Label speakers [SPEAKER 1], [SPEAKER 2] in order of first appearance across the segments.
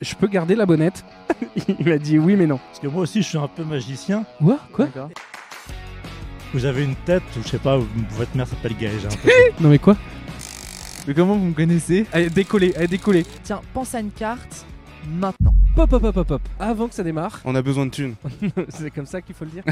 [SPEAKER 1] je peux garder la bonnette Il m'a dit oui, mais non.
[SPEAKER 2] Parce que moi aussi, je suis un peu magicien.
[SPEAKER 1] Quoi Quoi
[SPEAKER 3] D'accord.
[SPEAKER 2] Vous avez une tête, ou je sais pas, ou votre mère s'appelle Gaël. j'ai un peu-
[SPEAKER 1] Non, mais quoi
[SPEAKER 3] Mais comment vous me connaissez
[SPEAKER 1] Allez, décoller, allez, décoller.
[SPEAKER 3] Tiens, pense à une carte maintenant.
[SPEAKER 1] Pop, pop, pop, pop, pop. Avant que ça démarre,
[SPEAKER 4] On a besoin de thunes.
[SPEAKER 1] c'est comme ça qu'il faut le dire.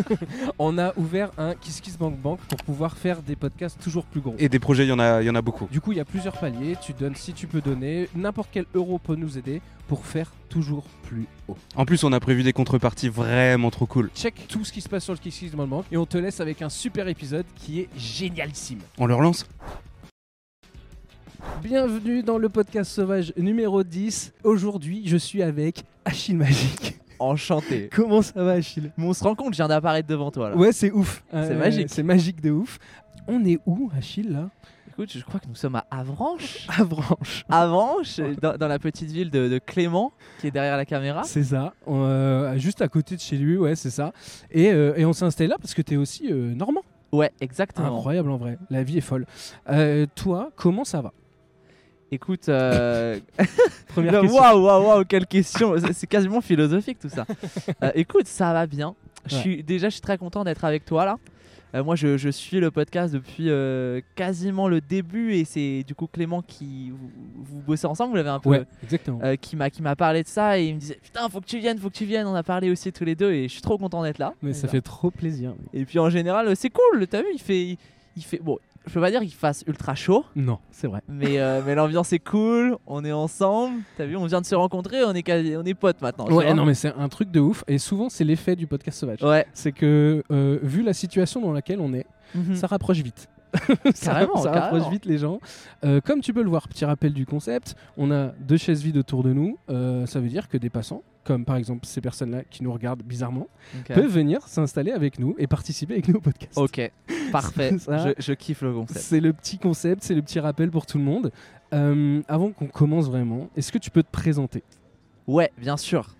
[SPEAKER 1] on a ouvert un Kiss Kiss Bank Bank pour pouvoir faire des podcasts toujours plus gros.
[SPEAKER 4] Et des projets, il y, en a- il y en a beaucoup.
[SPEAKER 1] Du coup, il y a plusieurs paliers. Tu donnes si tu peux donner. N'importe quel euro peut nous aider pour faire toujours plus haut.
[SPEAKER 4] En plus, on a prévu des contreparties vraiment trop cool.
[SPEAKER 1] Check tout ce qui se passe sur le Kiss Kiss Bank Bank et on te laisse avec un super épisode qui est génialissime.
[SPEAKER 4] On leur lance
[SPEAKER 1] Bienvenue dans le podcast sauvage numéro 10. Aujourd'hui, je suis avec Achille Magique.
[SPEAKER 3] Enchanté.
[SPEAKER 1] Comment ça va, Achille
[SPEAKER 3] Mais on se rend compte, je viens d'apparaître devant toi là.
[SPEAKER 1] Ouais, c'est ouf. Euh,
[SPEAKER 3] C'est magique.
[SPEAKER 1] C'est magique de ouf. On est où, Achille, là
[SPEAKER 3] Écoute, je crois que nous sommes à Avranches.
[SPEAKER 1] À Branche.
[SPEAKER 3] Avranches, dans, dans la petite ville de, de Clément, qui est derrière la caméra.
[SPEAKER 1] Ah. C'est ça. On, euh, juste à côté de chez lui, ouais, c'est ça. Et, euh, et on s'est installé là parce que t'es aussi euh, normand.
[SPEAKER 3] Ouais,
[SPEAKER 1] Ah.
[SPEAKER 3] exactement.
[SPEAKER 1] Incroyable en vrai. La vie est folle. Euh, toi, comment ça va
[SPEAKER 3] Écoute, euh,
[SPEAKER 1] Première
[SPEAKER 3] Là,
[SPEAKER 1] question.
[SPEAKER 3] Waouh, waouh, waouh, quelle question C'est- C'est quasiment philosophique tout ça. Euh, écoute, ça va bien. Je
[SPEAKER 1] Ouais.
[SPEAKER 3] suis déjà, je suis très content d'être avec toi là. Euh, moi, je, je suis le podcast depuis euh, quasiment le début et c'est du coup Clément qui vous, vous bossez ensemble, vous l'avez un peu,
[SPEAKER 1] Ouais, exactement.
[SPEAKER 3] euh, qui m'a qui m'a parlé de ça et il me disait putain, faut que tu viennes, faut que tu viennes. On a parlé aussi tous les deux et je suis trop content d'être là.
[SPEAKER 1] Mais ça fait trop plaisir.
[SPEAKER 3] Et puis en général, euh, c'est cool. T'as vu, il fait, il, il fait bon. Je peux pas dire qu'il fasse ultra chaud,
[SPEAKER 1] Non, c'est vrai.
[SPEAKER 3] mais, euh, mais l'ambiance est cool, on est ensemble, t'as vu, on vient de se rencontrer, on est, quasi- on est potes maintenant. tu
[SPEAKER 1] Ouais,
[SPEAKER 3] vois.
[SPEAKER 1] non, mais c'est un truc de ouf. Et souvent, c'est l'effet du podcast sauvage.
[SPEAKER 3] Ouais.
[SPEAKER 1] C'est que, euh, vu la situation dans laquelle on est,
[SPEAKER 3] Mhm.
[SPEAKER 1] ça rapproche vite. ça,
[SPEAKER 3] Carrément,
[SPEAKER 1] ça
[SPEAKER 3] carrément.
[SPEAKER 1] rapproche vite les gens. Euh, comme tu peux le voir, petit rappel du concept, on a deux chaises vides autour de nous. Euh, ça veut dire que des passants, comme par exemple ces personnes-là qui nous regardent bizarrement,
[SPEAKER 3] Ok.
[SPEAKER 1] peuvent venir s'installer avec nous et participer avec nous au podcast.
[SPEAKER 3] Mhm. Ok, parfait,
[SPEAKER 1] Ça-
[SPEAKER 3] je, je kiffe le concept.
[SPEAKER 1] C'est le petit concept, c'est le petit rappel pour tout le monde. Euh, avant qu'on commence vraiment, est-ce que tu peux te présenter
[SPEAKER 3] Ouais, bien sûr.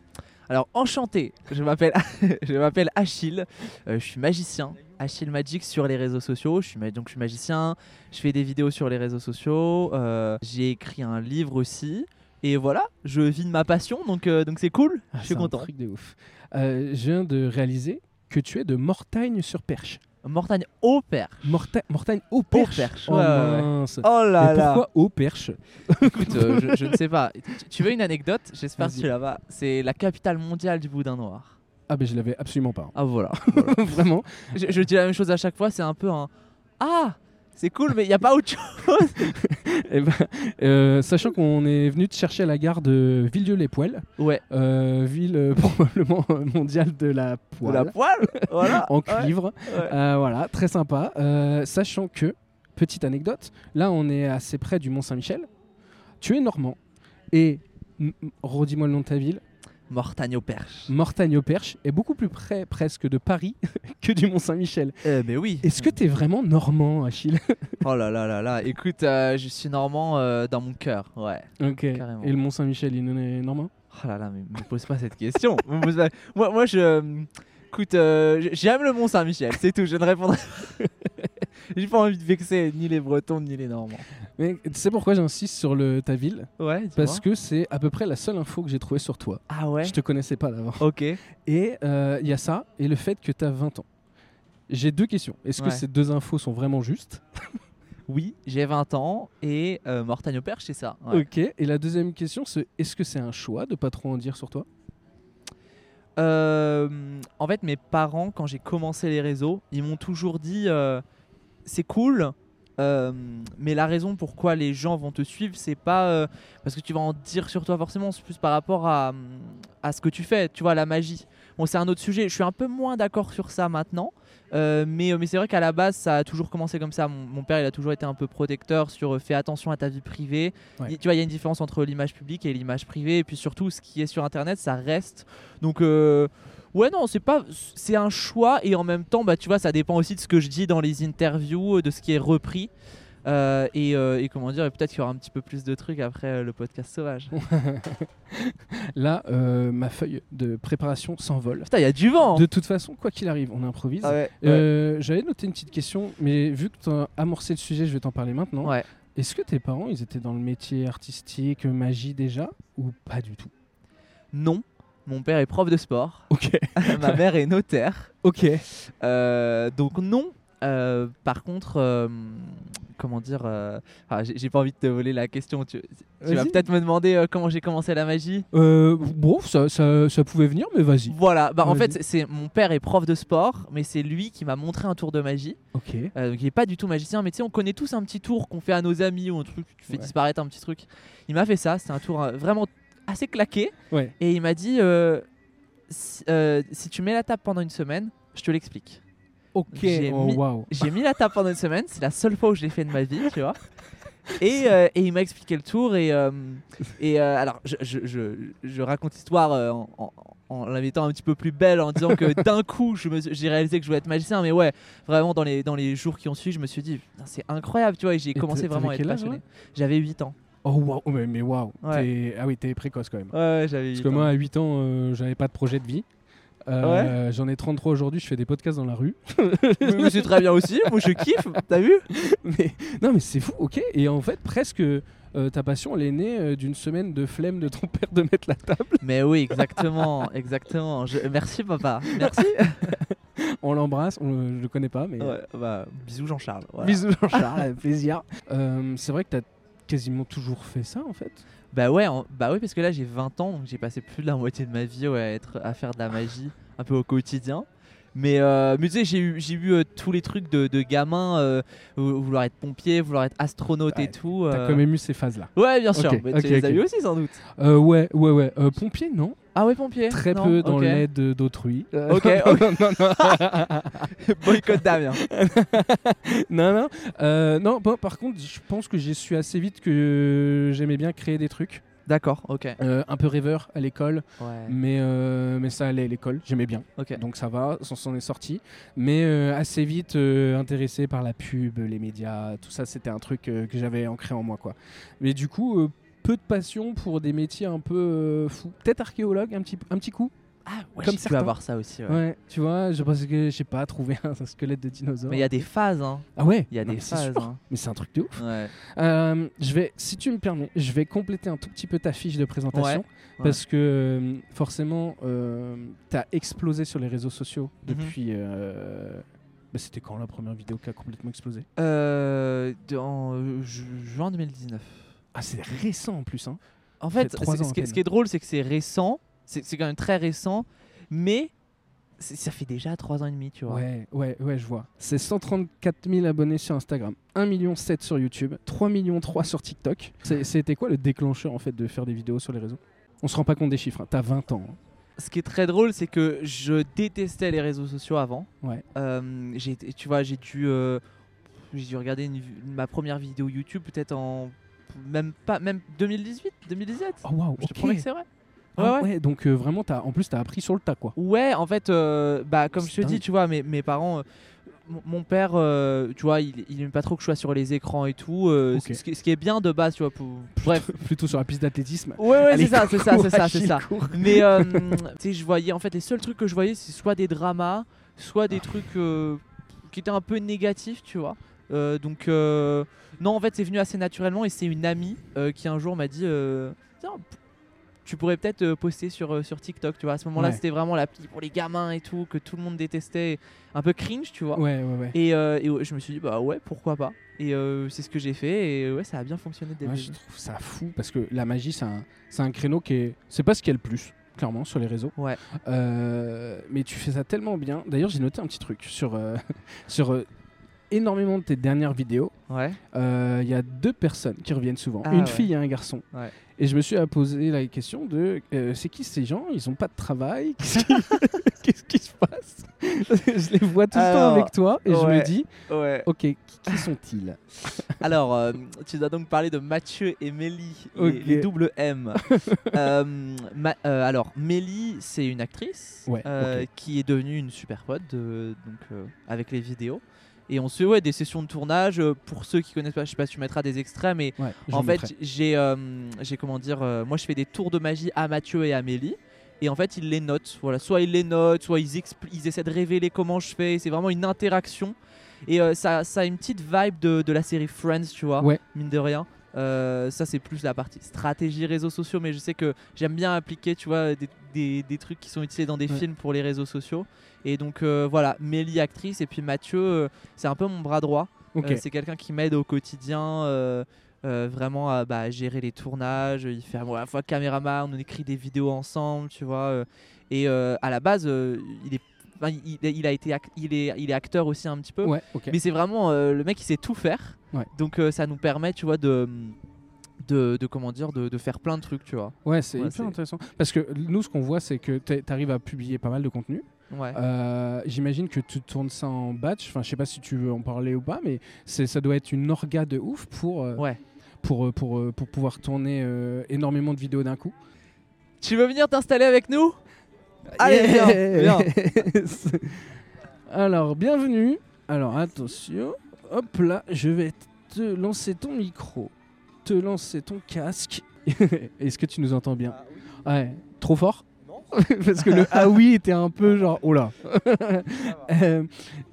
[SPEAKER 3] Alors, enchanté, je m'appelle, je m'appelle Achille, euh, je suis magicien, Achille Magic sur les réseaux sociaux, je suis, ma- donc je suis magicien, je fais des vidéos sur les réseaux sociaux, euh, j'ai écrit un livre aussi, et voilà, je vis de ma passion, donc euh, donc c'est cool,
[SPEAKER 1] Ah,
[SPEAKER 3] je
[SPEAKER 1] c'est
[SPEAKER 3] suis content.
[SPEAKER 1] Un truc de ouf. Euh, je viens de réaliser que tu es de Mortagne-sur-Perche.
[SPEAKER 3] Mortagne au père.
[SPEAKER 1] Morta- Mortagne au Perche.
[SPEAKER 3] Perche,
[SPEAKER 1] Oh
[SPEAKER 3] ouais, ouais.
[SPEAKER 1] mince.
[SPEAKER 3] Oh
[SPEAKER 1] Mais pourquoi au Perche
[SPEAKER 3] Écoute, euh, je, je ne sais pas. Tu- Tu veux une anecdote J'espère que
[SPEAKER 1] Vas-y.
[SPEAKER 3] tu l'as pas. C'est la capitale mondiale du boudin noir.
[SPEAKER 1] Ah ben je l'avais absolument pas.
[SPEAKER 3] Ah voilà.
[SPEAKER 1] Vraiment.
[SPEAKER 3] je, je dis la même chose à chaque fois, c'est un peu un... Ah C'est cool, mais il n'y a pas autre chose.
[SPEAKER 1] Eh ben, euh, sachant qu'on est venu te chercher à la gare de Villedieu-les-Poêles,
[SPEAKER 3] Ouais.
[SPEAKER 1] euh, ville euh, probablement euh, mondiale de la
[SPEAKER 3] Ou
[SPEAKER 1] poêle.
[SPEAKER 3] La poêle Voilà.
[SPEAKER 1] en
[SPEAKER 3] Ouais,
[SPEAKER 1] cuivre.
[SPEAKER 3] ouais.
[SPEAKER 1] Euh, voilà, très sympa. Euh, sachant que, petite anecdote, là on est assez près du Mont-Saint-Michel. Tu es normand. Et, m- m- redis-moi le nom de ta ville,
[SPEAKER 3] Mortagne au perche.
[SPEAKER 1] Mortagne-au-Perche est beaucoup plus près presque de Paris que du Mont-Saint-Michel.
[SPEAKER 3] Euh, mais oui.
[SPEAKER 1] Est-ce que tu es vraiment normand, Achille
[SPEAKER 3] Oh là là là là. Écoute, euh, je suis normand euh, dans mon cœur. Ouais.
[SPEAKER 1] Ok.
[SPEAKER 3] Carrément.
[SPEAKER 1] Et le Mont-Saint-Michel, il est normand
[SPEAKER 3] Oh là là, mais me pose pas cette question. Me pose pas- Moi, moi, je. Écoute, euh, j- j'aime le Mont Saint-Michel, c'est tout. Je ne répondrai pas. J'ai pas envie de vexer ni les Bretons ni les Normands.
[SPEAKER 1] Mais tu sais pourquoi j'insiste sur le, ta ville
[SPEAKER 3] Ouais,
[SPEAKER 1] Parce que c'est à peu près la seule info que j'ai trouvée sur toi.
[SPEAKER 3] Ah ouais Oh.
[SPEAKER 1] Je te connaissais pas d'avant.
[SPEAKER 3] Ok.
[SPEAKER 1] Et euh, il y a ça et le fait que tu as 20 ans. J'ai deux questions. Est-ce
[SPEAKER 3] Ouais.
[SPEAKER 1] que ces deux infos sont vraiment justes
[SPEAKER 3] Oui, j'ai 20 ans et euh, Mortagne au Perche, c'est ça. ouais.
[SPEAKER 1] Ok. Et la deuxième question, c'est est-ce que c'est un choix de pas trop en dire sur toi
[SPEAKER 3] Euh, en fait, mes parents, quand j'ai commencé les réseaux, ils m'ont toujours dit euh, c'est cool, euh, mais la raison pourquoi les gens vont te suivre, c'est pas euh, parce que tu vas en dire sur toi forcément, c'est plus par rapport à, hum, à ce que tu fais, tu vois, la magie. Bon, c'est un autre sujet, je suis un peu moins d'accord sur ça maintenant, euh, mais, mais c'est vrai qu'à la base, ça a toujours commencé comme ça. Mon, mon père, il a toujours été un peu protecteur sur euh, fais attention à ta vie privée.
[SPEAKER 1] Ouais.
[SPEAKER 3] Il- Tu vois, il y a une différence entre l'image publique et l'image privée, et puis surtout, ce qui est sur Internet, ça reste. Donc, euh, ouais, non, c'est pas, c'est un choix et en même temps, bah, tu vois, ça dépend aussi de ce que je dis dans les interviews, euh, de ce qui est repris. Euh, et, euh, et comment dire, et peut-être qu'il y aura un petit peu plus de trucs après euh, le podcast sauvage.
[SPEAKER 1] Là, euh, ma feuille de préparation s'envole.
[SPEAKER 3] Putain, il y a du vent! hein.
[SPEAKER 1] De toute façon, quoi qu'il arrive, on improvise.
[SPEAKER 3] Oh. Ah ouais, ouais.
[SPEAKER 1] Euh, J'avais noté une petite question, mais vu que tu as amorcé le sujet, je vais t'en parler maintenant.
[SPEAKER 3] Ouais.
[SPEAKER 1] Est-ce que tes parents, ils étaient dans le métier artistique, magie déjà, ou pas du tout
[SPEAKER 3] Non, mon père est prof de sport,
[SPEAKER 1] Ok.
[SPEAKER 3] ma mère est notaire.
[SPEAKER 1] Ok.
[SPEAKER 3] Euh, donc non. Euh, par contre, euh, comment dire euh, ah, J'ai j'ai pas envie de te voler la question. Tu, tu vas
[SPEAKER 1] Vas-y.
[SPEAKER 3] peut-être me demander euh, comment j'ai commencé la magie.
[SPEAKER 1] Euh, bon, ça, ça, ça pouvait venir, mais vas-y.
[SPEAKER 3] Voilà. Bah en
[SPEAKER 1] Vas-y.
[SPEAKER 3] fait, c'est- c'est mon père est prof de sport, mais c'est lui qui m'a montré un tour de magie.
[SPEAKER 1] Ok.
[SPEAKER 3] Euh, donc il est pas du tout magicien, mais tu sais, on connaît tous un petit tour qu'on fait à nos amis ou un truc, tu fais
[SPEAKER 1] Ouais.
[SPEAKER 3] disparaître un petit truc. Il m'a fait ça, c'était un tour euh, vraiment assez claqué.
[SPEAKER 1] Ouais.
[SPEAKER 3] Et il m'a dit euh, si, euh, si tu mets la table pendant une semaine, je te l'explique.
[SPEAKER 1] Ok.
[SPEAKER 3] J'ai
[SPEAKER 1] Oh,
[SPEAKER 3] mis-
[SPEAKER 1] waouh.
[SPEAKER 3] J'ai mis la table pendant une semaine, c'est la seule fois où je l'ai fait de ma vie, tu vois. Et, euh, et il m'a expliqué le tour. Et, euh, et euh, alors, je, je- je- je raconte l'histoire euh, en, en, en la mettant un petit peu plus belle, en disant que d'un coup, je me suis- j'ai réalisé que je voulais être magicien. Mais ouais, vraiment, dans les, dans les jours qui ont suivi, je me suis dit, Putain, c'est incroyable, tu vois. Et j'ai
[SPEAKER 1] Et
[SPEAKER 3] commencé
[SPEAKER 1] t'avais
[SPEAKER 3] vraiment à être
[SPEAKER 1] quel âge,
[SPEAKER 3] passionné.
[SPEAKER 1] ouais
[SPEAKER 3] J'avais 8 ans.
[SPEAKER 1] Oh, waouh. Mais, mais waouh.
[SPEAKER 3] Ouais.
[SPEAKER 1] T'es- Ah oui, t'es précoce quand même.
[SPEAKER 3] Ouais, j'avais 8
[SPEAKER 1] Parce que
[SPEAKER 3] ans.
[SPEAKER 1] moi, à 8 ans, euh, j'avais pas de projet de vie. Euh, J'en ai 33 aujourd'hui, je fais des podcasts dans la rue.
[SPEAKER 3] Mais- mais c'est très bien aussi, moi je kiffe, t'as vu
[SPEAKER 1] mais, non, mais c'est fou, ok. Et en fait, presque euh, ta passion, elle est née euh, d'une semaine de flemme de ton père de mettre la table.
[SPEAKER 3] Mais oui, exactement, exactement. Je- Merci papa, merci.
[SPEAKER 1] On l'embrasse, on le- je le connais pas, mais.
[SPEAKER 3] Ouais, bah, bisous Jean-Charles. voilà.
[SPEAKER 1] Bisous Jean-Charles, avec plaisir. Euh, c'est vrai que t'as quasiment toujours fait ça en fait.
[SPEAKER 3] Bah ouais, en- bah oui parce que là j'ai 20 ans, donc j'ai passé plus de la moitié de ma vie ouais, à, être, à faire de la magie un peu au quotidien. Mais, euh, mais tu sais, j'ai eu, j'ai eu euh, tous les trucs de, de gamin, euh, vou- vouloir être pompier, vouloir être astronaute
[SPEAKER 1] Ouais,
[SPEAKER 3] et tout.
[SPEAKER 1] T'as
[SPEAKER 3] euh.
[SPEAKER 1] quand même eu ces phases là.
[SPEAKER 3] Ouais, bien sûr,
[SPEAKER 1] Ok,
[SPEAKER 3] mais
[SPEAKER 1] ok,
[SPEAKER 3] tu les as
[SPEAKER 1] ok.
[SPEAKER 3] eu aussi sans doute.
[SPEAKER 1] Euh, ouais, ouais, ouais. Euh, pompier, non.
[SPEAKER 3] Ah ouais, pompier
[SPEAKER 1] Très
[SPEAKER 3] Non,
[SPEAKER 1] peu dans
[SPEAKER 3] ok.
[SPEAKER 1] l'aide d'autrui. Euh,
[SPEAKER 3] Ok,
[SPEAKER 1] non, non, non, non,
[SPEAKER 3] Boycott Damien.
[SPEAKER 1] non, non. Euh, non, bon, par contre, je pense que j'ai su assez vite que j'aimais bien créer des trucs.
[SPEAKER 3] D'accord, ok.
[SPEAKER 1] Euh, un peu rêveur à l'école,
[SPEAKER 3] Ouais.
[SPEAKER 1] mais, euh, mais ça allait à l'école, j'aimais bien.
[SPEAKER 3] Ok.
[SPEAKER 1] Donc ça va, on s'en est sorti. Mais euh, assez vite euh, intéressé par la pub, les médias, tout ça, c'était un truc euh, que j'avais ancré en moi. quoi. Mais du coup, euh, peu de passion pour des métiers un peu euh, fous. Peut-être archéologue, un petit, un petit coup.
[SPEAKER 3] Ah ouais,
[SPEAKER 1] Comme
[SPEAKER 3] j'ai dû
[SPEAKER 1] certains.
[SPEAKER 3] avoir ça aussi. ouais.
[SPEAKER 1] Ouais. tu vois, je pense que, je sais pas, trouver un, un squelette de dinosaure.
[SPEAKER 3] Mais il y a des phases, hein.
[SPEAKER 1] Ah ouais
[SPEAKER 3] Il y a
[SPEAKER 1] Non,
[SPEAKER 3] des
[SPEAKER 1] mais c'est
[SPEAKER 3] phases.
[SPEAKER 1] sûr.
[SPEAKER 3] hein.
[SPEAKER 1] Mais c'est un truc de ouf.
[SPEAKER 3] Ouais.
[SPEAKER 1] Euh, je vais, si tu me permets, je vais compléter un tout petit peu ta fiche de présentation.
[SPEAKER 3] Ouais,
[SPEAKER 1] Parce que euh, forcément, euh, t'as explosé sur les réseaux sociaux
[SPEAKER 3] Mhm.
[SPEAKER 1] depuis. euh, bah, C'était quand la première vidéo qui a complètement explosé
[SPEAKER 3] Euh, de- en euh, ju- juin 2019.
[SPEAKER 1] Ah, c'est récent en plus. Hein.
[SPEAKER 3] En
[SPEAKER 1] Ça fait
[SPEAKER 3] fait,
[SPEAKER 1] trois
[SPEAKER 3] c'est-
[SPEAKER 1] ans
[SPEAKER 3] ce,
[SPEAKER 1] à
[SPEAKER 3] qui,
[SPEAKER 1] peine.
[SPEAKER 3] ce qui est drôle, c'est que c'est récent, c'est c'est quand même très récent, mais c'est- ça fait déjà 3 ans et demi, tu vois.
[SPEAKER 1] Ouais, ouais, ouais, je vois. C'est 134 000 abonnés sur Instagram, 1 million 7 sur YouTube, 3 millions 3 sur TikTok. C'est- C'était quoi le déclencheur en fait de faire des vidéos sur les réseaux On se rend pas compte des chiffres. hein. T'as 20 ans. hein.
[SPEAKER 3] Ce qui est très drôle, c'est que je détestais les réseaux sociaux avant.
[SPEAKER 1] Ouais.
[SPEAKER 3] Euh, j'ai- tu vois, j'ai dû, euh, j'ai dû regarder une vi- ma première vidéo YouTube peut-être en même pas même 2018, 2017.
[SPEAKER 1] Oh waouh.
[SPEAKER 3] Je te
[SPEAKER 1] ok.
[SPEAKER 3] promets que c'est vrai.
[SPEAKER 1] Ah ouais, Donc euh, vraiment, as, en plus, t'as appris sur le tas quoi.
[SPEAKER 3] Ouais, en fait, euh, bah, comme je
[SPEAKER 1] C'est
[SPEAKER 3] te dis,
[SPEAKER 1] dingue.
[SPEAKER 3] tu vois, mes, mes parents. euh, mon- mon père, euh, tu vois, il, il aime pas trop que je sois sur les écrans et tout. euh,
[SPEAKER 1] Ok.
[SPEAKER 3] ce, qui- ce qui est bien de base, tu vois. pour- Bref.
[SPEAKER 1] Plutôt sur la piste d'athlétisme.
[SPEAKER 3] Ouais, ouais,
[SPEAKER 1] Allez,
[SPEAKER 3] c'est ça, c'est ça,
[SPEAKER 1] cours,
[SPEAKER 3] c'est ça, c'est
[SPEAKER 1] Achille,
[SPEAKER 3] ça.
[SPEAKER 1] cours.
[SPEAKER 3] Mais, euh, tu sais, je voyais, en fait, les seuls trucs que je voyais, c'est soit des dramas, soit
[SPEAKER 1] Ah.
[SPEAKER 3] des trucs euh, qui étaient un peu négatifs, tu vois. Euh, donc, euh, non, en fait, c'est venu assez naturellement et c'est une amie euh, qui un jour m'a dit. euh, Tiens, p- tu pourrais peut-être euh, poster sur, euh, sur TikTok, tu vois. À ce moment-là,
[SPEAKER 1] Ouais.
[SPEAKER 3] c'était vraiment l'appli pour les gamins et tout, que tout le monde détestait, un peu cringe, tu vois.
[SPEAKER 1] Ouais, ouais, ouais.
[SPEAKER 3] Et, euh, et ouais, je me suis dit, bah ouais, pourquoi pas. Et euh, c'est ce que j'ai fait, et ouais, ça a bien fonctionné dès le
[SPEAKER 1] Moi, je
[SPEAKER 3] début.
[SPEAKER 1] trouve ça fou parce que la magie, c'est un, c'est un créneau qui est. C'est pas ce qu'il y a le plus, clairement, sur les réseaux.
[SPEAKER 3] Ouais.
[SPEAKER 1] Euh, mais tu fais ça tellement bien. D'ailleurs, j'ai noté un petit truc sur, euh, sur euh, énormément de tes dernières vidéos.
[SPEAKER 3] Ouais,
[SPEAKER 1] Euh, Il y a deux personnes qui reviennent souvent,
[SPEAKER 3] Ah,
[SPEAKER 1] une
[SPEAKER 3] ouais.
[SPEAKER 1] fille et un garçon.
[SPEAKER 3] Ouais.
[SPEAKER 1] Et je me suis posé la question de euh, c'est qui ces gens Ils ont pas de travail Qu'est-ce qui, qu'est-ce qui se passe Je les vois tout le temps
[SPEAKER 3] Alors,
[SPEAKER 1] avec toi et je me
[SPEAKER 3] ouais.
[SPEAKER 1] dis
[SPEAKER 3] ouais.
[SPEAKER 1] ok, qui, qui sont-ils
[SPEAKER 3] Alors, euh, tu dois donc parler de Mathieu et Mélie, les-
[SPEAKER 1] Ok.
[SPEAKER 3] les, double M. Euh, Ma- euh, alors, Mélie, c'est une actrice
[SPEAKER 1] Ouais,
[SPEAKER 3] euh, qui est devenue une super pote de- donc, euh, avec les vidéos. Et on se fait ouais, des sessions de tournage. euh, Pour ceux qui connaissent pas, je sais pas si tu mettras des extraits, mais
[SPEAKER 1] Ouais, je
[SPEAKER 3] en
[SPEAKER 1] me
[SPEAKER 3] fait,
[SPEAKER 1] mettrai.
[SPEAKER 3] j'ai, euh, j'ai comment dire, euh, moi je fais des tours de magie à Mathieu et à Amélie. Et en fait, ils les notent. Voilà, soit ils les notent, soit ils, expl- ils essaient de révéler comment je fais. C'est vraiment une interaction. Et euh, ça, ça a une petite vibe de, de la série Friends, tu vois,
[SPEAKER 1] Ouais.
[SPEAKER 3] mine de rien. Euh, ça, c'est plus la partie stratégie réseaux sociaux, mais je sais que j'aime bien appliquer, tu vois, des, des- des trucs qui sont utilisés dans des
[SPEAKER 1] Ouais.
[SPEAKER 3] films pour les réseaux sociaux. Et donc euh, voilà, Mélie actrice, et puis Mathieu, euh, c'est un peu mon bras droit.
[SPEAKER 1] Ok.
[SPEAKER 3] Euh, c'est quelqu'un qui m'aide au quotidien, euh, euh, vraiment à bah, gérer les tournages. Il fait à moi à la fois caméraman, on écrit des vidéos ensemble, tu vois. euh, et euh, à la base, euh, il est, enfin, il, il a été, ac- il est, il est acteur aussi un petit peu.
[SPEAKER 1] ouais, ok.
[SPEAKER 3] Mais c'est vraiment euh, le mec, il sait tout faire.
[SPEAKER 1] Ouais.
[SPEAKER 3] Donc euh, ça nous permet, tu vois, de, de, de comment dire, de, de faire plein de trucs, tu vois.
[SPEAKER 1] Ouais, c'est
[SPEAKER 3] Ouais,
[SPEAKER 1] hyper
[SPEAKER 3] c'est-
[SPEAKER 1] intéressant. Parce que nous, ce qu'on voit, c'est que tu arrives à publier pas mal de contenu.
[SPEAKER 3] Ouais.
[SPEAKER 1] Euh, J'imagine que tu tournes ça en batch. Enfin, je sais pas si tu veux en parler ou pas, mais c'est- ça doit être une orga de ouf pour, euh,
[SPEAKER 3] Ouais.
[SPEAKER 1] pour, euh, pour, euh, pour pouvoir tourner euh, énormément de vidéos d'un coup.
[SPEAKER 3] Tu veux venir t'installer avec nous Allez, viens, viens.
[SPEAKER 1] Alors, bienvenue. Alors, attention. Hop là, je vais te lancer ton micro, te lancer ton casque. Est-ce que tu nous entends bien Ouais, trop fort
[SPEAKER 5] Ah Non,
[SPEAKER 1] Parce que le ah oui était un peu genre oh là.
[SPEAKER 5] ça va.
[SPEAKER 1] Euh,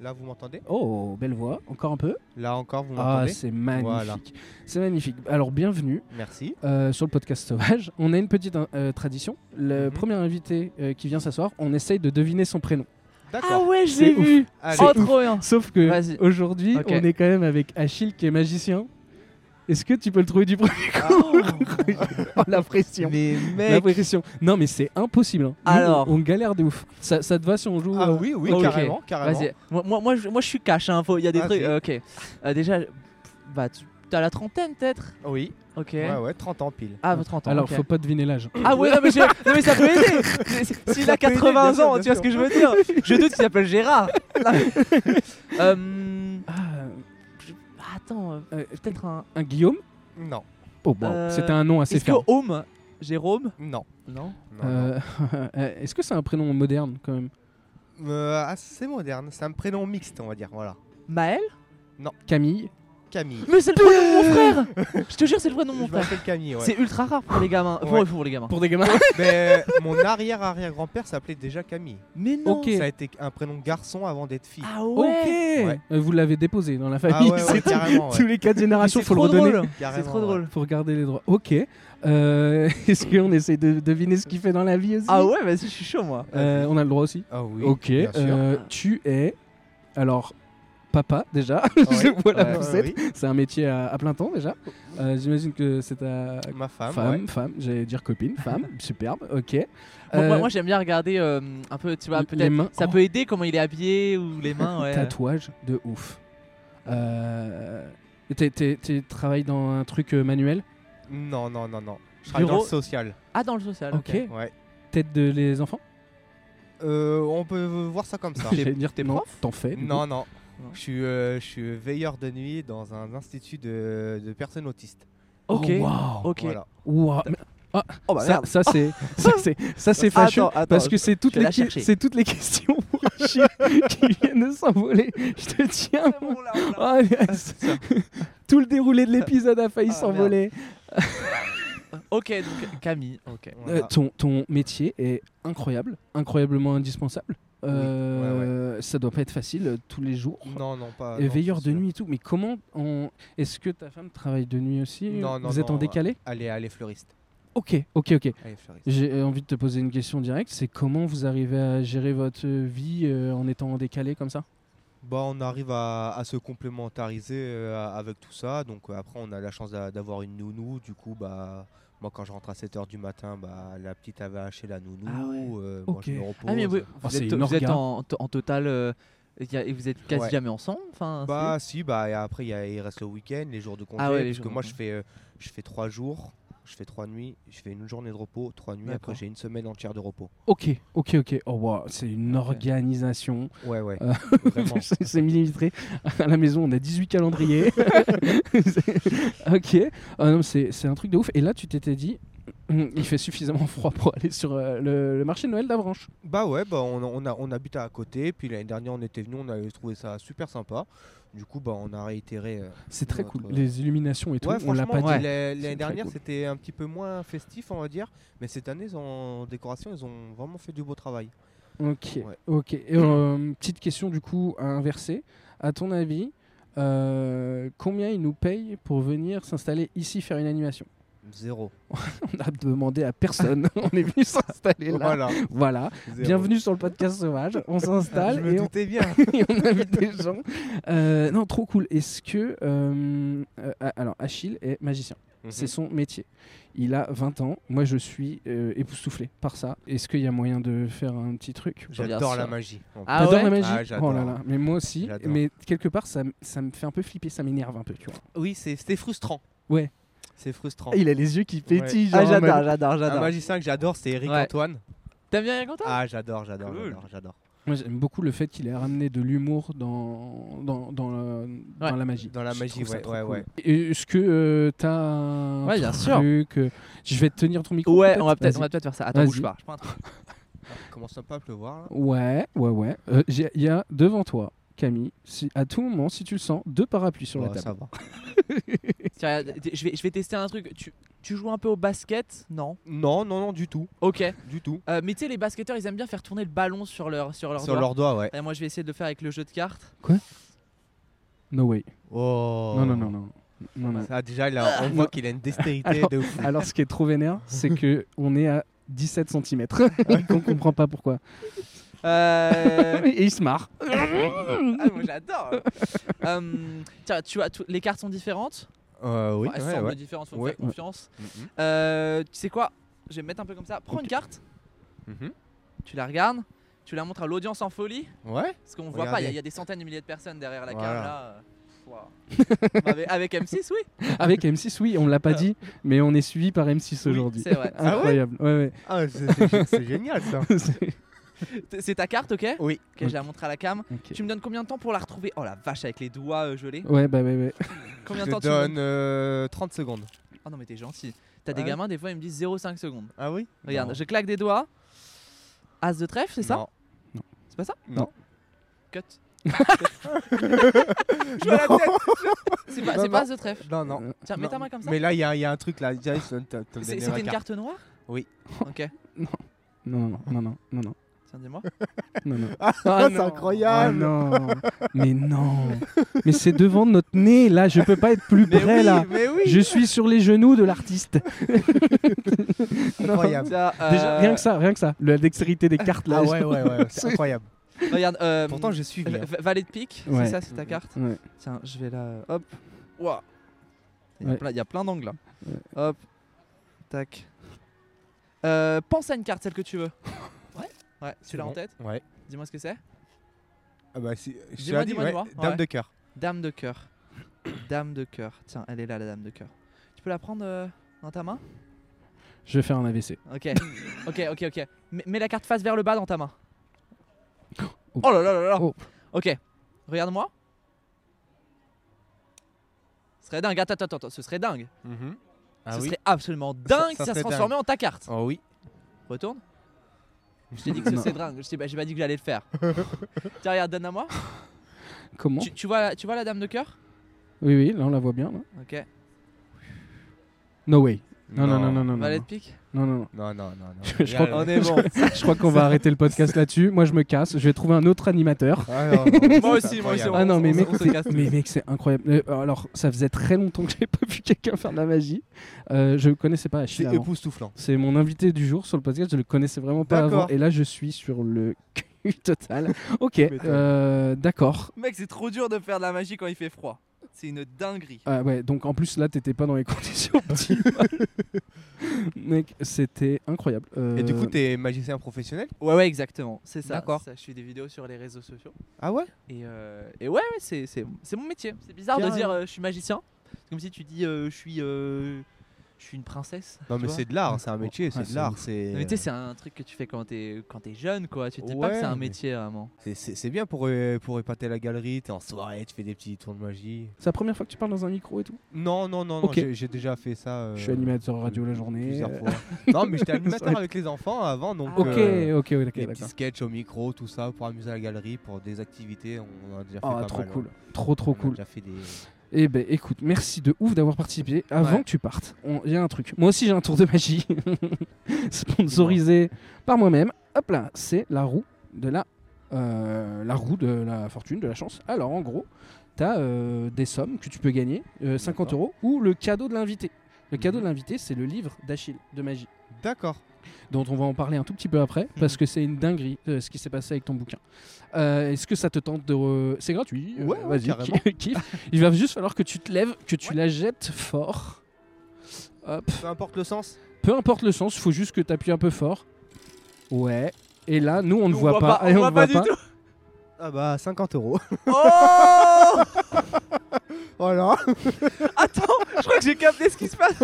[SPEAKER 5] Là, vous m'entendez
[SPEAKER 1] oh, belle voix, encore un peu.
[SPEAKER 5] Là encore, vous
[SPEAKER 1] Ah,
[SPEAKER 5] m'entendez
[SPEAKER 1] c'est magnifique.
[SPEAKER 5] Voilà.
[SPEAKER 1] C'est magnifique. Alors, bienvenue
[SPEAKER 5] Merci.
[SPEAKER 1] euh, sur le podcast Sauvage. On a une petite euh, tradition. Le
[SPEAKER 5] Mhm.
[SPEAKER 1] premier invité euh, qui vient s'asseoir, on essaye de deviner son prénom.
[SPEAKER 3] Ah
[SPEAKER 5] D'accord.
[SPEAKER 3] ouais, je
[SPEAKER 1] C'est
[SPEAKER 3] l'ai
[SPEAKER 1] ouf.
[SPEAKER 3] vu
[SPEAKER 5] Allez.
[SPEAKER 3] Oh, trop bien
[SPEAKER 1] Sauf que
[SPEAKER 3] Vas-y.
[SPEAKER 1] aujourd'hui,
[SPEAKER 3] Ok.
[SPEAKER 1] on est quand même avec Achille qui est magicien. Est-ce que tu peux le trouver du premier
[SPEAKER 5] Ah.
[SPEAKER 3] Ah.
[SPEAKER 1] Oh, la pression
[SPEAKER 5] Mais
[SPEAKER 1] La
[SPEAKER 5] mec.
[SPEAKER 1] pression. Non, mais c'est impossible. hein. Nous,
[SPEAKER 3] Alors.
[SPEAKER 1] on, on galère de ouf. Ça, ça te va si on joue
[SPEAKER 5] Ah
[SPEAKER 1] euh,
[SPEAKER 5] oui, oui,
[SPEAKER 3] Ok.
[SPEAKER 5] carrément, carrément.
[SPEAKER 3] Vas-y. Moi, moi, moi, je, moi, je suis cash. hein, faut- Il y a des
[SPEAKER 5] Ah,
[SPEAKER 3] trucs.
[SPEAKER 5] si.
[SPEAKER 3] euh, ok. Euh, déjà, pff, bah, tu as la trentaine peut-être.
[SPEAKER 5] Oui,
[SPEAKER 3] Ok.
[SPEAKER 5] ouais, ouais, 30 ans pile.
[SPEAKER 3] Ah, 30 ans.
[SPEAKER 1] Alors,
[SPEAKER 3] ok.
[SPEAKER 1] faut pas deviner l'âge.
[SPEAKER 3] Ah ouais, non mais, je- non, mais ça peut aider. C'est- S'il
[SPEAKER 5] Ça
[SPEAKER 3] a
[SPEAKER 5] peut aider,
[SPEAKER 3] 80
[SPEAKER 5] bien
[SPEAKER 3] ans,
[SPEAKER 5] sûr,
[SPEAKER 3] tu vois ce que je veux dire. Je doute qu'il s'appelle Gérard. Non, mais- Euh,
[SPEAKER 1] Ah,
[SPEAKER 3] attends, euh,
[SPEAKER 1] euh,
[SPEAKER 3] peut-être un.
[SPEAKER 1] un Guillaume
[SPEAKER 5] Non,
[SPEAKER 1] Oh, bon,
[SPEAKER 3] Euh,
[SPEAKER 1] c'était un nom assez
[SPEAKER 3] Est-ce que
[SPEAKER 1] ferme.
[SPEAKER 3] Home, Jérôme
[SPEAKER 5] non,
[SPEAKER 3] Non.
[SPEAKER 5] non, non.
[SPEAKER 1] Euh, euh, Est-ce que c'est un prénom moderne quand même
[SPEAKER 5] Euh, assez moderne. C'est un prénom mixte, on va dire. Voilà.
[SPEAKER 3] Maël
[SPEAKER 1] Camille
[SPEAKER 5] Camille.
[SPEAKER 3] Mais c'est le prénom de mon frère. Je te jure, c'est le prénom de mon
[SPEAKER 5] Je
[SPEAKER 3] frère.
[SPEAKER 5] m'appelle Camille, ouais.
[SPEAKER 3] C'est ultra rare pour les gamins. Pour,
[SPEAKER 5] Ouais.
[SPEAKER 3] pour les gamins.
[SPEAKER 1] Pour des gamins
[SPEAKER 5] Mais euh, mon arrière-arrière-grand-père s'appelait déjà Camille.
[SPEAKER 3] Mais non.
[SPEAKER 1] Ok.
[SPEAKER 5] Ça a été un prénom de garçon avant d'être fille.
[SPEAKER 3] Ah
[SPEAKER 1] Ok
[SPEAKER 3] ouais.
[SPEAKER 5] Ouais.
[SPEAKER 1] Euh, Vous l'avez déposé dans la
[SPEAKER 5] Ah
[SPEAKER 1] famille.
[SPEAKER 5] ouais, ouais,
[SPEAKER 1] c'est tout.
[SPEAKER 5] carrément. ouais.
[SPEAKER 1] Tous les quatre
[SPEAKER 3] Mais
[SPEAKER 1] générations,
[SPEAKER 3] Ah, C'est
[SPEAKER 1] faut
[SPEAKER 3] trop
[SPEAKER 1] le redonner.
[SPEAKER 3] drôle. C'est
[SPEAKER 5] Carrément,
[SPEAKER 3] trop
[SPEAKER 5] ouais.
[SPEAKER 3] drôle.
[SPEAKER 1] Faut regarder les droits. Ok. Euh, Est-ce qu'on essaie de deviner ce qu'il fait dans la vie aussi
[SPEAKER 3] Ah ouais, vas-y, je suis chaud moi.
[SPEAKER 1] Euh, On a le droit aussi
[SPEAKER 5] Ah oui.
[SPEAKER 1] Ok.
[SPEAKER 5] bien sûr.
[SPEAKER 1] euh, tu es. Alors, papa, déjà.
[SPEAKER 5] Ah Ouais.
[SPEAKER 1] voilà,
[SPEAKER 5] Ouais,
[SPEAKER 1] vous
[SPEAKER 5] ouais,
[SPEAKER 1] êtes. C'est un métier à, à plein temps déjà. Euh, J'imagine que c'est ta.
[SPEAKER 5] oui. Ma femme.
[SPEAKER 1] femme,
[SPEAKER 5] ouais.
[SPEAKER 1] femme, j'allais dire copine, femme, superbe, ok.
[SPEAKER 3] Moi, moi-
[SPEAKER 1] Euh,
[SPEAKER 3] moi, j'aime bien regarder euh, un peu, tu vois,
[SPEAKER 1] les
[SPEAKER 3] peut-être.
[SPEAKER 1] mains-
[SPEAKER 3] Ça
[SPEAKER 1] oh.
[SPEAKER 3] peut aider comment il est habillé ou les mains, ouais.
[SPEAKER 1] Tatouage de ouf. Euh, t'es- t'es- t'es- travailles dans un truc euh, manuel
[SPEAKER 5] Non, non, non, non. Je travaille dans
[SPEAKER 3] Bureau.
[SPEAKER 5] le social.
[SPEAKER 3] Ah, dans le social.
[SPEAKER 1] Ok.
[SPEAKER 5] Ouais.
[SPEAKER 1] Tête de les enfants
[SPEAKER 5] Euh, on peut voir ça comme ça.
[SPEAKER 1] J'allais dire t'es prof T'en fais du coup.
[SPEAKER 5] Non, non.
[SPEAKER 3] Non.
[SPEAKER 5] Je suis, euh, je suis veilleur de nuit dans un institut de, de personnes autistes.
[SPEAKER 3] Ok.
[SPEAKER 1] Oh, waouh.
[SPEAKER 3] Ok.
[SPEAKER 5] Voilà.
[SPEAKER 1] Ouah, mais- ah,
[SPEAKER 5] Oh, bah,
[SPEAKER 1] ça, ça, c'est ça c'est ça c'est
[SPEAKER 3] Attends,
[SPEAKER 1] fâcheux
[SPEAKER 3] attends,
[SPEAKER 1] parce que c'est toutes
[SPEAKER 3] vais la
[SPEAKER 1] les que-
[SPEAKER 3] chercher.
[SPEAKER 1] c'est toutes les questions pour Achille qui viennent de s'envoler. Je te tiens. mon- Ah, yes. Tout le déroulé de l'épisode a failli
[SPEAKER 3] Ah,
[SPEAKER 1] s'envoler.
[SPEAKER 3] Ok, donc Camille. Ok.
[SPEAKER 5] Voilà.
[SPEAKER 1] Euh, ton ton métier est incroyable, incroyablement indispensable. Euh, Ça doit pas être facile euh, tous les jours.
[SPEAKER 5] Non, non, pas.
[SPEAKER 1] Et
[SPEAKER 5] non,
[SPEAKER 1] veilleur
[SPEAKER 5] c'est
[SPEAKER 1] de
[SPEAKER 5] sûr.
[SPEAKER 1] nuit et tout. Mais comment on... Est-ce que ta femme travaille de nuit aussi
[SPEAKER 5] Non, non,
[SPEAKER 1] Vous êtes en
[SPEAKER 5] non.
[SPEAKER 1] décalé
[SPEAKER 5] Allez, allez, fleuriste.
[SPEAKER 1] Ok, ok, ok.
[SPEAKER 5] Allez, fleuriste.
[SPEAKER 1] J'ai euh, envie de te poser une question directe. C'est comment vous arrivez à gérer votre euh, vie euh, en étant en décalé comme ça
[SPEAKER 5] Bah, on arrive à, à se complémentariser euh, avec tout ça. Donc, euh, après, on a la chance d'a- d'avoir une nounou. Du coup, bah. Moi, quand je rentre à 7h du matin, bah, la petite avait haché la nounou.
[SPEAKER 3] Ah ouais.
[SPEAKER 5] euh,
[SPEAKER 1] Ok.
[SPEAKER 5] Moi, je me repose.
[SPEAKER 3] Ah, mais oui, vous,
[SPEAKER 1] Oh, c'est
[SPEAKER 3] êtes,
[SPEAKER 1] une
[SPEAKER 3] vous êtes
[SPEAKER 1] orga.
[SPEAKER 3] en, en total. euh, y a- et vous êtes quasi
[SPEAKER 5] Ouais.
[SPEAKER 3] jamais ensemble. Enfin,
[SPEAKER 5] Bah si, bah et après il y a- il reste le week-end, les jours de congé.
[SPEAKER 1] Ah
[SPEAKER 3] ouais, les
[SPEAKER 5] parce
[SPEAKER 3] jours
[SPEAKER 5] que
[SPEAKER 3] de
[SPEAKER 5] moi
[SPEAKER 3] congé.
[SPEAKER 5] je fais, euh, je fais trois jours, je fais trois nuits, je fais une journée de repos, trois nuits.
[SPEAKER 3] D'accord.
[SPEAKER 5] Après j'ai une semaine entière de repos.
[SPEAKER 1] Ok, ok, ok. Oh, wow, c'est une
[SPEAKER 3] Ok.
[SPEAKER 1] organisation.
[SPEAKER 5] Ouais ouais.
[SPEAKER 1] Euh,
[SPEAKER 5] Vraiment.
[SPEAKER 1] c'est c'est millimétré. À la maison, on a 18 calendriers. C'est- ok. Ah non, c'est c'est un truc de ouf. Et là, tu t'étais dit, hum, il fait suffisamment froid pour aller sur euh, le, le marché de Noël d'Avranches.
[SPEAKER 5] Bah ouais, bah on, a- on a on habite à côté. Puis l'année dernière on était venu, on avait trouvé ça super sympa. Du coup bah on a réitéré. euh,
[SPEAKER 1] C'est très
[SPEAKER 5] Notre-
[SPEAKER 1] cool. Les illuminations et tout,
[SPEAKER 5] Ouais
[SPEAKER 1] on l'a
[SPEAKER 5] franchement
[SPEAKER 1] pas dit.
[SPEAKER 3] ouais.
[SPEAKER 1] très
[SPEAKER 5] l'a- l'année dernière
[SPEAKER 1] cool.
[SPEAKER 5] c'était un petit peu moins festif on va dire, mais cette année ils ont- en décoration ils ont vraiment fait du beau travail.
[SPEAKER 1] Ok,
[SPEAKER 5] Ouais.
[SPEAKER 1] ok. Et,
[SPEAKER 5] Mm.
[SPEAKER 1] euh, petite question du coup à inverser. À ton avis, euh, combien ils nous payent pour venir s'installer ici faire une animation
[SPEAKER 5] Zéro.
[SPEAKER 1] On a demandé à personne. On est venu s'installer là.
[SPEAKER 5] Voilà.
[SPEAKER 1] Voilà.
[SPEAKER 5] zéro.
[SPEAKER 1] Bienvenue sur le podcast sauvage. On
[SPEAKER 5] Je
[SPEAKER 1] s'installe
[SPEAKER 5] me
[SPEAKER 1] et, on-
[SPEAKER 5] doutais bien.
[SPEAKER 1] et on invite des gens. Euh, non, trop cool. Est-ce que euh, euh, alors Achille est magicien.
[SPEAKER 5] Mhm.
[SPEAKER 1] C'est son métier. Il a 20 ans. Moi, je suis euh, époustouflé par ça. Est-ce qu'il y a moyen de faire un petit truc
[SPEAKER 5] J'adore
[SPEAKER 3] Bien
[SPEAKER 5] la
[SPEAKER 3] sûr.
[SPEAKER 5] magie. en
[SPEAKER 3] Ah
[SPEAKER 1] T'adores
[SPEAKER 3] ouais
[SPEAKER 1] la magie
[SPEAKER 5] Ah, j'adore.
[SPEAKER 1] Oh là là, mais moi aussi.
[SPEAKER 5] J'adore.
[SPEAKER 1] Mais quelque part, ça, m- ça me fait un peu flipper, ça m'énerve un peu, tu vois.
[SPEAKER 5] Oui, c'est c'était frustrant.
[SPEAKER 1] Ouais.
[SPEAKER 5] C'est frustrant.
[SPEAKER 1] Il a les yeux qui
[SPEAKER 5] pétillent,
[SPEAKER 1] pétillent.
[SPEAKER 3] Ah, j'adore, j'adore,
[SPEAKER 5] Un
[SPEAKER 3] j'adore.
[SPEAKER 5] magicien que j'adore, c'est Eric
[SPEAKER 3] Ouais.
[SPEAKER 5] Antoine.
[SPEAKER 3] T'aimes bien Eric Antoine
[SPEAKER 5] Ah, j'adore, j'adore,
[SPEAKER 3] Cool.
[SPEAKER 5] j'adore, j'adore.
[SPEAKER 1] Moi, j'aime beaucoup le fait qu'il ait ramené de l'humour dans, dans, dans, le- dans
[SPEAKER 3] Ouais.
[SPEAKER 1] la magie.
[SPEAKER 5] Dans la
[SPEAKER 1] Je
[SPEAKER 5] magie,
[SPEAKER 1] trouve ça
[SPEAKER 5] ouais,
[SPEAKER 1] trop
[SPEAKER 5] ouais,
[SPEAKER 1] cool.
[SPEAKER 5] ouais.
[SPEAKER 1] Et Est-ce que euh, t'as un
[SPEAKER 3] Ouais, bien sûr.
[SPEAKER 1] truc euh, Je vais te tenir ton micro.
[SPEAKER 3] Ouais, on va peut-être
[SPEAKER 1] Vas-y.
[SPEAKER 3] on va peut-être faire ça. Attends,
[SPEAKER 1] Vas-y.
[SPEAKER 3] bouge pas. Je prends un truc.
[SPEAKER 5] Ah, commence un peu à pleuvoir là.
[SPEAKER 1] Ouais, ouais, ouais. Euh, j'ai- Il y a devant toi, Camille, si, à tout moment, si tu le sens, deux parapluies sur
[SPEAKER 5] Oh,
[SPEAKER 1] la
[SPEAKER 5] ça
[SPEAKER 1] table.
[SPEAKER 5] va.
[SPEAKER 3] Tiens, regarde, t- je vais, je vais tester un truc. Tu, tu joues un peu au basket Non.
[SPEAKER 5] Non, non, non, du tout.
[SPEAKER 3] Ok.
[SPEAKER 5] Du tout.
[SPEAKER 3] Euh, mais tu sais, les basketteurs, ils aiment bien faire tourner le ballon sur leur sur leur
[SPEAKER 5] Sur
[SPEAKER 3] doigt.
[SPEAKER 5] leurs doigts, ouais.
[SPEAKER 3] Et moi, je vais essayer de le faire avec le jeu de cartes.
[SPEAKER 1] No way.
[SPEAKER 5] Oh.
[SPEAKER 1] Non, non, non, non. non, non.
[SPEAKER 5] Ça, déjà, là, on voit qu'il a une dextérité de fou.
[SPEAKER 1] Alors, ce qui est trop vénère, c'est que on est à 17 cm. on comprend pas pourquoi.
[SPEAKER 3] Euh...
[SPEAKER 1] Et il se marre.
[SPEAKER 3] ah, moi, j'adore. Euh, tiens, tu vois, tout- les cartes sont différentes.
[SPEAKER 5] Euh, oui,
[SPEAKER 3] Enfin, elles
[SPEAKER 5] ouais,
[SPEAKER 3] semblent
[SPEAKER 5] ouais.
[SPEAKER 3] différentes. Faut me
[SPEAKER 5] Ouais.
[SPEAKER 3] faire confiance.
[SPEAKER 5] Mhm,
[SPEAKER 3] Euh, tu sais quoi Je vais me mettre un peu comme ça. Prends une carte.
[SPEAKER 5] mhm.
[SPEAKER 3] Tu la regardes. Tu la montres à l'audience en folie.
[SPEAKER 5] Ouais.
[SPEAKER 3] Parce qu'on voit pas, il y a-
[SPEAKER 5] Regardez.
[SPEAKER 3] il y, a des centaines de milliers de personnes derrière la
[SPEAKER 5] Voilà.
[SPEAKER 3] cam là. euh, waouh. Bah, avec, avec M6, oui.
[SPEAKER 1] Avec M6, oui, on l'a pas dit, mais on est suivi par M6
[SPEAKER 3] Oui,
[SPEAKER 1] aujourd'hui.
[SPEAKER 3] c'est vrai.
[SPEAKER 5] Ah ouais
[SPEAKER 1] Incroyable. ouais,
[SPEAKER 5] Ah, c'est- c'est c'est génial ça.
[SPEAKER 1] ouais. C'est-
[SPEAKER 3] T- C'est ta carte, ok
[SPEAKER 5] Oui.
[SPEAKER 3] Ok, je la montre à la cam.
[SPEAKER 1] ok.
[SPEAKER 3] Tu me donnes combien de temps pour la retrouver Oh la vache, avec les doigts euh, gelés.
[SPEAKER 1] Ouais, bah ouais, ouais.
[SPEAKER 3] Combien de temps
[SPEAKER 5] Oh. Je te
[SPEAKER 3] tu me donnes
[SPEAKER 5] donne euh, 30 secondes.
[SPEAKER 3] Oh non, mais t'es gentil. T'as des
[SPEAKER 5] Ouais.
[SPEAKER 3] gamins, des fois, ils me disent 0,5 secondes.
[SPEAKER 5] Ah oui
[SPEAKER 3] Regarde, je claque des doigts. As de trèfle, c'est ça
[SPEAKER 5] Non.
[SPEAKER 3] C'est pas ça
[SPEAKER 5] Non.
[SPEAKER 3] Cut. je vois la tête C'est pas,
[SPEAKER 5] Non,
[SPEAKER 3] c'est pas
[SPEAKER 5] non.
[SPEAKER 3] As de trèfle.
[SPEAKER 5] Non, non.
[SPEAKER 1] Euh,
[SPEAKER 3] Tiens, mets
[SPEAKER 5] Non.
[SPEAKER 3] ta main comme ça.
[SPEAKER 5] Mais là, il y, a- il y a un truc là. déjà, ils t'ont- t'ont
[SPEAKER 3] C'est-
[SPEAKER 5] donné la
[SPEAKER 3] C'était une carte noire
[SPEAKER 5] Oui.
[SPEAKER 3] Ok,
[SPEAKER 1] Non, non, non, non, non, non,
[SPEAKER 3] tiens, dis-moi.
[SPEAKER 1] non, non.
[SPEAKER 5] Ah, c'est
[SPEAKER 1] non.
[SPEAKER 5] incroyable.
[SPEAKER 1] Ah non. Mais non. Mais c'est devant notre nez, là. Je peux pas être plus
[SPEAKER 5] Mais
[SPEAKER 1] près,
[SPEAKER 5] oui,
[SPEAKER 1] là.
[SPEAKER 5] mais oui.
[SPEAKER 1] Je suis sur les genoux de l'artiste. Non.
[SPEAKER 5] Incroyable.
[SPEAKER 3] Tiens, euh,
[SPEAKER 1] Déjà, rien que ça, rien que ça. La dextérité des cartes, là.
[SPEAKER 5] Ah ouais, ouais, ouais, c'est incroyable.
[SPEAKER 3] Regarde, euh,
[SPEAKER 5] Pourtant, hein. je suis.
[SPEAKER 3] V- v- Valet de pique,
[SPEAKER 1] hein. Ouais.
[SPEAKER 3] c'est ça, c'est ta carte.
[SPEAKER 1] Ouais.
[SPEAKER 3] Tiens, je vais là. Hop. Ouah. Il y a
[SPEAKER 1] Ouais.
[SPEAKER 3] plein- il y a plein d'angles là.
[SPEAKER 1] Ouais.
[SPEAKER 3] Hop. Tac. Euh, pense à une carte, celle que tu veux. Ouais. Ouais, tu l'as en tête
[SPEAKER 5] Ouais.
[SPEAKER 3] Dis-moi ce que c'est.
[SPEAKER 5] Ah bah, si, je te
[SPEAKER 3] Dis-moi,
[SPEAKER 5] l'ai dit,
[SPEAKER 3] dis-moi,
[SPEAKER 5] ouais.
[SPEAKER 3] dis-moi.
[SPEAKER 5] Dame
[SPEAKER 3] Ouais.
[SPEAKER 5] de cœur.
[SPEAKER 3] Dame de cœur. dame de cœur. Tiens, elle est là, la dame de cœur. Tu peux la prendre euh, dans ta main
[SPEAKER 1] Je vais faire un AVC.
[SPEAKER 3] Ok. ok, ok, ok. Mets- mets la carte face vers le bas dans ta main.
[SPEAKER 1] Oh.
[SPEAKER 3] Oh là là là là.
[SPEAKER 1] Oh.
[SPEAKER 3] Ok. Regarde-moi. Ce serait dingue. Attends, attends, attends, attends. Ce serait dingue.
[SPEAKER 5] Ah
[SPEAKER 3] ce
[SPEAKER 5] oui.
[SPEAKER 3] serait absolument dingue si ça
[SPEAKER 5] ça
[SPEAKER 3] se
[SPEAKER 5] serait
[SPEAKER 3] transformait en ta carte.
[SPEAKER 5] Oh oui.
[SPEAKER 3] Retourne. Je t'ai dit que ce
[SPEAKER 1] Non.
[SPEAKER 3] serait dingue. Je t'ai pas, j'ai pas dit que j'allais le faire. Tiens, regarde, donne à moi.
[SPEAKER 1] Comment
[SPEAKER 3] Tu, tu vois, la- tu vois la dame de cœur
[SPEAKER 1] Oui, oui, là, on la voit bien. Là.
[SPEAKER 3] Ok.
[SPEAKER 1] No way. Non, non, non, non, non.
[SPEAKER 3] Valet de
[SPEAKER 1] Non,
[SPEAKER 3] pique
[SPEAKER 1] non, non.
[SPEAKER 5] Non, non, non. non.
[SPEAKER 1] Je- je crois
[SPEAKER 5] Regarde.
[SPEAKER 3] On est bon.
[SPEAKER 1] Je crois qu'on va arrêter le podcast là-dessus. Moi, je me casse. Je vais trouver un autre animateur.
[SPEAKER 5] Ah, non, non,
[SPEAKER 3] Moi
[SPEAKER 5] c'est
[SPEAKER 3] aussi, moi aussi,
[SPEAKER 5] incroyable.
[SPEAKER 3] on-
[SPEAKER 1] Ah non, mais
[SPEAKER 3] se-
[SPEAKER 1] mec,
[SPEAKER 3] on se
[SPEAKER 1] c'est-
[SPEAKER 3] casse.
[SPEAKER 1] mais mec, c'est incroyable. Euh, alors, ça faisait très longtemps que j'ai pas vu quelqu'un faire de la magie. Euh, je ne connaissais pas Achille
[SPEAKER 5] C'est
[SPEAKER 1] avant.
[SPEAKER 5] époustouflant.
[SPEAKER 1] C'est mon invité du jour sur le podcast. Je le connaissais vraiment pas
[SPEAKER 5] D'accord.
[SPEAKER 1] avant. Et là, je suis sur le cul total. Ok,
[SPEAKER 5] m'étonnes.
[SPEAKER 1] euh, d'accord.
[SPEAKER 3] Mec, c'est trop dur de faire de la magie quand il fait froid. C'est une dinguerie.
[SPEAKER 1] Ah ouais, donc en plus là, t'étais pas dans les conditions optimales. Mec, c'était incroyable.
[SPEAKER 5] Et du
[SPEAKER 1] Euh,
[SPEAKER 5] coup, t'es magicien professionnel
[SPEAKER 3] Ouais, ouais, exactement. C'est ça.
[SPEAKER 5] D'accord.
[SPEAKER 3] Ça, Je fais des vidéos sur les réseaux sociaux.
[SPEAKER 5] Ah ouais
[SPEAKER 3] Et, euh, et ouais, ouais, c'est, c'est, c'est mon métier. C'est bizarre de
[SPEAKER 5] Carrément.
[SPEAKER 3] dire euh, je suis magicien. C'est comme si tu dis euh, je suis euh, je suis une princesse.
[SPEAKER 5] Non,
[SPEAKER 3] tu
[SPEAKER 5] mais
[SPEAKER 3] vois.
[SPEAKER 5] c'est de l'art, c'est un métier, Ah, c'est
[SPEAKER 1] Ouais,
[SPEAKER 5] de
[SPEAKER 1] c'est
[SPEAKER 5] l'art.
[SPEAKER 1] ouf.
[SPEAKER 5] C'est
[SPEAKER 3] Non, mais tu sais, c'est un truc que tu fais quand t'es, quand t'es jeune, quoi. Tu te dis pas que c'est
[SPEAKER 5] Ouais,
[SPEAKER 3] un
[SPEAKER 5] mais-
[SPEAKER 3] métier vraiment.
[SPEAKER 5] c'est- c'est- c'est bien pour, euh, pour épater la galerie, t'es en soirée, tu fais des petits tours de magie.
[SPEAKER 1] C'est la première fois que tu parles dans un micro et tout.
[SPEAKER 5] Non, non, non, non,
[SPEAKER 1] Ok.
[SPEAKER 5] j'ai- j'ai déjà fait ça. euh,
[SPEAKER 1] je suis animateur radio la journée.
[SPEAKER 5] Plusieurs
[SPEAKER 1] euh,
[SPEAKER 5] fois. non, mais j'étais
[SPEAKER 1] Ça
[SPEAKER 5] animateur
[SPEAKER 1] aurait-
[SPEAKER 5] avec les enfants avant, donc.
[SPEAKER 1] Ah Ok,
[SPEAKER 5] euh,
[SPEAKER 1] ok, ok,
[SPEAKER 5] Des petits
[SPEAKER 1] d'accord.
[SPEAKER 5] sketchs au micro, tout ça, pour amuser la galerie, pour des activités, on en a déjà fait
[SPEAKER 1] Ah,
[SPEAKER 5] pas
[SPEAKER 1] trop
[SPEAKER 5] mal,
[SPEAKER 1] cool.
[SPEAKER 5] hein.
[SPEAKER 1] Trop,
[SPEAKER 5] On
[SPEAKER 1] trop
[SPEAKER 5] a
[SPEAKER 1] cool.
[SPEAKER 5] déjà fait des-
[SPEAKER 1] Eh ben écoute, merci de ouf d'avoir participé. Avant
[SPEAKER 3] Ouais.
[SPEAKER 1] que tu partes, on- il y a un truc. Moi aussi j'ai un tour de magie sponsorisé par moi-même. Hop là, c'est la roue de la, euh, la roue de la fortune, de la chance. Alors en gros, tu as des sommes que tu peux gagner, euh, 50
[SPEAKER 5] D'accord.
[SPEAKER 1] euros, ou le cadeau de l'invité. Le cadeau
[SPEAKER 5] Mhm.
[SPEAKER 1] de l'invité, c'est le livre d'Achille de magie,
[SPEAKER 5] D'accord.
[SPEAKER 1] dont on va en parler un tout petit peu après, parce que c'est une dinguerie euh, ce qui s'est passé avec ton bouquin. Euh, Est-ce que ça te tente de... re- C'est gratuit, euh,
[SPEAKER 5] Ouais, ouais,
[SPEAKER 1] vas-y,
[SPEAKER 5] carrément.
[SPEAKER 1] ki- kiffe. Il va juste falloir que tu te lèves, que tu la jettes fort. Hop.
[SPEAKER 5] Peu importe le sens.
[SPEAKER 1] Peu importe le sens, faut juste que tu appuies un peu fort. Ouais. Et là, nous, on ne
[SPEAKER 3] On
[SPEAKER 1] voit,
[SPEAKER 3] voit
[SPEAKER 1] pas.
[SPEAKER 3] pas,
[SPEAKER 1] et
[SPEAKER 3] on voit pas du
[SPEAKER 1] pas.
[SPEAKER 5] Ah bah 50 euros.
[SPEAKER 3] Oh
[SPEAKER 5] voilà.
[SPEAKER 3] Attends, je crois que j'ai capté ce qui se passe.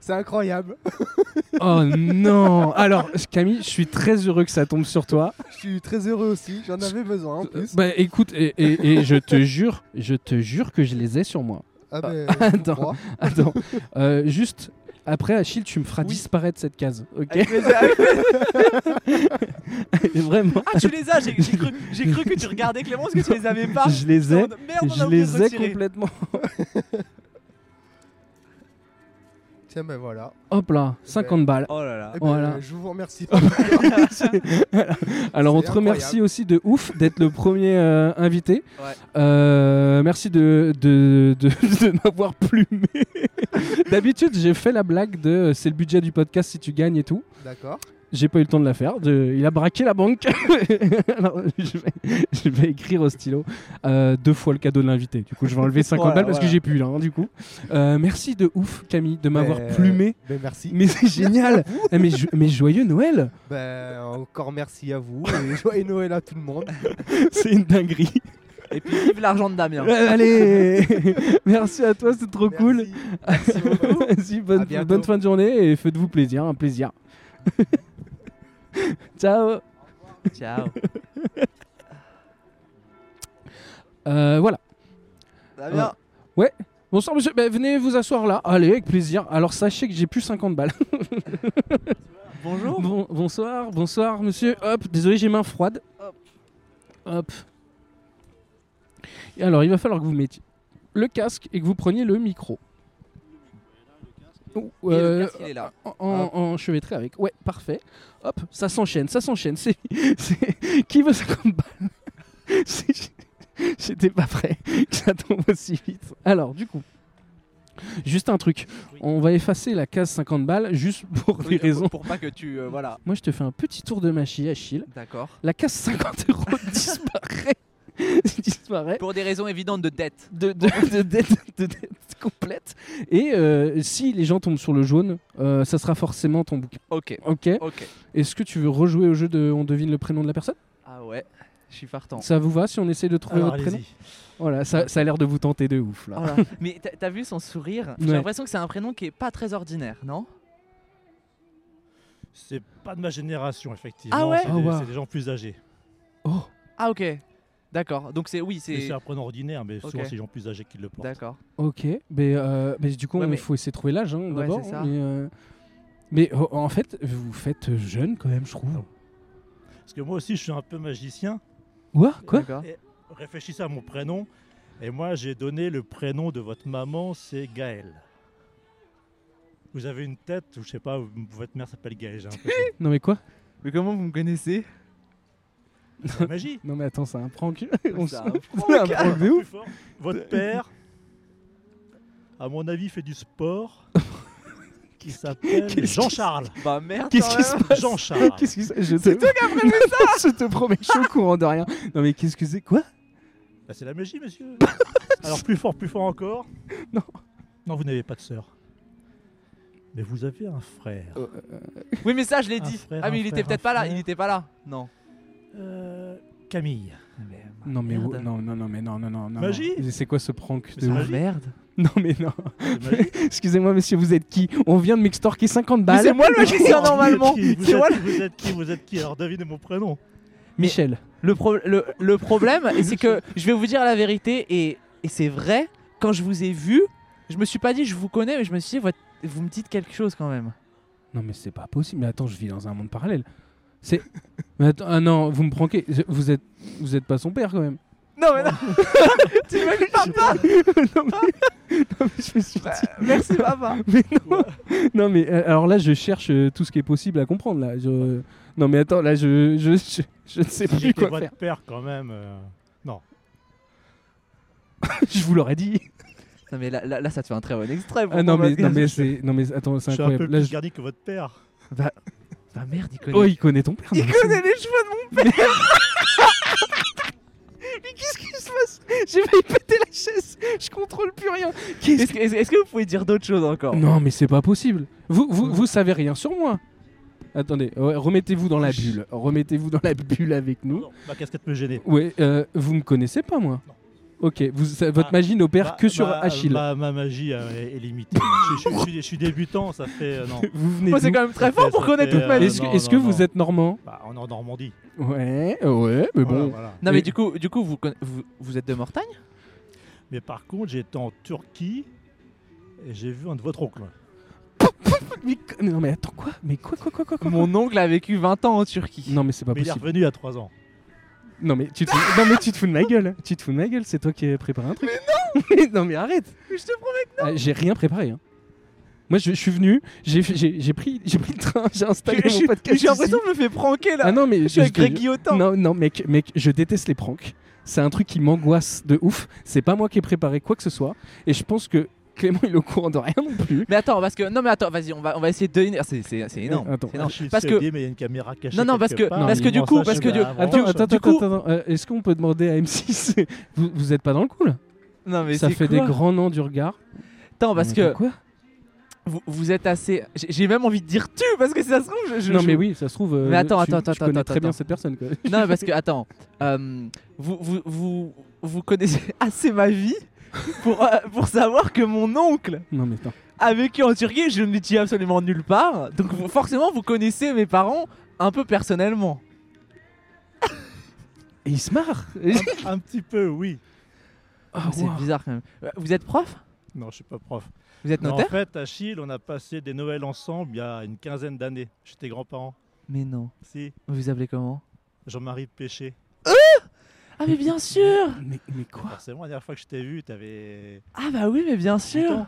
[SPEAKER 5] C'est incroyable.
[SPEAKER 1] Oh non Alors, Camille, je suis très heureux que ça tombe sur toi.
[SPEAKER 5] Je suis très heureux aussi. J'en avais besoin en plus.
[SPEAKER 1] Bah écoute, et, et- et je te jure, je te jure que je les ai sur moi.
[SPEAKER 5] Ah ben,
[SPEAKER 1] Attends.
[SPEAKER 5] crois.
[SPEAKER 1] Attends. Euh, juste, après, Achille, tu me feras
[SPEAKER 3] Oui.
[SPEAKER 1] disparaître cette case. Ok
[SPEAKER 3] Avec les- avec les-
[SPEAKER 1] Vraiment
[SPEAKER 3] Ah, tu les as, j'ai j'ai cru, j'ai cru que tu regardais Clément parce que tu les avais pas.
[SPEAKER 1] Je les ai.
[SPEAKER 3] Merde, Ah, on a
[SPEAKER 1] Je
[SPEAKER 3] oublié de
[SPEAKER 1] les ai
[SPEAKER 3] retirer.
[SPEAKER 1] complètement.
[SPEAKER 5] tiens ben voilà.
[SPEAKER 1] Hop là, 50 balles.
[SPEAKER 3] Oh là là.
[SPEAKER 5] Eh ben,
[SPEAKER 1] Voilà.
[SPEAKER 5] Je vous remercie.
[SPEAKER 1] Alors on te
[SPEAKER 5] C'est
[SPEAKER 1] remercie aussi de ouf d'être le premier euh, invité.
[SPEAKER 3] Ouais.
[SPEAKER 1] Euh, merci de, de, de, de m'avoir plumé. D'habitude j'ai fait la blague de euh, c'est le budget du podcast si tu gagnes et tout.
[SPEAKER 5] D'accord.
[SPEAKER 1] J'ai pas eu le temps de la faire. de- il a braqué la banque. Alors, je, vais, je vais écrire au stylo euh, deux fois le cadeau de l'invité. Du coup je vais enlever 50
[SPEAKER 3] Voilà,
[SPEAKER 1] balles parce que
[SPEAKER 3] voilà.
[SPEAKER 1] j'ai plus là. hein, du coup. Euh, merci de ouf Camille de m'avoir
[SPEAKER 5] Ben,
[SPEAKER 1] plumé. Mm.
[SPEAKER 5] Ben merci.
[SPEAKER 1] Mais c'est génial. Eh, mais, jo- mais joyeux Noël.
[SPEAKER 5] Ben encore merci à vous et joyeux Noël à tout le monde.
[SPEAKER 1] C'est une dinguerie.
[SPEAKER 3] Et puis vive l'argent de Damien.
[SPEAKER 1] Ouais, Euh, allez Merci à toi, c'est trop cool.
[SPEAKER 5] Merci.
[SPEAKER 1] Vas-y, bonne,
[SPEAKER 5] À bientôt.
[SPEAKER 1] bonne fin de journée et faites-vous plaisir, un plaisir. Ciao
[SPEAKER 3] Ciao.
[SPEAKER 1] Euh, Voilà.
[SPEAKER 3] Damien,
[SPEAKER 1] Bonsoir monsieur, Bah, venez vous asseoir là. Allez, avec plaisir. Alors sachez que j'ai plus 50 balles.
[SPEAKER 3] bonjour.
[SPEAKER 1] Bon- bonsoir, bonsoir monsieur. Hop, désolé, j'ai main froide.
[SPEAKER 3] Hop.
[SPEAKER 1] Hop. Et alors, il va falloir que vous mettiez le casque et que vous preniez le micro. Ouh,
[SPEAKER 3] Oui,
[SPEAKER 1] euh,
[SPEAKER 3] le casque, il est là.
[SPEAKER 1] en, en- enchevêtré avec. Ouais, parfait. Hop, ça s'enchaîne, ça s'enchaîne. C'est, c'est- Qui veut 50 balles C'est- J'étais pas prêt que ça tombe aussi vite. Alors, du coup, juste un truc. On va effacer la case 50 balles juste pour
[SPEAKER 3] Oui, ah
[SPEAKER 1] des
[SPEAKER 3] pour-
[SPEAKER 1] raisons.
[SPEAKER 3] Pour, pas que tu. euh, voilà.
[SPEAKER 1] Moi, je te fais un petit tour de magie, Achille.
[SPEAKER 3] D'accord.
[SPEAKER 1] La case 50 euros disparaît. disparaît.
[SPEAKER 3] Pour des raisons évidentes de dette.
[SPEAKER 1] De, de- de dette, de dette complète. Et euh, si les gens tombent sur le jaune, euh, ça sera forcément ton bouquin.
[SPEAKER 3] Ok.
[SPEAKER 1] Ok
[SPEAKER 3] Ok.
[SPEAKER 1] Est-ce que tu veux rejouer au jeu de On devine le prénom de la personne
[SPEAKER 3] Ah ouais. Je suis fartant.
[SPEAKER 1] Ça vous va si on essaie de trouver
[SPEAKER 2] Alors,
[SPEAKER 1] Ah, votre prénom
[SPEAKER 2] allez-y.
[SPEAKER 1] Voilà, ça, ça a l'air de vous tenter de ouf là.
[SPEAKER 3] Oh là. Mais t'as- t'as vu son sourire J'ai
[SPEAKER 1] Ouais.
[SPEAKER 3] l'impression que c'est un prénom qui est pas très ordinaire, non
[SPEAKER 2] C'est pas de ma génération, effectivement.
[SPEAKER 3] Ah ouais
[SPEAKER 2] C'est
[SPEAKER 1] Ah
[SPEAKER 2] des,
[SPEAKER 1] ouais.
[SPEAKER 2] c'est des gens plus âgés.
[SPEAKER 1] Oh,
[SPEAKER 3] Ah ok. D'accord. Donc c'est oui
[SPEAKER 2] Mais
[SPEAKER 3] c'est.
[SPEAKER 2] C'est un prénom ordinaire, mais souvent
[SPEAKER 3] Ok.
[SPEAKER 2] c'est des gens plus âgés qui le portent.
[SPEAKER 3] D'accord.
[SPEAKER 1] ok. Mais, euh, mais du coup,
[SPEAKER 3] Ouais,
[SPEAKER 1] il
[SPEAKER 3] mais-
[SPEAKER 1] faut essayer de trouver l'âge hein, d'abord.
[SPEAKER 3] c'est ça.
[SPEAKER 1] Mais, euh, mais, oh, en fait, vous faites jeune quand même, je trouve.
[SPEAKER 2] Parce que moi aussi, je suis un peu magicien.
[SPEAKER 1] Quoi Quoi
[SPEAKER 3] D'accord.
[SPEAKER 2] Réfléchissez à mon prénom. Et moi, j'ai donné le prénom de votre maman, c'est Gaëlle. Vous avez une tête, ou je sais pas, ou- votre mère s'appelle Gaëlle, j'ai l'impression.
[SPEAKER 1] Non mais quoi
[SPEAKER 3] Mais comment vous me connaissez
[SPEAKER 2] C'est la magie.
[SPEAKER 1] Non mais attends, c'est un prank. On
[SPEAKER 3] C'est
[SPEAKER 1] se- C'est
[SPEAKER 3] un
[SPEAKER 1] un prank de
[SPEAKER 2] Plus
[SPEAKER 1] ouf.
[SPEAKER 2] fort. Votre père, à mon avis, fait du sport. qui s'appelle
[SPEAKER 1] qu'est-ce
[SPEAKER 2] Jean-Charles.
[SPEAKER 3] Bah merde.
[SPEAKER 1] Qu'est-ce qui
[SPEAKER 3] quand
[SPEAKER 1] se
[SPEAKER 3] même.
[SPEAKER 1] passe
[SPEAKER 2] Jean-Charles.
[SPEAKER 1] Qu'est-ce qui se passe Je te... ça Je te promets, je suis au courant de rien. Non mais qu'est-ce que c'est Quoi
[SPEAKER 2] Bah, c'est la magie, monsieur. Alors plus fort, plus fort encore.
[SPEAKER 1] Non.
[SPEAKER 2] Non, vous n'avez pas de sœur. Mais vous avez un frère.
[SPEAKER 1] Euh.
[SPEAKER 3] Oui mais ça je l'ai
[SPEAKER 2] Un
[SPEAKER 3] dit.
[SPEAKER 2] frère,
[SPEAKER 3] ah mais
[SPEAKER 2] un
[SPEAKER 3] il était
[SPEAKER 2] frère,
[SPEAKER 3] peut-être
[SPEAKER 2] un
[SPEAKER 3] pas là.
[SPEAKER 2] frère.
[SPEAKER 3] Il était pas là. Non.
[SPEAKER 2] Euh, Camille.
[SPEAKER 1] Non mais
[SPEAKER 3] Merde.
[SPEAKER 1] oh, non non non mais non non non non.
[SPEAKER 2] Magie
[SPEAKER 1] non. C'est quoi ce prank
[SPEAKER 2] Mais
[SPEAKER 1] de
[SPEAKER 2] c'est
[SPEAKER 1] ouf
[SPEAKER 2] magie.
[SPEAKER 3] merde.
[SPEAKER 1] Non mais non.
[SPEAKER 2] C'est magique.
[SPEAKER 1] Excusez-moi monsieur, vous êtes qui On vient de m'extorquer 50 balles.
[SPEAKER 3] Mais c'est moi le magicien
[SPEAKER 2] Vous êtes
[SPEAKER 3] normalement.
[SPEAKER 2] qui Vous
[SPEAKER 3] C'est moi
[SPEAKER 2] êtes, qui vous êtes qui Vous êtes qui Alors devinez mon prénom.
[SPEAKER 1] Michel.
[SPEAKER 3] Le, pro- le, le problème, c'est que je vais vous dire la vérité, et, et c'est vrai, quand je vous ai vu, je me suis pas dit je vous connais, mais je me suis dit votre- vous me dites quelque chose quand même.
[SPEAKER 1] Non mais c'est pas possible. Mais attends, je vis dans un monde parallèle. C'est. Mais attends, ah non, vous me pranquez. Je- Vous êtes, vous êtes pas son père quand même.
[SPEAKER 3] Non, mais non Tu m'as papa
[SPEAKER 1] non, mais... non, mais je me suis dit-
[SPEAKER 3] Merci, papa
[SPEAKER 1] Mais non, Bah. non mais euh, alors là je cherche euh, tout ce qui est possible à comprendre là. Je... Non mais attends là je je, je, je ne sais plus
[SPEAKER 2] J'étais
[SPEAKER 1] quoi
[SPEAKER 2] votre
[SPEAKER 1] faire.
[SPEAKER 2] père quand même. euh.
[SPEAKER 1] je vous l'aurais dit.
[SPEAKER 3] Non, mais là, là, là, ça te fait un très bon extrait.
[SPEAKER 1] Ah, non
[SPEAKER 3] pour
[SPEAKER 1] mais
[SPEAKER 3] ton
[SPEAKER 1] non
[SPEAKER 3] podcast.
[SPEAKER 1] mais c'est non mais attends
[SPEAKER 2] Je
[SPEAKER 1] c'est
[SPEAKER 2] suis un peu
[SPEAKER 1] incroyable. Là,
[SPEAKER 2] plus
[SPEAKER 1] je-
[SPEAKER 2] garni que votre père.
[SPEAKER 3] Bah merde, il connaît.
[SPEAKER 1] Oh il connaît ton père.
[SPEAKER 3] Il
[SPEAKER 1] non, mais
[SPEAKER 3] connaît les cheveux de mon père Mais qu'est-ce qui se passe J'ai failli péter la chaise Je contrôle plus rien
[SPEAKER 1] Qu'est-ce
[SPEAKER 3] Est-ce que, est-ce- est-ce que vous pouvez dire d'autres choses encore
[SPEAKER 1] c'est- Non mais c'est pas possible. Vous vous vous savez rien sur moi. Attendez ouais, remettez-vous dans la bulle. Remettez-vous dans la bulle avec nous.
[SPEAKER 2] Pardon, Ma casquette me gênait.
[SPEAKER 1] Ouais euh, vous me connaissez pas moi. Ok vous ça- votre
[SPEAKER 2] Ah,
[SPEAKER 1] magie n'opère
[SPEAKER 2] Ma-
[SPEAKER 1] que sur
[SPEAKER 2] ma-
[SPEAKER 1] Achille.
[SPEAKER 2] Ma, ma magie euh, est est limitée. je, je- je suis- je suis débutant, ça fait. euh, non.
[SPEAKER 1] Vous venez
[SPEAKER 3] Moi, Oh, c'est
[SPEAKER 1] d'où
[SPEAKER 3] quand même très fort pour
[SPEAKER 2] Ça
[SPEAKER 3] connaître
[SPEAKER 2] fait,
[SPEAKER 3] toute ma
[SPEAKER 2] euh,
[SPEAKER 3] vie
[SPEAKER 1] Est-ce que,
[SPEAKER 2] non,
[SPEAKER 1] est-ce
[SPEAKER 2] non,
[SPEAKER 1] que
[SPEAKER 2] non.
[SPEAKER 1] vous êtes normand
[SPEAKER 2] Bah, on est en Normandie.
[SPEAKER 1] Ouais, ouais, mais
[SPEAKER 2] Voilà,
[SPEAKER 1] bon.
[SPEAKER 2] voilà.
[SPEAKER 3] Non, mais
[SPEAKER 1] Et-
[SPEAKER 3] du coup, du coup vous, conna- vous, vous êtes de Mortagne
[SPEAKER 2] Mais par contre, j'étais en Turquie et j'ai vu un de votre oncle.
[SPEAKER 1] Mais qu- non, mais attends, quoi Mais quoi, quoi, quoi, quoi, quoi
[SPEAKER 3] Mon oncle a vécu 20 ans en Turquie.
[SPEAKER 1] Non, mais c'est pas
[SPEAKER 2] Mais il est
[SPEAKER 1] possible.
[SPEAKER 2] revenu il y a 3 ans.
[SPEAKER 1] Non, mais tu te fous, non, mais tu te fous de ma gueule. Tu te fous de ma gueule, c'est toi qui as préparé un truc. Mais non Non, mais arrête
[SPEAKER 3] Je te promets
[SPEAKER 1] Ah, J'ai rien préparé. hein. Moi, je, je suis venu, j'ai fait- j'ai j'ai pris, j'ai pris le train, j'ai installé
[SPEAKER 3] que
[SPEAKER 1] mon
[SPEAKER 3] j'ai-
[SPEAKER 1] podcast.
[SPEAKER 3] J'ai l'impression
[SPEAKER 1] ici.
[SPEAKER 3] que je me fais pranker là
[SPEAKER 1] Ah non, mais
[SPEAKER 3] Je suis avec Greg Guillotin
[SPEAKER 1] Non, non, mec, mec, je déteste les pranks. C'est un truc qui m'angoisse de ouf. C'est pas moi qui ai préparé quoi que ce soit. Et je pense que Clément, il est au courant de rien non plus.
[SPEAKER 3] Mais attends, parce que. Non, mais attends, vas-y, on va, on va essayer de deviner. Ah, C'est c'est- c'est énorme.
[SPEAKER 1] Attends.
[SPEAKER 3] C'est énorme.
[SPEAKER 2] Achille
[SPEAKER 3] Parce
[SPEAKER 2] s'est
[SPEAKER 3] que-
[SPEAKER 2] dit, mais il y a une caméra cachée.
[SPEAKER 3] Non, non, parce
[SPEAKER 2] quelque
[SPEAKER 3] que-
[SPEAKER 2] part.
[SPEAKER 1] parce que
[SPEAKER 2] Mais
[SPEAKER 1] du
[SPEAKER 2] bon,
[SPEAKER 3] coup,
[SPEAKER 2] ça,
[SPEAKER 3] parce
[SPEAKER 2] je
[SPEAKER 3] que
[SPEAKER 2] sais
[SPEAKER 3] du-
[SPEAKER 2] pas,
[SPEAKER 3] attends,
[SPEAKER 2] vraiment,
[SPEAKER 1] Attends,
[SPEAKER 2] je-
[SPEAKER 1] attends,
[SPEAKER 3] du
[SPEAKER 1] attends,
[SPEAKER 3] coup-
[SPEAKER 1] attends, euh, est-ce qu'on peut demander à M6 vous, vous êtes pas dans le coup là
[SPEAKER 3] Non, mais
[SPEAKER 1] Ça
[SPEAKER 3] c'est
[SPEAKER 1] fait
[SPEAKER 3] quoi
[SPEAKER 1] des grands noms du regard.
[SPEAKER 3] Attends, parce
[SPEAKER 1] Mais
[SPEAKER 3] que
[SPEAKER 1] Quoi
[SPEAKER 3] vous, vous êtes assez. J'ai j'ai même envie de dire tu, parce que si ça se trouve, je. je-
[SPEAKER 1] Non,
[SPEAKER 3] je-
[SPEAKER 1] mais oui, ça se trouve. euh,
[SPEAKER 3] Mais attends,
[SPEAKER 1] tu-
[SPEAKER 3] attends,
[SPEAKER 1] je connais
[SPEAKER 3] attends,
[SPEAKER 1] très bien
[SPEAKER 3] attends.
[SPEAKER 1] cette personne quoi.
[SPEAKER 3] Non, mais parce que, attends, euh, vous, vous, vous, vous connaissez assez ma vie pour, euh, pour savoir que mon oncle
[SPEAKER 1] Non, mais attends.
[SPEAKER 3] a vécu en Turquie, je ne l'utilise absolument nulle part. Donc, vous- forcément, vous connaissez mes parents un peu personnellement.
[SPEAKER 1] Et il se marre
[SPEAKER 2] Un petit peu, oui.
[SPEAKER 1] Ah,
[SPEAKER 3] C'est
[SPEAKER 1] waouh.
[SPEAKER 3] bizarre quand même. Euh, Vous êtes prof
[SPEAKER 2] Non, je suis pas prof.
[SPEAKER 3] Vous êtes
[SPEAKER 2] Non,
[SPEAKER 3] notaire
[SPEAKER 2] en fait, Achille, on a passé des Noëls ensemble il y a une quinzaine d'années chez tes grands-parents.
[SPEAKER 3] Mais non.
[SPEAKER 2] Si,
[SPEAKER 3] Vous vous appelez comment
[SPEAKER 2] Jean-Marie Péché.
[SPEAKER 3] Ah, mais bien sûr
[SPEAKER 1] Mais, mais quoi
[SPEAKER 2] Forcément, la dernière fois que je t'ai vu, t'avais.
[SPEAKER 3] Ah, bah oui, mais bien sûr
[SPEAKER 2] ans.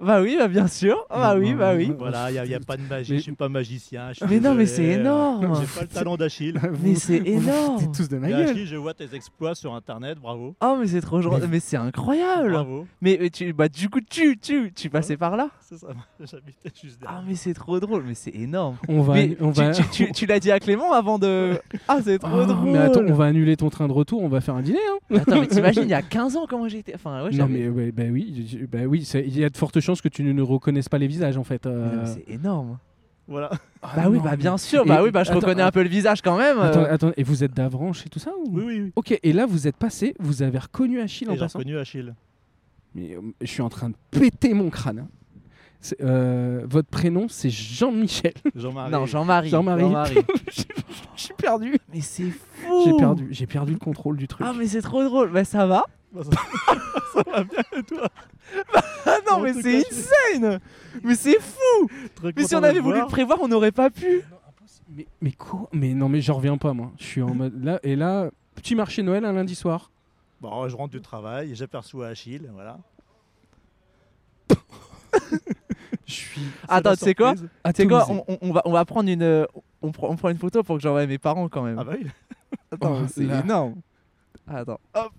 [SPEAKER 3] Bah oui, bah bien sûr Ah, Bah
[SPEAKER 1] Non,
[SPEAKER 3] oui,
[SPEAKER 1] non,
[SPEAKER 3] bah
[SPEAKER 1] non,
[SPEAKER 3] oui
[SPEAKER 1] non.
[SPEAKER 2] Voilà, il n'y a, pas de magie,
[SPEAKER 1] Mais-
[SPEAKER 2] je suis pas magicien. je suis
[SPEAKER 3] Mais non, mais c'est
[SPEAKER 2] désolé, euh,
[SPEAKER 3] énorme
[SPEAKER 2] J'ai pas le talent d'Achille.
[SPEAKER 3] Mais
[SPEAKER 1] Vous-
[SPEAKER 3] c'est
[SPEAKER 1] vous vous
[SPEAKER 3] énorme
[SPEAKER 1] foutez tous de ma
[SPEAKER 2] Mais
[SPEAKER 1] gueule
[SPEAKER 2] Achille, je vois tes exploits sur internet, bravo.
[SPEAKER 3] Oh, mais c'est trop genre.
[SPEAKER 1] Mais-
[SPEAKER 3] Mais c'est incroyable
[SPEAKER 2] Bravo.
[SPEAKER 3] Mais mais tu, bah, du coup, tu, tu, tu passais par là
[SPEAKER 2] C'est ça, j'habitais juste
[SPEAKER 3] Ah,
[SPEAKER 2] derrière.
[SPEAKER 3] mais c'est trop drôle, mais c'est énorme
[SPEAKER 1] On va.
[SPEAKER 3] Mais
[SPEAKER 1] on
[SPEAKER 3] tu-
[SPEAKER 1] va...
[SPEAKER 3] tu, tu- tu l'as dit à Clément avant de. Ah, c'est trop
[SPEAKER 1] Ah,
[SPEAKER 3] drôle
[SPEAKER 1] mais attends, on va annuler ton train de retour, on va faire un dîner. hein.
[SPEAKER 3] Attends, mais t'imagines, il y a 15 ans, comment j'étais. Enfin, ouais,
[SPEAKER 1] non,
[SPEAKER 3] j'avais-
[SPEAKER 1] mais ouais, bah oui, je- bah oui, c'est- il y a de fortes chances que tu ne reconnaisses pas les visages en fait. euh.
[SPEAKER 3] Mais non, mais c'est énorme
[SPEAKER 2] Voilà.
[SPEAKER 1] Ah,
[SPEAKER 3] Bah oui,
[SPEAKER 1] non,
[SPEAKER 3] bah
[SPEAKER 1] mais-
[SPEAKER 3] bien sûr
[SPEAKER 1] Et-
[SPEAKER 3] Bah oui, bah je
[SPEAKER 1] attends,
[SPEAKER 3] reconnais un peu le visage quand même euh.
[SPEAKER 1] Attends, attends, et vous êtes d'Avranches et tout ça ou...
[SPEAKER 2] Oui, oui, oui.
[SPEAKER 1] Ok, et là vous êtes passé, vous avez reconnu Achille en
[SPEAKER 2] Et j'ai
[SPEAKER 1] passant.
[SPEAKER 2] reconnu Achille.
[SPEAKER 1] Mais euh, je suis en train de péter mon crâne. hein. C'est, euh, votre prénom c'est Jean-Michel.
[SPEAKER 2] Jean-Marie.
[SPEAKER 3] Non, Jean-Marie
[SPEAKER 1] Jean-Marie.
[SPEAKER 3] Je suis perdu Mais c'est fou
[SPEAKER 1] J'ai perdu, j'ai perdu le contrôle du truc.
[SPEAKER 3] Ah, mais c'est trop drôle Bah ça va
[SPEAKER 2] Bah, ça- ça va bien, et toi
[SPEAKER 3] Ah non,
[SPEAKER 2] En
[SPEAKER 3] mais
[SPEAKER 2] tout
[SPEAKER 3] c'est
[SPEAKER 2] cas,
[SPEAKER 3] insane Mais c'est fou
[SPEAKER 2] Très
[SPEAKER 3] Mais si
[SPEAKER 2] content
[SPEAKER 3] on
[SPEAKER 2] de
[SPEAKER 3] avait
[SPEAKER 2] te
[SPEAKER 3] voulu le
[SPEAKER 2] voir.
[SPEAKER 3] prévoir, on n'aurait pas pu
[SPEAKER 1] Mais, mais quoi Mais non, mais j'en reviens pas moi. Je suis en mode là et là, petit marché Noël un lundi soir.
[SPEAKER 2] Bon, je rentre du travail, j'aperçois Achille, voilà.
[SPEAKER 3] Euh,
[SPEAKER 1] Je suis.
[SPEAKER 2] C'est
[SPEAKER 3] Attends,
[SPEAKER 2] la
[SPEAKER 3] tu sais quoi
[SPEAKER 2] surprise.
[SPEAKER 1] Ah,
[SPEAKER 3] Tu sais quoi on, on- on va, on va prendre une... euh, On, prend- on prend une photo pour que j'envoie à mes parents quand même
[SPEAKER 2] Ah bah oui.
[SPEAKER 3] Attends,
[SPEAKER 1] Oh,
[SPEAKER 3] c'est
[SPEAKER 1] là.
[SPEAKER 3] énorme Ah, Attends, hop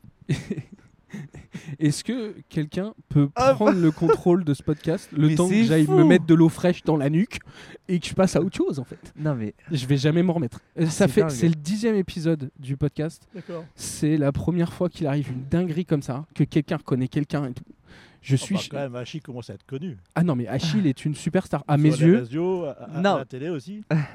[SPEAKER 1] Est-ce que quelqu'un peut
[SPEAKER 3] Ah,
[SPEAKER 1] prendre le contrôle de ce podcast le
[SPEAKER 3] Mais
[SPEAKER 1] temps que
[SPEAKER 3] c'est
[SPEAKER 1] j'aille
[SPEAKER 3] fou.
[SPEAKER 1] me mettre de l'eau fraîche dans la nuque et que je passe à autre chose en fait
[SPEAKER 3] Non mais...
[SPEAKER 1] Je vais jamais m'en remettre. Euh,
[SPEAKER 3] Ah, c'est
[SPEAKER 1] Ça fait,
[SPEAKER 3] dingue.
[SPEAKER 1] c'est le dixième épisode du podcast.
[SPEAKER 2] D'accord.
[SPEAKER 1] C'est la première fois qu'il arrive une dinguerie comme ça, que quelqu'un reconnaît quelqu'un et tout. Je
[SPEAKER 2] Oh,
[SPEAKER 1] suis.
[SPEAKER 2] bah, quand même, Achille commence à être connu.
[SPEAKER 1] Ah non, mais Achille est une superstar. À
[SPEAKER 2] Sur
[SPEAKER 1] mes
[SPEAKER 2] la
[SPEAKER 1] yeux,
[SPEAKER 2] radio, à, à- à
[SPEAKER 3] Non. Ah.
[SPEAKER 2] la télé aussi.
[SPEAKER 1] euh,
[SPEAKER 3] Non,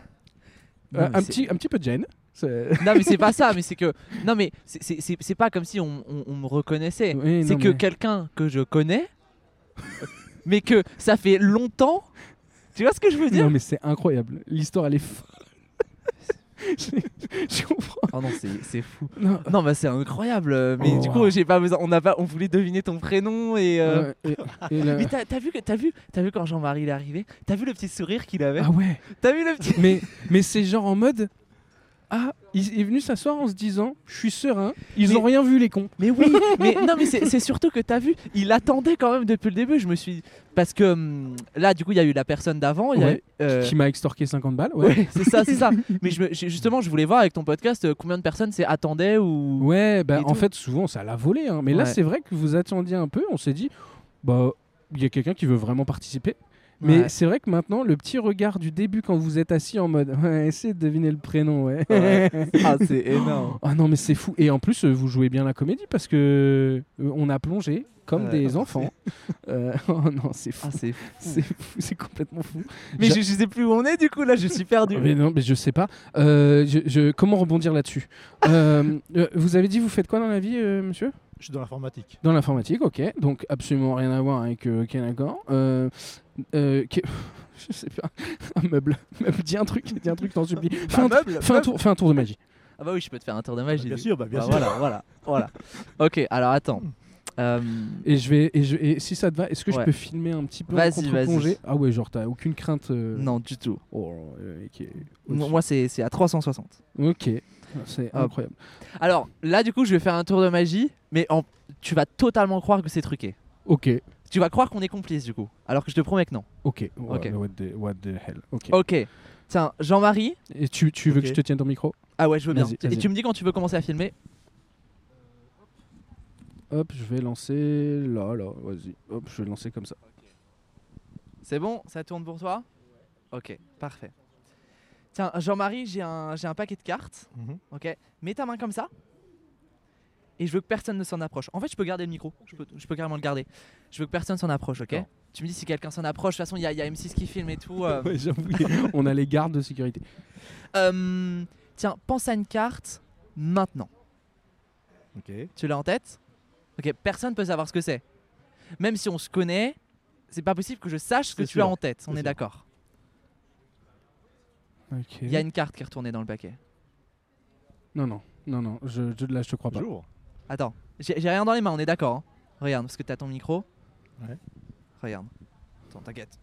[SPEAKER 3] mais
[SPEAKER 1] un,
[SPEAKER 3] c'est-
[SPEAKER 1] petit, un petit peu de gêne. C'est-
[SPEAKER 3] Non mais c'est pas ça, mais c'est que... Non mais c'est- c'est c'est- c'est pas comme si on, on- on me reconnaissait.
[SPEAKER 1] Oui,
[SPEAKER 3] c'est
[SPEAKER 1] non,
[SPEAKER 3] que
[SPEAKER 1] mais-
[SPEAKER 3] quelqu'un que je connais, mais que ça fait longtemps... Tu vois ce que je veux dire
[SPEAKER 1] Non, mais c'est incroyable. L'histoire, elle est folle. je, je comprends.
[SPEAKER 3] Oh non, c'est c'est fou.
[SPEAKER 1] Non,
[SPEAKER 3] Non, bah c'est incroyable. euh, Mais
[SPEAKER 1] Oh,
[SPEAKER 3] du
[SPEAKER 1] wow.
[SPEAKER 3] coup, j'ai pas besoin. On a pas. On voulait deviner ton prénom et.
[SPEAKER 1] euh,
[SPEAKER 3] euh,
[SPEAKER 1] et- et la-
[SPEAKER 3] Mais t'as t'as vu que t'as vu t'as vu quand Jean-Marie il est arrivé. T'as vu le petit sourire qu'il avait.
[SPEAKER 1] Ah ouais.
[SPEAKER 3] T'as vu le petit.
[SPEAKER 1] Mais, mais c'est genre en mode. Ah, il est venu s'asseoir en se disant Je suis serein, ils
[SPEAKER 3] Mais-
[SPEAKER 1] ont rien vu les cons.
[SPEAKER 3] Mais oui, mais non, mais c'est c'est surtout que t'as vu, il attendait quand même depuis le début. Je me suis parce que hum, là, du coup, il y a eu la personne d'avant. il y a
[SPEAKER 1] Ouais,
[SPEAKER 3] eu, euh,
[SPEAKER 1] Qui m'a extorqué 50 balles, ouais.
[SPEAKER 3] ouais, c'est ça, c'est ça. Mais je me- j'ai- justement, je voulais voir avec ton podcast euh, combien de personnes c'est attendaient ou.
[SPEAKER 1] Ouais, bah,
[SPEAKER 3] Et
[SPEAKER 1] en
[SPEAKER 3] tout.
[SPEAKER 1] fait, souvent, ça l'a volé. hein. Mais là,
[SPEAKER 3] Ouais.
[SPEAKER 1] c'est vrai que vous attendiez un peu. On s'est dit, bah, il y a quelqu'un qui veut vraiment participer.
[SPEAKER 3] Ouais.
[SPEAKER 1] Mais c'est vrai que maintenant, le petit regard du début quand vous êtes assis en mode, ouais, essayez de deviner le prénom, ouais.
[SPEAKER 3] Ouais. Ah, c'est énorme.
[SPEAKER 1] Ah non, mais c'est fou. Et en plus, euh, vous jouez bien la comédie parce que euh, on a plongé comme
[SPEAKER 5] Ouais,
[SPEAKER 1] des
[SPEAKER 5] non,
[SPEAKER 1] enfants. Euh, oh non, c'est fou.
[SPEAKER 3] Ah, c'est.
[SPEAKER 1] c'est fou, c'est complètement fou.
[SPEAKER 3] Mais
[SPEAKER 1] J'a- Ah,
[SPEAKER 3] je, je sais plus où on est du coup là. Je suis perdu.
[SPEAKER 1] Mais non, mais je sais pas. Euh, je, je- comment rebondir là-dessus Euh, euh, Vous avez dit, vous faites quoi dans la vie, euh, monsieur
[SPEAKER 2] Je suis dans l'informatique.
[SPEAKER 1] Dans l'informatique, ok. Donc absolument rien à voir avec euh, Ken Accord. Euh, euh, que- Je sais pas. Un meuble. Meuble, Dis un truc, dis un truc, t'en supplie. Fais, un,
[SPEAKER 3] Bah, meuble,
[SPEAKER 1] fais un
[SPEAKER 3] meuble.
[SPEAKER 1] tour, fais un tour de magie.
[SPEAKER 3] Ah bah oui, je peux te faire un tour de magie.
[SPEAKER 1] Ah,
[SPEAKER 2] bien
[SPEAKER 3] du
[SPEAKER 2] sûr, bah, bien
[SPEAKER 3] Bah
[SPEAKER 2] sûr.
[SPEAKER 3] Voilà, voilà, voilà. Ok, alors attends. Euh,
[SPEAKER 1] Et je vais, et, je, et si ça te va, est-ce que
[SPEAKER 3] Ouais.
[SPEAKER 1] je peux filmer un petit peu en
[SPEAKER 3] Vas-y,
[SPEAKER 1] contre-plongée
[SPEAKER 3] vas-y.
[SPEAKER 1] Ah ouais, genre t'as aucune crainte. euh,
[SPEAKER 3] non, du tout.
[SPEAKER 1] oh, euh, qui est au-dessus.
[SPEAKER 3] Moi, c'est c'est à 360.
[SPEAKER 1] Ok. C'est
[SPEAKER 3] Hop.
[SPEAKER 1] incroyable.
[SPEAKER 3] Alors là, du coup, je vais faire un tour de magie, mais en- tu vas totalement croire que c'est truqué.
[SPEAKER 1] Ok.
[SPEAKER 3] Tu vas croire qu'on est complice, du coup. Alors que je te promets que non.
[SPEAKER 1] Ok.
[SPEAKER 3] Ok. Oh.
[SPEAKER 1] Ouais, What the, what the hell. Ok.
[SPEAKER 3] Ok. Tiens, Jean-Marie.
[SPEAKER 1] Et tu, tu veux
[SPEAKER 2] Ok.
[SPEAKER 1] que je te tienne ton micro
[SPEAKER 3] Ah ouais, je veux bien.
[SPEAKER 1] Vas-y,
[SPEAKER 3] Et
[SPEAKER 1] vas-y.
[SPEAKER 3] tu me dis quand tu veux commencer à filmer.
[SPEAKER 1] Hop, je vais lancer là, là. Vas-y. Hop, je vais lancer comme ça.
[SPEAKER 3] C'est bon Ça tourne pour toi Ok, parfait. Tiens, Jean-Marie, j'ai un, j'ai un paquet de cartes.
[SPEAKER 2] Mhm.
[SPEAKER 3] Ok. Mets ta main comme ça. Et je veux que personne ne s'en approche. En fait, je peux garder le micro. Je peux, je peux carrément le garder. Je veux que personne s'en approche, ok
[SPEAKER 2] D'accord.
[SPEAKER 3] Tu me dis si quelqu'un s'en approche. De toute façon, il y, a- il y a M6 qui filme et tout. euh.
[SPEAKER 1] Ouais, j'avoue, on a les gardes de sécurité.
[SPEAKER 3] Euh, tiens, pense à une carte maintenant.
[SPEAKER 2] Ok.
[SPEAKER 3] Tu l'as en tête Ok, personne peut savoir ce que c'est. Même si on se connaît, c'est pas possible que je sache ce que
[SPEAKER 2] C'est
[SPEAKER 3] tu
[SPEAKER 2] sûr,
[SPEAKER 3] as en tête. On
[SPEAKER 2] c'est
[SPEAKER 3] est
[SPEAKER 2] sûr.
[SPEAKER 3] d'accord.
[SPEAKER 1] Ok.
[SPEAKER 3] Il y a une carte qui est retournée dans le paquet.
[SPEAKER 1] Non, non, non, non, je, je, là je te crois pas.
[SPEAKER 2] Bonjour.
[SPEAKER 3] Attends, j'ai j'ai rien dans les mains, on est d'accord. hein Regarde, parce que t'as ton micro.
[SPEAKER 2] Ouais.
[SPEAKER 3] Regarde. Attends, t'inquiète.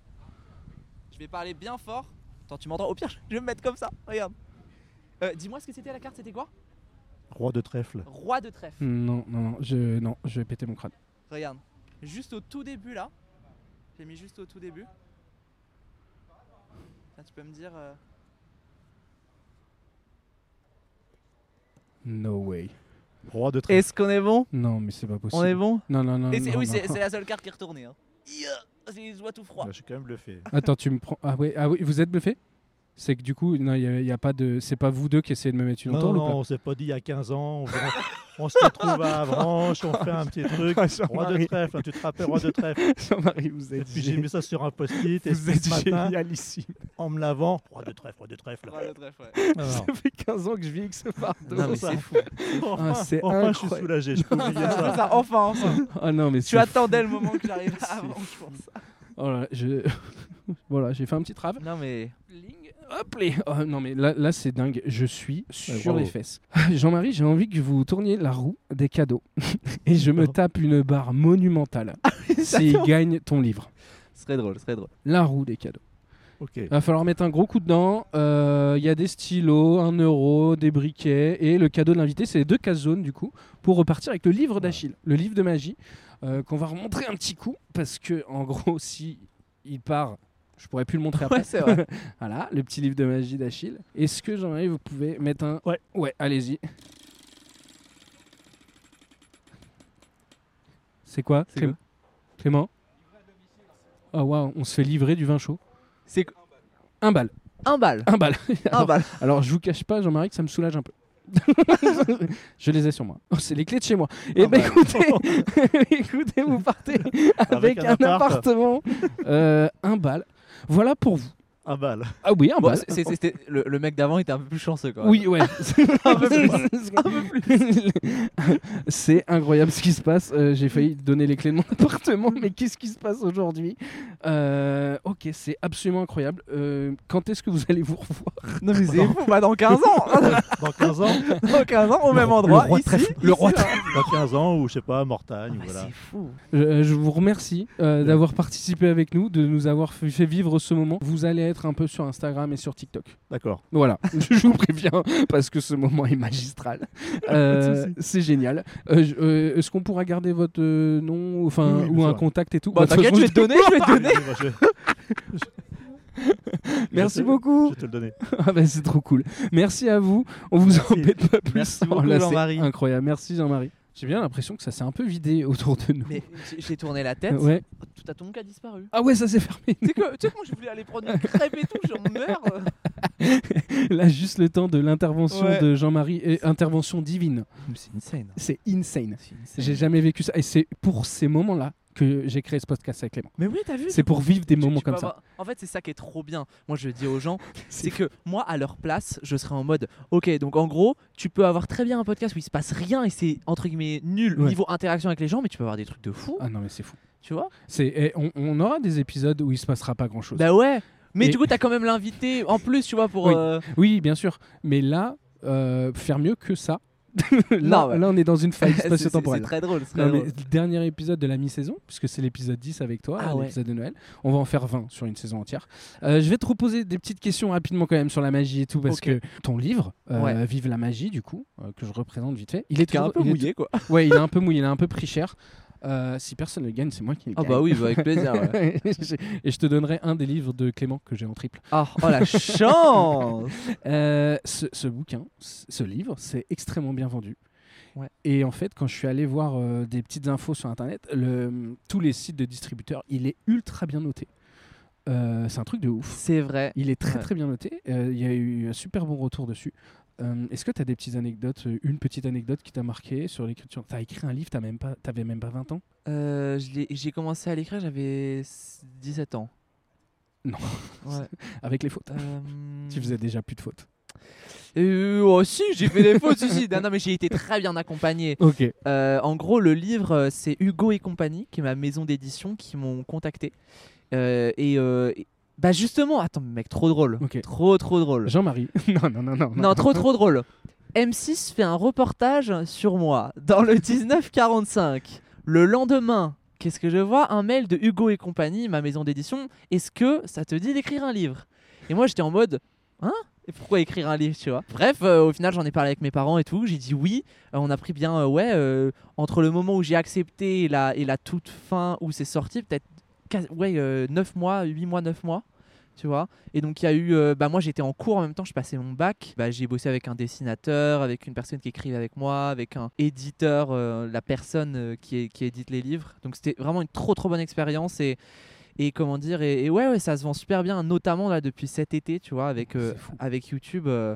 [SPEAKER 3] Je vais parler bien fort. Attends, tu m'entends Au pire, je vais me mettre comme ça. Regarde. Euh, Dis-moi ce que c'était la carte, c'était quoi
[SPEAKER 2] Roi de trèfle.
[SPEAKER 3] Roi de trèfle.
[SPEAKER 1] Non, non, non, je, non, je vais péter mon crâne.
[SPEAKER 3] Regarde, juste au tout début là, j'ai mis juste au tout début. Là, tu peux me dire. euh,
[SPEAKER 1] No way.
[SPEAKER 2] Roi de trèfle.
[SPEAKER 3] Est-ce qu'on est bon
[SPEAKER 1] Non, mais c'est pas possible.
[SPEAKER 3] On est bon
[SPEAKER 1] Non, non, non.
[SPEAKER 3] Et c'est-
[SPEAKER 1] non,
[SPEAKER 3] Oui,
[SPEAKER 1] non.
[SPEAKER 3] c'est c'est la seule carte qui est retournée. Hein. Yeah C'est- je vois tout froid.
[SPEAKER 2] Bah, je suis quand même bluffé.
[SPEAKER 1] Attends, tu me prends. Ah oui, ah, oui vous êtes bluffé C'est que du coup, non, il y a, il y a pas de. C'est pas vous deux qui essayez de me mettre une
[SPEAKER 2] non,
[SPEAKER 1] entourloupe
[SPEAKER 2] non,
[SPEAKER 1] là
[SPEAKER 2] on s'est pas dit il y a 15 ans. On, va- on se retrouve à Avranches, on fait un petit truc. Roi de trèfle, hein, tu te rappelles, roi de trèfle.
[SPEAKER 1] Jean-Marie, vous
[SPEAKER 2] Et
[SPEAKER 1] êtes.
[SPEAKER 2] puis j'ai mis ça sur un post-it. Et
[SPEAKER 1] Vous
[SPEAKER 2] ce
[SPEAKER 1] êtes
[SPEAKER 2] matin,
[SPEAKER 1] génialissime.
[SPEAKER 2] en me lavant, roi de trèfle, roi de trèfle.
[SPEAKER 3] Roi de trèfle, ouais.
[SPEAKER 2] Alors,
[SPEAKER 1] Ça fait 15 ans que je vis avec ce fardeau.
[SPEAKER 3] Non, mais
[SPEAKER 2] ça.
[SPEAKER 3] c'est fou.
[SPEAKER 2] enfin,
[SPEAKER 1] c'est
[SPEAKER 2] enfin, je suis
[SPEAKER 1] incroyable.
[SPEAKER 2] soulagé. Je peux oublier ça.
[SPEAKER 3] Ça, enfin, enfin.
[SPEAKER 1] Ah non, mais
[SPEAKER 3] Tu
[SPEAKER 1] c'est.
[SPEAKER 3] attendais le moment que j'arrive
[SPEAKER 1] C'est
[SPEAKER 3] avant, je pense.
[SPEAKER 1] Oh là, là, je. voilà, j'ai fait un petit trave.
[SPEAKER 3] Non, mais.
[SPEAKER 1] Ling, Hop les. Oh, non mais là, là c'est dingue, je suis
[SPEAKER 2] Ouais,
[SPEAKER 1] sur
[SPEAKER 2] bravo.
[SPEAKER 1] les fesses. Jean-Marie, j'ai envie que vous tourniez la roue des cadeaux et je me tape une barre monumentale
[SPEAKER 3] Ah,
[SPEAKER 1] s'il gagne ton livre.
[SPEAKER 3] Ce serait drôle, ce serait drôle.
[SPEAKER 1] La roue des cadeaux.
[SPEAKER 2] Ok.
[SPEAKER 1] Il va falloir mettre un gros coup dedans. Euh, Il y a des stylos, un euro, des briquets et le cadeau de l'invité, c'est les deux cases jaunes du coup pour repartir avec le livre d'Achille, le livre de magie euh, qu'on va remontrer un petit coup parce que en gros si il part, je pourrais plus le montrer après.
[SPEAKER 3] Ouais, c'est vrai.
[SPEAKER 1] Voilà, le petit livre de magie d'Achille. Est-ce que Jean-Marie, vous pouvez mettre un.
[SPEAKER 2] Ouais.
[SPEAKER 1] allez-y. C'est quoi,
[SPEAKER 3] C'est
[SPEAKER 1] Clé-
[SPEAKER 3] quoi
[SPEAKER 1] Clément Oh waouh, on se fait livrer du vin chaud.
[SPEAKER 3] C'est qu-
[SPEAKER 1] Un bal,
[SPEAKER 3] un bal.
[SPEAKER 1] un bal.
[SPEAKER 3] Un
[SPEAKER 1] alors,
[SPEAKER 3] bal.
[SPEAKER 1] alors, je vous cache pas, Jean-Marie, que ça me soulage un peu. je les ai sur moi. Oh, c'est les clés de chez moi. Et
[SPEAKER 3] Un
[SPEAKER 1] ben
[SPEAKER 3] bal.
[SPEAKER 1] écoutez, écoutez, vous partez avec, un, appartement, euh, un bal. Voilà pour vous.
[SPEAKER 2] Un bal.
[SPEAKER 1] Ah oui, un
[SPEAKER 3] Bon,
[SPEAKER 1] bal.
[SPEAKER 3] c'est- c'est- c'était- le, le mec d'avant était un peu plus chanceux quand même.
[SPEAKER 1] Oui, ouais. C'est incroyable ce qui se passe. Euh, J'ai failli donner les clés de mon appartement, mais qu'est-ce qui se passe aujourd'hui Euh, ok, c'est absolument incroyable. Euh, quand est-ce que vous allez vous revoir
[SPEAKER 3] Non, mais c'est fou, bah, dans 15 ans
[SPEAKER 2] Dans 15 ans
[SPEAKER 3] Dans 15 ans, au
[SPEAKER 2] Le
[SPEAKER 3] même
[SPEAKER 2] roi-
[SPEAKER 3] endroit.
[SPEAKER 2] le roi
[SPEAKER 3] ici,
[SPEAKER 2] trèfle.
[SPEAKER 3] ici,
[SPEAKER 2] Le
[SPEAKER 1] hein.
[SPEAKER 2] roi
[SPEAKER 3] là.
[SPEAKER 2] Dans 15 ans, ou je sais pas, à Mortagne,
[SPEAKER 3] Ah, bah,
[SPEAKER 2] voilà.
[SPEAKER 3] C'est fou.
[SPEAKER 1] je, je vous remercie euh, d'avoir participé avec nous, de nous avoir fait fait vivre ce moment. Vous allez être un peu sur Instagram et sur TikTok.
[SPEAKER 2] D'accord.
[SPEAKER 1] Voilà, je vous préviens parce que ce moment est magistral. Euh, c'est génial. Euh, je- euh, Est-ce qu'on pourra garder votre euh, nom, enfin
[SPEAKER 2] Oui, oui,
[SPEAKER 1] ou
[SPEAKER 2] bien
[SPEAKER 1] un
[SPEAKER 2] sûr.
[SPEAKER 1] contact et tout
[SPEAKER 3] Bah,
[SPEAKER 1] Bah, de toute
[SPEAKER 3] t'inquiète, je
[SPEAKER 1] façon,
[SPEAKER 3] vais te donner, je vais te donner.
[SPEAKER 2] Je- je- je-
[SPEAKER 1] Merci
[SPEAKER 2] je- Je
[SPEAKER 1] beaucoup.
[SPEAKER 2] vais te le donner.
[SPEAKER 1] Ah bah, c'est trop cool. Merci à vous. On vous
[SPEAKER 2] Merci.
[SPEAKER 1] embête pas plus.
[SPEAKER 3] Merci
[SPEAKER 1] Oh
[SPEAKER 3] beaucoup,
[SPEAKER 1] là, c'est
[SPEAKER 3] Jean-Marie.
[SPEAKER 1] Incroyable. Merci Jean-Marie. J'ai bien l'impression que ça s'est un peu vidé autour de nous.
[SPEAKER 3] Mais j'ai- j'ai tourné la
[SPEAKER 1] Euh,
[SPEAKER 3] tête, Oh,
[SPEAKER 1] ouais.
[SPEAKER 3] tout à ton cas disparu.
[SPEAKER 1] Ah ouais, ça s'est fermé.
[SPEAKER 3] Tu sais que- tu sais quand je voulais aller prendre une crêpe et tout, j'en meurs.
[SPEAKER 1] Là, juste le temps de l'intervention
[SPEAKER 3] Ouais.
[SPEAKER 1] de Jean-Marie et intervention divine.
[SPEAKER 3] C'est insane.
[SPEAKER 1] C'est insane. J'ai jamais vécu ça. Et c'est pour ces moments-là que j'ai créé ce podcast avec Clément.
[SPEAKER 3] Mais oui, t'as vu
[SPEAKER 1] C'est pour vivre des
[SPEAKER 3] tu-
[SPEAKER 1] moments
[SPEAKER 3] tu peux
[SPEAKER 1] comme ça.
[SPEAKER 3] avoir- En fait, c'est ça qui est trop bien. Moi, je dis aux gens, c'est que moi, à leur place, je serais en mode, ok, donc en gros, tu peux avoir très bien un podcast où il se passe rien et c'est entre guillemets nul au
[SPEAKER 1] Ouais.
[SPEAKER 3] niveau interaction avec les gens, mais tu peux avoir des trucs de fou,
[SPEAKER 1] Ah non, mais c'est fou.
[SPEAKER 3] tu vois
[SPEAKER 1] C'est, eh, on, on aura des épisodes où il se passera pas grand chose.
[SPEAKER 3] Bah ouais. Mais
[SPEAKER 1] Et-
[SPEAKER 3] du coup, t'as quand même l'invité en plus, tu vois, pour.
[SPEAKER 1] Oui.
[SPEAKER 3] euh,
[SPEAKER 1] Oui, bien sûr. Mais là, euh, faire mieux que ça. là,
[SPEAKER 3] Non, ouais.
[SPEAKER 1] là, on est dans une faille
[SPEAKER 3] c'est- C'est
[SPEAKER 1] spatio-temporelle.
[SPEAKER 3] très drôle. c'est
[SPEAKER 1] Non,
[SPEAKER 3] très
[SPEAKER 1] mais
[SPEAKER 3] drôle.
[SPEAKER 1] le dernier épisode de la mi-saison, puisque c'est l'épisode 10 avec toi,
[SPEAKER 3] Ah ouais.
[SPEAKER 1] l'épisode de Noël, on va en faire 20 sur une saison entière. Euh, je vais te reposer des petites questions rapidement quand même sur la magie et tout, parce
[SPEAKER 3] Ok.
[SPEAKER 1] que ton livre, euh,
[SPEAKER 3] Ouais.
[SPEAKER 1] Vive la magie, du coup, euh, que je représente vite fait, il est
[SPEAKER 3] Qui est un
[SPEAKER 1] toujours-
[SPEAKER 3] peu
[SPEAKER 1] il est-
[SPEAKER 3] mouillé, quoi.
[SPEAKER 1] Ouais, il est un peu mouillé, il est un peu pris cher. Euh, si personne ne gagne, c'est moi qui le
[SPEAKER 3] Ah
[SPEAKER 1] gagne.
[SPEAKER 3] bah oui, bah avec plaisir. ouais.
[SPEAKER 1] et je te donnerai un des livres de Clément que j'ai en triple.
[SPEAKER 3] Ah, oh la chance
[SPEAKER 1] Euh, ce, ce bouquin, ce ce livre, c'est extrêmement bien vendu.
[SPEAKER 3] Ouais.
[SPEAKER 1] Et en fait, quand je suis allé voir euh, des petites infos sur Internet, le, tous les sites de distributeurs, il est ultra bien noté. Euh, c'est un truc de ouf.
[SPEAKER 3] C'est vrai.
[SPEAKER 1] Il est très
[SPEAKER 3] Ouais.
[SPEAKER 1] très bien noté. Euh, Il y a eu un super bon retour dessus. Euh, Est-ce que tu as des petites anecdotes, euh, une petite anecdote qui t'a marqué sur l'écriture T'as écrit un livre, t'as même pas- t'avais même pas 20 ans
[SPEAKER 3] Euh, je l'ai- J'ai commencé à l'écrire, j'avais s- 17 ans.
[SPEAKER 1] Non.
[SPEAKER 3] Ouais.
[SPEAKER 1] Avec les fautes.
[SPEAKER 3] euh,
[SPEAKER 1] Tu faisais déjà plus de fautes.
[SPEAKER 3] euh, oh si, j'ai fait des fautes, si, si. Non, non, mais j'ai été très bien accompagné.
[SPEAKER 1] Ok.
[SPEAKER 3] Euh, en gros, le livre, euh, c'est Hugo et compagnie, qui est ma maison d'édition, qui m'ont contacté. Euh, et, euh, et- bah justement, attends, mec, trop drôle.
[SPEAKER 1] Ok.
[SPEAKER 3] Trop, trop drôle.
[SPEAKER 1] Jean-Marie. non, non, non, non.
[SPEAKER 3] Non, trop, trop drôle. M6 fait un reportage sur moi dans le 1945. Le lendemain, qu'est-ce que je vois Un mail de Hugo et compagnie, ma maison d'édition. Est-ce que ça te dit d'écrire un livre Et moi, j'étais en mode, hein Et pourquoi écrire un livre, tu vois Bref, euh, au final, j'en ai parlé avec mes parents et tout. J'ai dit oui. Euh, on a pris bien, euh, ouais, euh, entre le moment où j'ai accepté et la, et la toute fin où c'est sorti, peut-être quasi- ouais, 9 mois, 8 mois, 9 mois, tu vois. Et donc il y a eu, euh, bah moi j'étais en cours en même temps, je passais mon bac, bah, j'ai bossé avec un dessinateur, avec une personne qui écrivait avec moi, avec un éditeur, euh, la personne euh, qui, é- qui édite les livres. Donc c'était vraiment une trop trop bonne expérience et, et comment dire, et, et ouais, ouais, ça se vend super bien, notamment là depuis cet été, tu vois, avec, euh,
[SPEAKER 1] C'est fou.
[SPEAKER 3] avec YouTube. euh,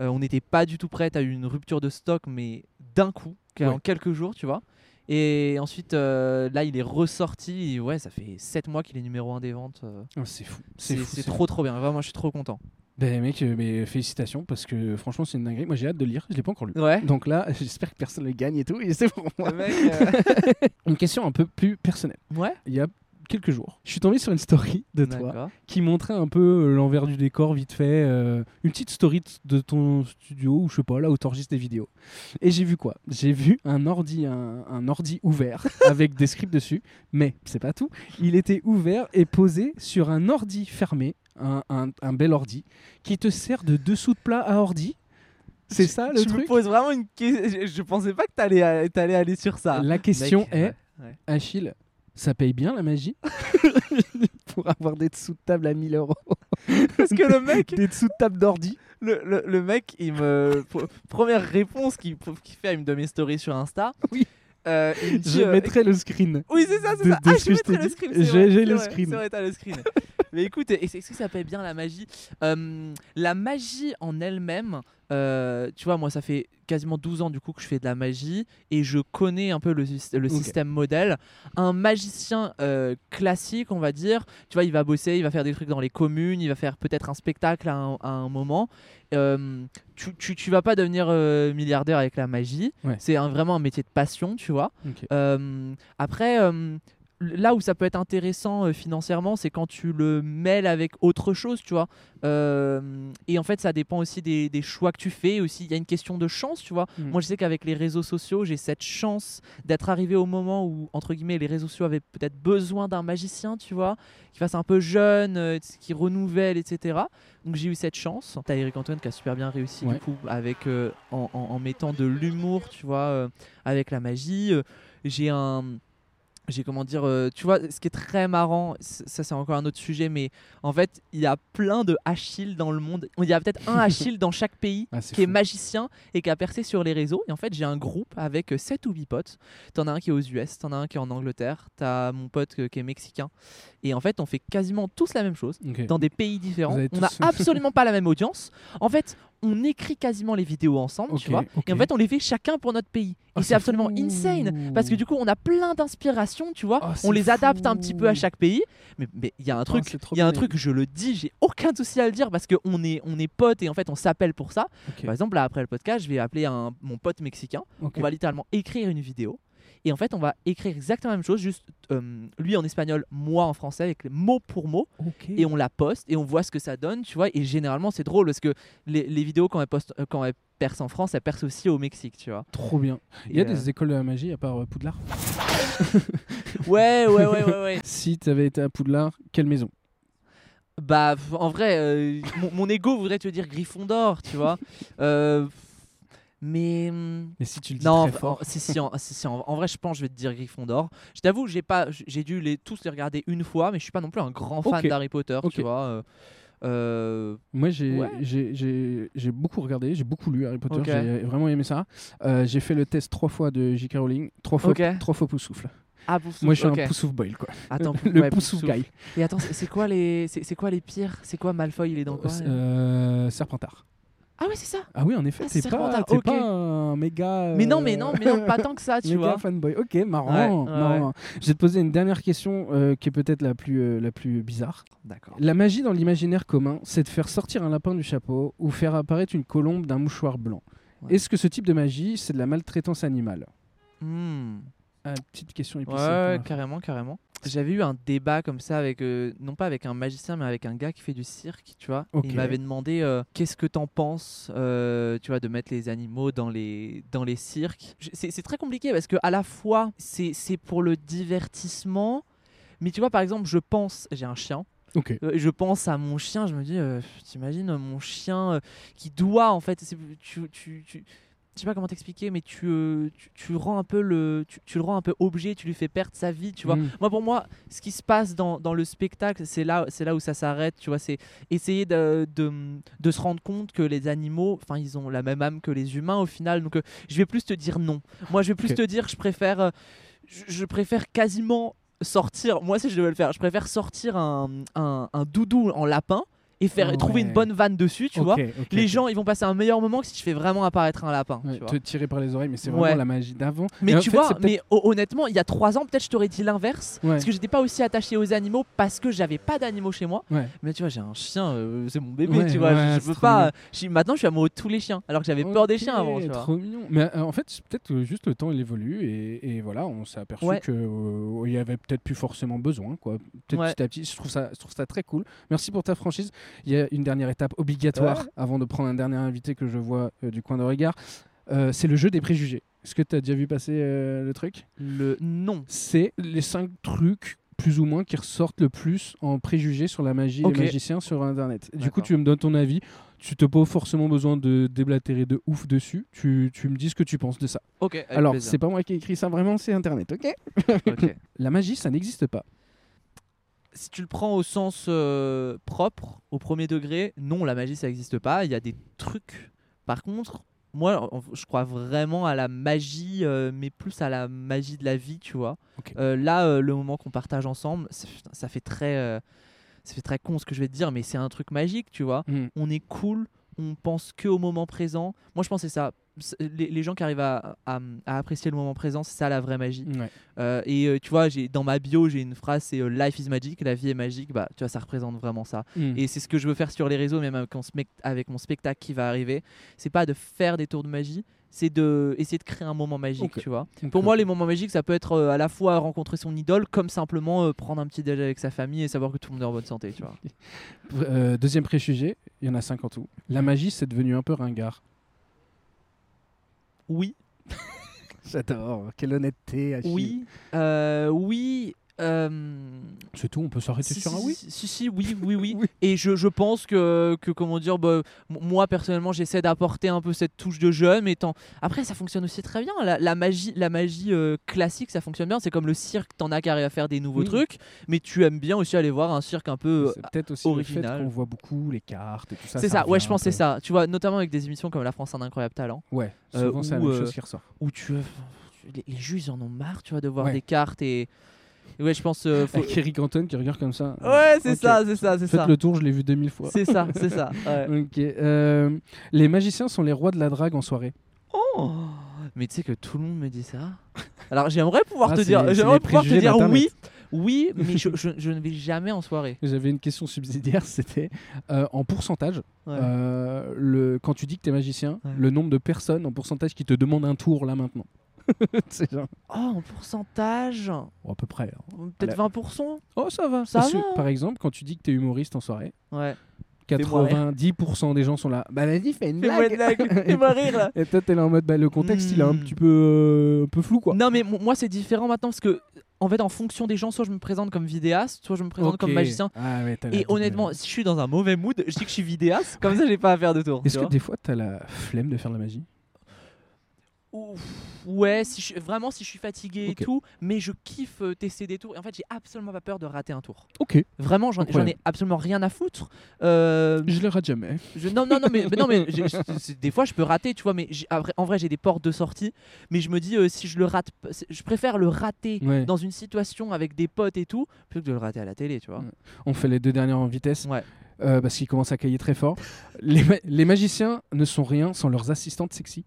[SPEAKER 3] euh, on n'était pas du tout prêt à une rupture de stock, mais d'un coup, en
[SPEAKER 1] Ouais.
[SPEAKER 3] quelques jours, tu vois. Et ensuite, euh, là, il est ressorti. et ouais, ça fait 7 mois qu'il est numéro 1 des ventes. euh.
[SPEAKER 1] Ah, c'est fou.
[SPEAKER 3] C'est
[SPEAKER 1] fou,
[SPEAKER 3] c'est
[SPEAKER 1] fou.
[SPEAKER 3] trop, trop bien. Vraiment, je suis trop content.
[SPEAKER 1] Ben mec, euh, mais félicitations parce que euh, franchement c'est une dinguerie. Moi j'ai hâte de le lire, je l'ai pas encore lu.
[SPEAKER 3] Ouais.
[SPEAKER 1] Donc là, j'espère que personne le gagne et tout. Et c'est pour moi. euh,
[SPEAKER 3] ouais.
[SPEAKER 1] Une question un peu plus personnelle. Il y a quelques jours, je suis tombé sur une story de toi
[SPEAKER 3] D'accord.
[SPEAKER 1] qui montrait un peu euh, l'envers du décor vite fait, euh, une petite story t- de ton studio ou je sais pas là où t'enregistres des vidéos. Et j'ai vu quoi J'ai vu un ordi, un, un ordi ouvert avec des scripts dessus. Mais c'est pas tout. Il était ouvert et posé sur un ordi fermé, un, un- un bel ordi, qui te sert de dessous de plat à ordi. C'est ça le
[SPEAKER 3] je me
[SPEAKER 1] truc
[SPEAKER 3] pose vraiment une question. Je, je pensais pas que t'allais euh, t'allais aller sur ça.
[SPEAKER 1] La question
[SPEAKER 3] Mec,
[SPEAKER 1] est,
[SPEAKER 3] ouais, ouais.
[SPEAKER 1] Achille, ça paye bien la magie Pour avoir des dessous de table à 1000 euros.
[SPEAKER 3] Parce que le mec,
[SPEAKER 1] Des dessous de table d'ordi
[SPEAKER 3] le, le- le mec, il me. pr- Première réponse qu'il qu'il fait à une de mes stories sur Insta.
[SPEAKER 1] Oui.
[SPEAKER 3] euh, il me dit,
[SPEAKER 1] Je
[SPEAKER 3] euh,
[SPEAKER 1] mettrai le screen.
[SPEAKER 3] Oui, c'est ça, c'est
[SPEAKER 1] de-
[SPEAKER 3] ça.
[SPEAKER 1] de
[SPEAKER 3] ah,
[SPEAKER 1] ce que
[SPEAKER 3] je
[SPEAKER 1] je t'ai
[SPEAKER 3] mettrai le
[SPEAKER 1] dit.
[SPEAKER 3] screen.
[SPEAKER 1] J'ai-
[SPEAKER 3] c'est vrai,
[SPEAKER 1] j'ai
[SPEAKER 3] c'est
[SPEAKER 1] le
[SPEAKER 3] vrai,
[SPEAKER 1] screen.
[SPEAKER 3] C'est vrai, t'as le screen. Mais écoute, est-ce que ça s'appelle bien la magie Euh, La magie en elle-même, euh, tu vois, moi, ça fait quasiment 12 ans du coup que je fais de la magie et je connais un peu le, syst- le
[SPEAKER 1] Ok.
[SPEAKER 3] système modèle. Un magicien euh, classique, on va dire, tu vois, il va bosser, il va faire des trucs dans les communes, il va faire peut-être un spectacle à un, à un moment. Euh, tu, tu, tu vas pas devenir euh, milliardaire avec la magie.
[SPEAKER 1] Ouais.
[SPEAKER 3] C'est un- vraiment un métier de passion, tu vois. Euh, après, euh, là où ça peut être intéressant euh, financièrement, c'est quand tu le mêles avec autre chose, tu vois. Euh, et en fait, ça dépend aussi des, des choix que tu fais. Aussi, il y a une question de chance, tu vois.
[SPEAKER 1] Mm.
[SPEAKER 3] Moi, je sais qu'avec les réseaux sociaux, j'ai cette chance d'être arrivé au moment où, entre guillemets, les réseaux sociaux avaient peut-être besoin d'un magicien, tu vois, qui fasse un peu jeune, euh, qui renouvelle, etc. Donc, j'ai eu cette chance. T'as Eric Antoine qui a super bien réussi,
[SPEAKER 1] Ouais.
[SPEAKER 3] du coup, avec, euh, en, en- en mettant de l'humour, tu vois, euh, avec la magie. Euh, J'ai un j'ai comment dire, euh, tu vois, ce qui est très marrant, c- ça c'est encore un autre sujet, mais en fait, il y a plein de Achille dans le monde. Il y a peut-être un Achille dans chaque pays
[SPEAKER 1] Ah, c'est
[SPEAKER 3] qui est
[SPEAKER 1] fou.
[SPEAKER 3] magicien et qui a percé sur les réseaux. Et en fait, j'ai un groupe avec 7 ou 8 potes. T'en as un qui est aux US, t'en as un qui est en Angleterre, t'as mon pote que- qui est mexicain. Et en fait, on fait quasiment tous la même chose
[SPEAKER 1] Ok.
[SPEAKER 3] dans des pays différents.
[SPEAKER 1] Vous avez
[SPEAKER 3] On n'a
[SPEAKER 1] tous-
[SPEAKER 3] absolument pas la même audience. En fait, on écrit quasiment les vidéos ensemble,
[SPEAKER 1] Ok,
[SPEAKER 3] tu vois. Et en
[SPEAKER 1] ok.
[SPEAKER 3] fait, on les fait chacun pour notre pays.
[SPEAKER 1] Ah,
[SPEAKER 3] et c'est
[SPEAKER 1] c'est
[SPEAKER 3] absolument
[SPEAKER 1] fou.
[SPEAKER 3] insane parce que du coup, on a plein d'inspirations, tu vois.
[SPEAKER 1] Ah, c'est
[SPEAKER 3] on les adapte un
[SPEAKER 1] fou.
[SPEAKER 3] petit peu à chaque pays. Mais mais il y a un truc,
[SPEAKER 1] Ah, c'est trop
[SPEAKER 3] il y a un
[SPEAKER 1] bien.
[SPEAKER 3] truc, je le dis, j'ai aucun souci à le dire parce qu'on est, on est potes et en fait, on s'appelle pour ça.
[SPEAKER 1] Ok.
[SPEAKER 3] Par exemple, là, après le podcast, je vais appeler un, mon pote mexicain.
[SPEAKER 1] Ok.
[SPEAKER 3] On va littéralement écrire une vidéo. Et en fait, on va écrire exactement la même chose, juste euh, lui en espagnol, moi en français, avec les mots pour mot
[SPEAKER 1] Ok.
[SPEAKER 3] et on la poste et on voit ce que ça donne, tu vois. Et généralement, c'est drôle parce que les, les vidéos, quand elles, postent, euh, quand elles percent en France, elles percent aussi au Mexique, tu vois.
[SPEAKER 1] Trop bien. Il y a
[SPEAKER 3] Et,
[SPEAKER 1] des écoles de la magie à part euh, Poudlard
[SPEAKER 3] euh, Ouais, ouais, ouais, ouais, ouais.
[SPEAKER 1] Si t'avais été à Poudlard, quelle maison
[SPEAKER 3] bah, f- en vrai, euh, mon, mon ego voudrait te dire Gryffondor, tu vois. Euh, mais. hum,
[SPEAKER 1] Mais si tu le dis
[SPEAKER 3] Non, en-
[SPEAKER 1] très fort.
[SPEAKER 3] en- si, si, en, si, si, en- en vrai, je pense que je vais te dire Gryffondor. Je t'avoue, j'ai pas, j- j'ai dû les tous les regarder une fois, mais je suis pas non plus un grand fan
[SPEAKER 1] Ok.
[SPEAKER 3] d'Harry Potter,
[SPEAKER 1] Ok.
[SPEAKER 3] tu vois. euh, euh,
[SPEAKER 1] Moi, j'ai
[SPEAKER 3] Ouais.
[SPEAKER 1] j'ai- j'ai- j'ai beaucoup regardé, j'ai beaucoup lu Harry Potter,
[SPEAKER 3] Ok.
[SPEAKER 1] j'ai vraiment aimé ça. Euh, j'ai fait le test trois fois de J.K. Rowling, trois fois,
[SPEAKER 3] Ok.
[SPEAKER 1] trois fois Poussoufle.
[SPEAKER 3] Ah, Poufsouffle,
[SPEAKER 1] Moi, je suis
[SPEAKER 3] ok.
[SPEAKER 1] un Poussoufle Boyle, quoi.
[SPEAKER 3] Attends, Pouf-
[SPEAKER 1] le
[SPEAKER 3] ouais,
[SPEAKER 1] Poussoufle
[SPEAKER 3] Poufsouffle.
[SPEAKER 1] Guy.
[SPEAKER 3] Et attends, c'est c'est quoi les, c'est c'est quoi les pires C'est quoi Malfoy Il est dans quoi
[SPEAKER 1] Euh,
[SPEAKER 3] euh
[SPEAKER 1] euh, Serpentard.
[SPEAKER 3] Ah ouais, c'est ça.
[SPEAKER 1] Ah oui, en effet,
[SPEAKER 3] Ah,
[SPEAKER 1] t'es
[SPEAKER 3] c'est
[SPEAKER 1] pas,
[SPEAKER 3] Serpentard,
[SPEAKER 1] t'es
[SPEAKER 3] ok.
[SPEAKER 1] pas un méga.
[SPEAKER 3] Mais non,
[SPEAKER 1] euh,
[SPEAKER 3] mais non, mais non, pas tant que ça, tu
[SPEAKER 1] méga
[SPEAKER 3] vois.
[SPEAKER 1] fanboy. Ok, marrant.
[SPEAKER 3] Ouais, ouais,
[SPEAKER 1] marrant. Je vais te poser une dernière question euh, qui est peut-être la plus euh, la plus bizarre.
[SPEAKER 3] D'accord.
[SPEAKER 1] La magie dans l'imaginaire commun, c'est de faire sortir un lapin du chapeau ou faire apparaître une colombe d'un mouchoir blanc.
[SPEAKER 3] Ouais.
[SPEAKER 1] Est-ce que ce type de magie, c'est de la maltraitance animale
[SPEAKER 3] Hmm.
[SPEAKER 1] Ah, petite question
[SPEAKER 3] Ouais,
[SPEAKER 1] épicée.
[SPEAKER 3] ouais,
[SPEAKER 1] pour la fin.
[SPEAKER 3] carrément, carrément. J'avais eu un débat comme ça avec, euh, non pas avec un magicien, mais avec un gars qui fait du cirque, tu vois.
[SPEAKER 1] Ok.
[SPEAKER 3] Il m'avait demandé euh, qu'est-ce que t'en penses, euh, tu vois, de mettre les animaux dans les, dans les cirques. Je- C'est c'est très compliqué parce que à la fois, c'est c'est pour le divertissement, mais tu vois, par exemple, je pense, j'ai un chien.
[SPEAKER 1] Ok.
[SPEAKER 3] Euh, Je pense à mon chien, je me dis, euh, t'imagines euh, mon chien euh, qui doit en fait, c'est- tu, tu, tu, je sais pas comment t'expliquer, mais tu, euh, tu, tu rends un peu le, tu, tu le rends un peu objet, tu lui fais perdre sa vie, tu vois.
[SPEAKER 1] Mm.
[SPEAKER 3] Moi pour moi, ce qui se passe dans, dans le spectacle, c'est là, c'est là où ça s'arrête, tu vois. C'est essayer de, de, de se rendre compte que les animaux, enfin ils ont la même âme que les humains au final. Donc euh, je vais plus te dire non. Moi je vais plus
[SPEAKER 1] Ok.
[SPEAKER 3] te dire, je préfère, euh, je, je préfère quasiment sortir, moi si je devais le faire, je préfère sortir un, un, un doudou en lapin et faire
[SPEAKER 1] Ouais.
[SPEAKER 3] trouver une bonne vanne dessus, tu
[SPEAKER 1] Ok,
[SPEAKER 3] vois.
[SPEAKER 1] ok,
[SPEAKER 3] Les
[SPEAKER 1] ok.
[SPEAKER 3] gens, ils vont passer un meilleur moment que si je fais vraiment apparaître un lapin.
[SPEAKER 1] Ouais,
[SPEAKER 3] tu vois.
[SPEAKER 1] te tirer par les oreilles, mais c'est vraiment
[SPEAKER 3] Ouais.
[SPEAKER 1] la magie d'avant.
[SPEAKER 3] Mais
[SPEAKER 1] Et en
[SPEAKER 3] tu
[SPEAKER 1] fait,
[SPEAKER 3] vois,
[SPEAKER 1] c'est peut-être-
[SPEAKER 3] mais ho- honnêtement, il y a trois ans, peut-être je t'aurais dit l'inverse.
[SPEAKER 1] Ouais.
[SPEAKER 3] Parce que j'étais pas aussi attaché aux animaux parce que j'avais pas d'animaux chez moi.
[SPEAKER 1] Ouais.
[SPEAKER 3] Mais tu vois, j'ai un chien, euh, c'est mon bébé,
[SPEAKER 1] Ouais,
[SPEAKER 3] tu vois.
[SPEAKER 1] ouais,
[SPEAKER 3] je- je
[SPEAKER 1] c'est
[SPEAKER 3] peux
[SPEAKER 1] trop
[SPEAKER 3] pas. je suis- maintenant, je suis amoureux de tous les chiens, alors que j'avais peur des
[SPEAKER 1] Ok,
[SPEAKER 3] chiens avant. Tu vois.
[SPEAKER 1] Trop mignon. Mais euh, en fait, c'est peut-être que juste le temps il évolue et, et voilà, on s'est aperçu
[SPEAKER 3] Ouais.
[SPEAKER 1] que euh, il y avait peut-être plus forcément besoin quoi. Peut-être
[SPEAKER 3] Ouais.
[SPEAKER 1] petit à petit. Je trouve ça, je trouve ça très cool. Merci pour ta franchise. Il y a une dernière étape obligatoire avant de prendre un dernier invité que je vois euh, du coin de regard. Euh, c'est le jeu des préjugés. Est-ce que tu as déjà vu passer euh, le truc
[SPEAKER 3] Le non.
[SPEAKER 1] C'est les cinq trucs plus ou moins qui ressortent le plus en préjugés sur la magie
[SPEAKER 3] Ok.
[SPEAKER 1] des magiciens sur internet. Du coup,
[SPEAKER 5] D'accord.
[SPEAKER 1] tu me donnes ton avis. Tu n'as pas forcément besoin de déblatérer de ouf dessus. Tu, tu me dis ce que tu penses de ça.
[SPEAKER 3] Ok. avec
[SPEAKER 1] Alors,
[SPEAKER 3] plaisir.
[SPEAKER 1] c'est pas moi qui ai écrit ça vraiment, c'est internet, ok
[SPEAKER 3] Ok.
[SPEAKER 1] La magie, ça n'existe pas.
[SPEAKER 3] si tu le prends au sens euh, propre, au premier degré, non, la magie, ça n'existe pas. Il y a des trucs. Par contre, moi, en- je crois vraiment à la magie, euh, mais plus à la magie de la vie, tu vois.
[SPEAKER 1] Ok.
[SPEAKER 3] Euh, là, euh, le moment qu'on partage ensemble, ça, putain, ça fait très, euh, ça fait très con ce que je vais te dire, mais c'est un truc magique, tu vois
[SPEAKER 1] Mm.
[SPEAKER 3] on est cool, on pense que au moment présent. Moi, je pense que c'est ça. C'est- Les, les gens qui arrivent à, à- à apprécier le moment présent, c'est ça la vraie magie.
[SPEAKER 1] Ouais.
[SPEAKER 3] Euh, et euh, tu vois, j'ai dans ma bio, j'ai une phrase, c'est euh, Life is magic, la vie est magique. Bah, tu vois, ça représente vraiment ça.
[SPEAKER 1] Mm.
[SPEAKER 3] Et c'est ce que je veux faire sur les réseaux, même avec mon, spec- avec mon spectacle qui va arriver. C'est pas de faire des tours de magie, c'est de essayer de créer un moment magique,
[SPEAKER 1] Ok.
[SPEAKER 3] tu vois. Pour moi, les moments magiques, ça peut être euh, à la fois rencontrer son idole, comme simplement euh, prendre un petit déjeuner avec sa famille et savoir que tout le monde est en bonne santé, tu vois.
[SPEAKER 1] Euh, deuxième préjugé, il y en a cinq en tout.
[SPEAKER 3] Hmm.
[SPEAKER 1] La magie, c'est devenu un peu ringard.
[SPEAKER 3] Oui,
[SPEAKER 1] J'adore, quelle honnêteté. Achille.
[SPEAKER 3] oui, euh, oui. euh,
[SPEAKER 1] C'est tout, on peut s'arrêter
[SPEAKER 3] si,
[SPEAKER 1] sur
[SPEAKER 3] si,
[SPEAKER 1] un oui.
[SPEAKER 3] Si, si, si, oui, oui, oui.
[SPEAKER 1] Oui.
[SPEAKER 3] Et je, je pense que, que, comment dire, bah, m- moi personnellement, j'essaie d'apporter un peu cette touche de jeune. Mais tant... Après, ça fonctionne aussi très bien. La, la magie, la magie euh, classique, ça fonctionne bien. C'est comme le cirque, t'en as qui arrivent à faire des nouveaux
[SPEAKER 1] Oui.
[SPEAKER 3] trucs. Mais tu aimes bien aussi aller voir un cirque un peu.
[SPEAKER 1] C'est peut-être aussi le fait
[SPEAKER 3] Euh, original.
[SPEAKER 1] qu'on voit beaucoup les cartes et tout ça.
[SPEAKER 3] C'est ça,
[SPEAKER 1] revient
[SPEAKER 3] ouais, je pense
[SPEAKER 1] un
[SPEAKER 3] que c'est
[SPEAKER 1] peu.
[SPEAKER 3] ça. Tu vois, notamment avec des émissions comme La France a un incroyable talent,
[SPEAKER 1] Ouais,
[SPEAKER 3] Euh,
[SPEAKER 1] souvent c'est la
[SPEAKER 3] ou,
[SPEAKER 1] même
[SPEAKER 3] euh,
[SPEAKER 1] chose qui ressort.
[SPEAKER 3] où tu les, les juges en ont marre, tu vois, de voir
[SPEAKER 1] Ouais.
[SPEAKER 3] des cartes et. et ouais, je pense. euh, faut-
[SPEAKER 1] Avec Eric Anton qui regarde comme ça.
[SPEAKER 3] Ouais, c'est
[SPEAKER 1] Eh. Ok.
[SPEAKER 3] ça, c'est ça, c'est
[SPEAKER 1] Faites
[SPEAKER 3] ça.
[SPEAKER 1] le tour, je l'ai vu 2000 fois.
[SPEAKER 3] C'est ça, c'est ça. ouais.
[SPEAKER 1] Ok. euh, les magiciens sont les rois de la drague en soirée.
[SPEAKER 3] Oh, mais tu sais que tout le monde me dit ça. Alors j'aimerais pouvoir
[SPEAKER 1] Ah,
[SPEAKER 3] te
[SPEAKER 1] c'est les-
[SPEAKER 3] dire,
[SPEAKER 1] c'est
[SPEAKER 3] j'aimerais
[SPEAKER 1] les
[SPEAKER 3] pouvoir te
[SPEAKER 1] préjugés
[SPEAKER 3] dire oui,
[SPEAKER 1] d'Internet.
[SPEAKER 3] oui, mais je, je- je ne vais jamais en soirée.
[SPEAKER 1] J'avais une question subsidiaire, c'était euh, en pourcentage,
[SPEAKER 3] Ouais.
[SPEAKER 1] euh, le, quand tu dis que t'es magicien,
[SPEAKER 3] Ouais.
[SPEAKER 1] le nombre de personnes en pourcentage qui te demandent un tour là maintenant. c'est genre,
[SPEAKER 3] Oh, en pourcentage,
[SPEAKER 1] bon, à peu près. hein.
[SPEAKER 3] peut-être
[SPEAKER 1] La-
[SPEAKER 3] 20%.
[SPEAKER 1] Oh, ça va.
[SPEAKER 3] Ça
[SPEAKER 1] Parce que,
[SPEAKER 3] va.
[SPEAKER 1] Par exemple, quand tu dis que t'es humoriste en soirée,
[SPEAKER 3] Ouais. Fais-moi rire.
[SPEAKER 1] 90% des gens sont là. Bah vas-y, fais une
[SPEAKER 3] Fais-moi
[SPEAKER 1] blague.
[SPEAKER 3] de la- fais-moi rire là.
[SPEAKER 1] Et toi, t'es là en mode, bah, le contexte, il est un
[SPEAKER 3] Hmm.
[SPEAKER 1] petit peu, euh, un peu flou, quoi.
[SPEAKER 3] Non mais mo- moi c'est différent maintenant parce que en fait en fonction des gens, soit je me présente comme vidéaste, soit je me présente comme
[SPEAKER 1] Ok.
[SPEAKER 3] magicien.
[SPEAKER 1] Ah ouais, t'as la
[SPEAKER 3] Et
[SPEAKER 1] double-
[SPEAKER 3] honnêtement, si je suis dans un mauvais mood, je dis que je suis vidéaste, comme ça j'ai pas à faire de tour. tu
[SPEAKER 1] Est-ce que
[SPEAKER 3] vois.
[SPEAKER 1] des fois, t'as la flemme de faire de la magie
[SPEAKER 3] Ouf, ouais, si je, vraiment si je suis fatigué
[SPEAKER 1] Ok.
[SPEAKER 3] et tout, mais je kiffe euh, tester des tours. Et en fait, j'ai absolument pas peur de rater un tour.
[SPEAKER 1] Ok.
[SPEAKER 3] Vraiment, j'en j'en ai
[SPEAKER 1] Incroyable.
[SPEAKER 3] absolument rien à foutre. Euh,
[SPEAKER 1] Je le rate jamais.
[SPEAKER 3] je- non, non, non, mais, mais non, mais j'ai- c'est- c'est- des fois je peux rater, tu vois, mais j'ai- après- en vrai j'ai des portes de sortie, mais je me dis euh, si je le rate, p- c'est- je préfère le rater
[SPEAKER 1] Ouais.
[SPEAKER 3] dans une situation avec des potes et tout, plutôt que de le rater à la télé, tu vois.
[SPEAKER 1] Ouais. On fait les deux dernières en vitesse.
[SPEAKER 3] Ouais.
[SPEAKER 1] Euh, parce qu'ils commencent à cailler très fort. Les, ma- les magiciens ne sont rien sans leurs assistantes sexy.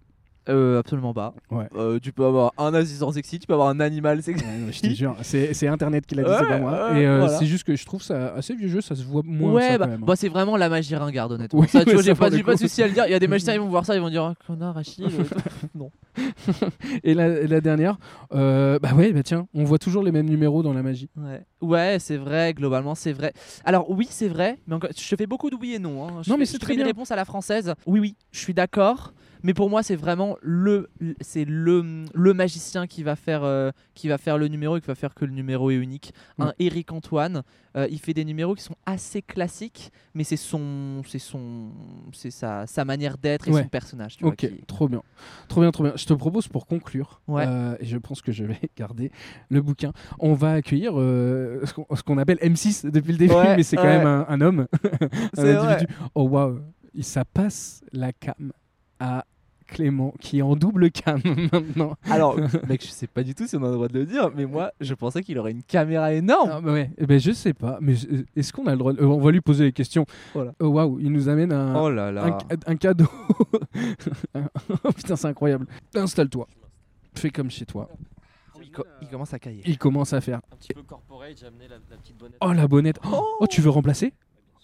[SPEAKER 3] Euh, absolument pas.
[SPEAKER 1] Ouais.
[SPEAKER 3] Euh, tu peux avoir un assistant sexy, tu peux avoir un animal sexy.
[SPEAKER 1] Ouais, non, je te jure, c'est c'est Internet qui l'a dit, c'est
[SPEAKER 3] Ouais,
[SPEAKER 1] pas moi.
[SPEAKER 3] ouais,
[SPEAKER 1] Et euh,
[SPEAKER 3] voilà.
[SPEAKER 1] c'est juste que je trouve ça assez vieux jeu, ça se voit moins.
[SPEAKER 3] ouais,
[SPEAKER 1] ça,
[SPEAKER 3] bah,
[SPEAKER 1] quand même, hein.
[SPEAKER 3] bah, c'est vraiment la magie ringarde, honnêtement.
[SPEAKER 1] Oui,
[SPEAKER 3] ça, tu
[SPEAKER 1] mais
[SPEAKER 3] vois, j'ai
[SPEAKER 1] ça,
[SPEAKER 3] pas,
[SPEAKER 1] pour le
[SPEAKER 3] j'ai pas de
[SPEAKER 1] coup.
[SPEAKER 3] souci à le dire. Il y a des magiciens, ils vont voir ça, ils vont dire Ah, connard, Achille. euh,
[SPEAKER 1] Et la, la dernière, euh, bah ouais, bah tiens, on voit toujours les mêmes numéros dans la magie.
[SPEAKER 3] ouais, ouais c'est vrai, globalement, c'est vrai. Alors, oui, c'est vrai, mais encore- je te fais beaucoup de oui et non. hein. Je
[SPEAKER 1] Non,
[SPEAKER 3] fais-
[SPEAKER 1] mais
[SPEAKER 3] je
[SPEAKER 1] c'est
[SPEAKER 3] te
[SPEAKER 1] très
[SPEAKER 3] fais
[SPEAKER 1] bien.
[SPEAKER 3] une réponse à la française. Oui, oui, je suis d'accord. Mais pour moi, c'est vraiment le, le- c'est le, le magicien qui va, faire, euh, qui va faire le numéro et qui va faire que le numéro est unique. Un
[SPEAKER 1] Mm.
[SPEAKER 3] Eric Antoine, euh, il fait des numéros qui sont assez classiques, mais c'est son, c'est son, c'est sa, sa manière d'être et
[SPEAKER 1] Ouais.
[SPEAKER 3] son personnage. Tu vois,
[SPEAKER 1] Ok,
[SPEAKER 3] qui-
[SPEAKER 1] trop bien. Trop bien, trop bien. Je te propose pour conclure,
[SPEAKER 3] Ouais.
[SPEAKER 1] euh, et je pense que je vais garder le bouquin, on va accueillir euh, ce qu'on- ce qu'on appelle M6 depuis le début,
[SPEAKER 3] Ouais,
[SPEAKER 1] mais c'est quand
[SPEAKER 3] ouais.
[SPEAKER 1] même un, un homme, un
[SPEAKER 3] C'est vrai.
[SPEAKER 1] individu. Oh waouh, Il- ça passe la cam à Clément qui est en double cam maintenant.
[SPEAKER 3] Alors, mec, je sais pas du tout si on a le droit de le dire, mais moi, je pensais qu'il aurait une caméra énorme.
[SPEAKER 1] Ah, bah ouais, eh ben, je sais pas, mais je- est-ce qu'on a le droit de- euh, On va lui poser les questions.
[SPEAKER 3] Voilà.
[SPEAKER 1] Oh waouh, il nous amène un,
[SPEAKER 5] Oh là là.
[SPEAKER 1] un, un cadeau. Oh, Putain, c'est incroyable. Installe-toi. Fais comme chez toi.
[SPEAKER 3] Il, commence à cailler.
[SPEAKER 1] Il commence à faire.
[SPEAKER 6] un petit peu corporate, j'ai amené la, la petite bonnette.
[SPEAKER 1] Oh la bonnette Oh, tu veux remplacer